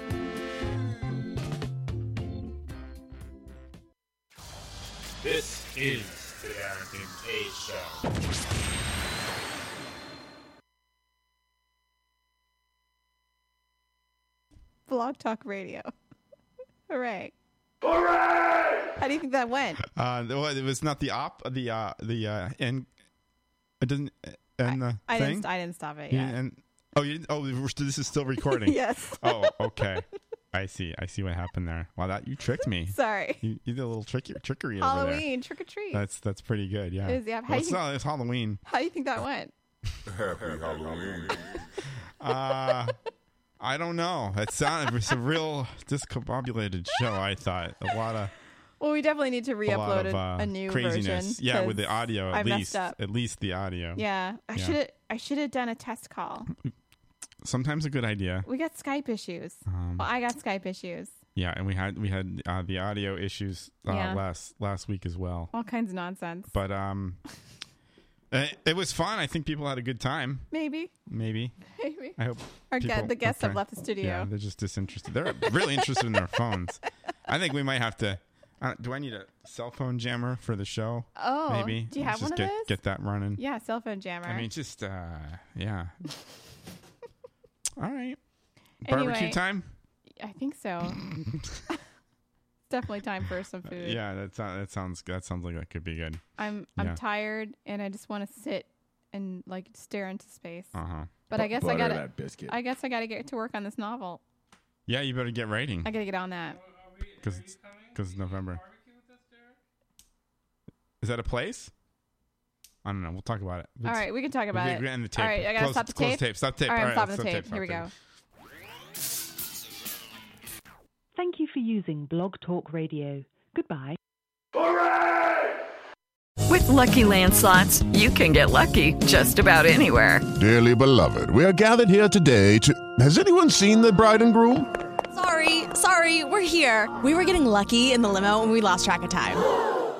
[SPEAKER 12] This is the Darrington A Show.
[SPEAKER 1] Blog Talk Radio. Hooray.
[SPEAKER 2] Hooray!
[SPEAKER 1] How do you think that went?
[SPEAKER 2] Uh, well, it was not the op, the uh, the uh, end. It doesn't end the
[SPEAKER 1] I
[SPEAKER 2] uh, thing.
[SPEAKER 1] didn't I didn't stop it.
[SPEAKER 2] You
[SPEAKER 1] Yeah.
[SPEAKER 2] didn't end- oh, you didn't, oh, we're- this is still recording.
[SPEAKER 1] (laughs) Yes.
[SPEAKER 2] Oh, okay. I see. I see what happened there. Wow, that you tricked me.
[SPEAKER 1] (laughs) Sorry.
[SPEAKER 2] You, you did a little tricky, trickery over there.
[SPEAKER 1] Halloween, trick or treat.
[SPEAKER 2] That's that's pretty good. Yeah.
[SPEAKER 1] It was- yeah,
[SPEAKER 2] Well,
[SPEAKER 1] how
[SPEAKER 2] it's
[SPEAKER 1] you-
[SPEAKER 2] not. It's Halloween.
[SPEAKER 1] How do you think that went?
[SPEAKER 2] Happy Halloween. uh, I don't know. It sounded it was a real discombobulated show. I thought a lot of
[SPEAKER 1] Well, we definitely need to
[SPEAKER 2] a lot
[SPEAKER 1] re-upload
[SPEAKER 2] of
[SPEAKER 1] a,
[SPEAKER 2] uh,
[SPEAKER 1] a new
[SPEAKER 2] craziness.
[SPEAKER 1] version.
[SPEAKER 2] yeah, with
[SPEAKER 1] 'cause
[SPEAKER 2] the audio at
[SPEAKER 1] I
[SPEAKER 2] least,
[SPEAKER 1] messed up.
[SPEAKER 2] at least the audio.
[SPEAKER 1] Yeah, I should have. I should have done a test call.
[SPEAKER 2] Sometimes a good idea.
[SPEAKER 1] We got Skype issues.
[SPEAKER 2] Um,
[SPEAKER 1] well, I got Skype issues.
[SPEAKER 2] Yeah, and we had we had uh, the audio issues uh,
[SPEAKER 1] Yeah.
[SPEAKER 2] last last week as well.
[SPEAKER 1] All kinds of nonsense.
[SPEAKER 2] But um, (laughs) it, it was fun. I think people had a good time.
[SPEAKER 1] Maybe. (laughs)
[SPEAKER 2] Maybe.
[SPEAKER 1] Maybe.
[SPEAKER 2] I hope
[SPEAKER 1] Our
[SPEAKER 2] people-
[SPEAKER 1] gu- the guests have
[SPEAKER 2] okay.
[SPEAKER 1] left the studio.
[SPEAKER 2] Yeah, they're just disinterested. They're really interested
[SPEAKER 1] (laughs)
[SPEAKER 2] in their phones. I think we might have to. Uh, do I need a cell phone jammer for the show?
[SPEAKER 1] Oh,
[SPEAKER 2] maybe.
[SPEAKER 1] do you have
[SPEAKER 2] Let's just
[SPEAKER 1] one of
[SPEAKER 2] get,
[SPEAKER 1] those?
[SPEAKER 2] Get that running.
[SPEAKER 1] Yeah, cell phone jammer.
[SPEAKER 2] I mean, just uh,
[SPEAKER 1] (laughs)
[SPEAKER 2] yeah. All right.
[SPEAKER 1] Anyway.
[SPEAKER 2] Barbecue time.
[SPEAKER 1] I think
[SPEAKER 2] (laughs)
[SPEAKER 1] so. (laughs) Definitely time for some food.
[SPEAKER 2] Uh, Yeah, that sounds that sounds that sounds like that could be good.
[SPEAKER 1] I'm I'm
[SPEAKER 2] Yeah.
[SPEAKER 1] tired and I just want to sit and like stare into space.
[SPEAKER 2] Uh-huh.
[SPEAKER 1] But I
[SPEAKER 2] Bu-
[SPEAKER 1] guess I
[SPEAKER 2] butter
[SPEAKER 1] gotta.
[SPEAKER 2] that biscuit.
[SPEAKER 1] I guess I gotta get to work on this novel.
[SPEAKER 2] Yeah, you better get writing
[SPEAKER 1] I gotta get on that.
[SPEAKER 2] because it's because it's November. Is that a place? I don't know. We'll talk about it.
[SPEAKER 1] All right, we can talk about it.
[SPEAKER 2] We end the tape.
[SPEAKER 1] All right, I gotta
[SPEAKER 2] close,
[SPEAKER 1] stop the
[SPEAKER 2] close
[SPEAKER 1] tape.
[SPEAKER 2] tape. Stop tape.
[SPEAKER 1] All right, I'm
[SPEAKER 2] let's
[SPEAKER 1] stopping the
[SPEAKER 2] stop
[SPEAKER 1] tape. Here we
[SPEAKER 2] stop
[SPEAKER 1] go.
[SPEAKER 20] Thank you for using Blog Talk Radio. Goodbye.
[SPEAKER 5] With Lucky Land slots, you can get lucky just about anywhere.
[SPEAKER 15] Dearly beloved, we are gathered here today to. Has anyone seen the bride and groom?
[SPEAKER 16] Sorry, sorry, we're here. We were getting lucky in the limo and we lost track of time.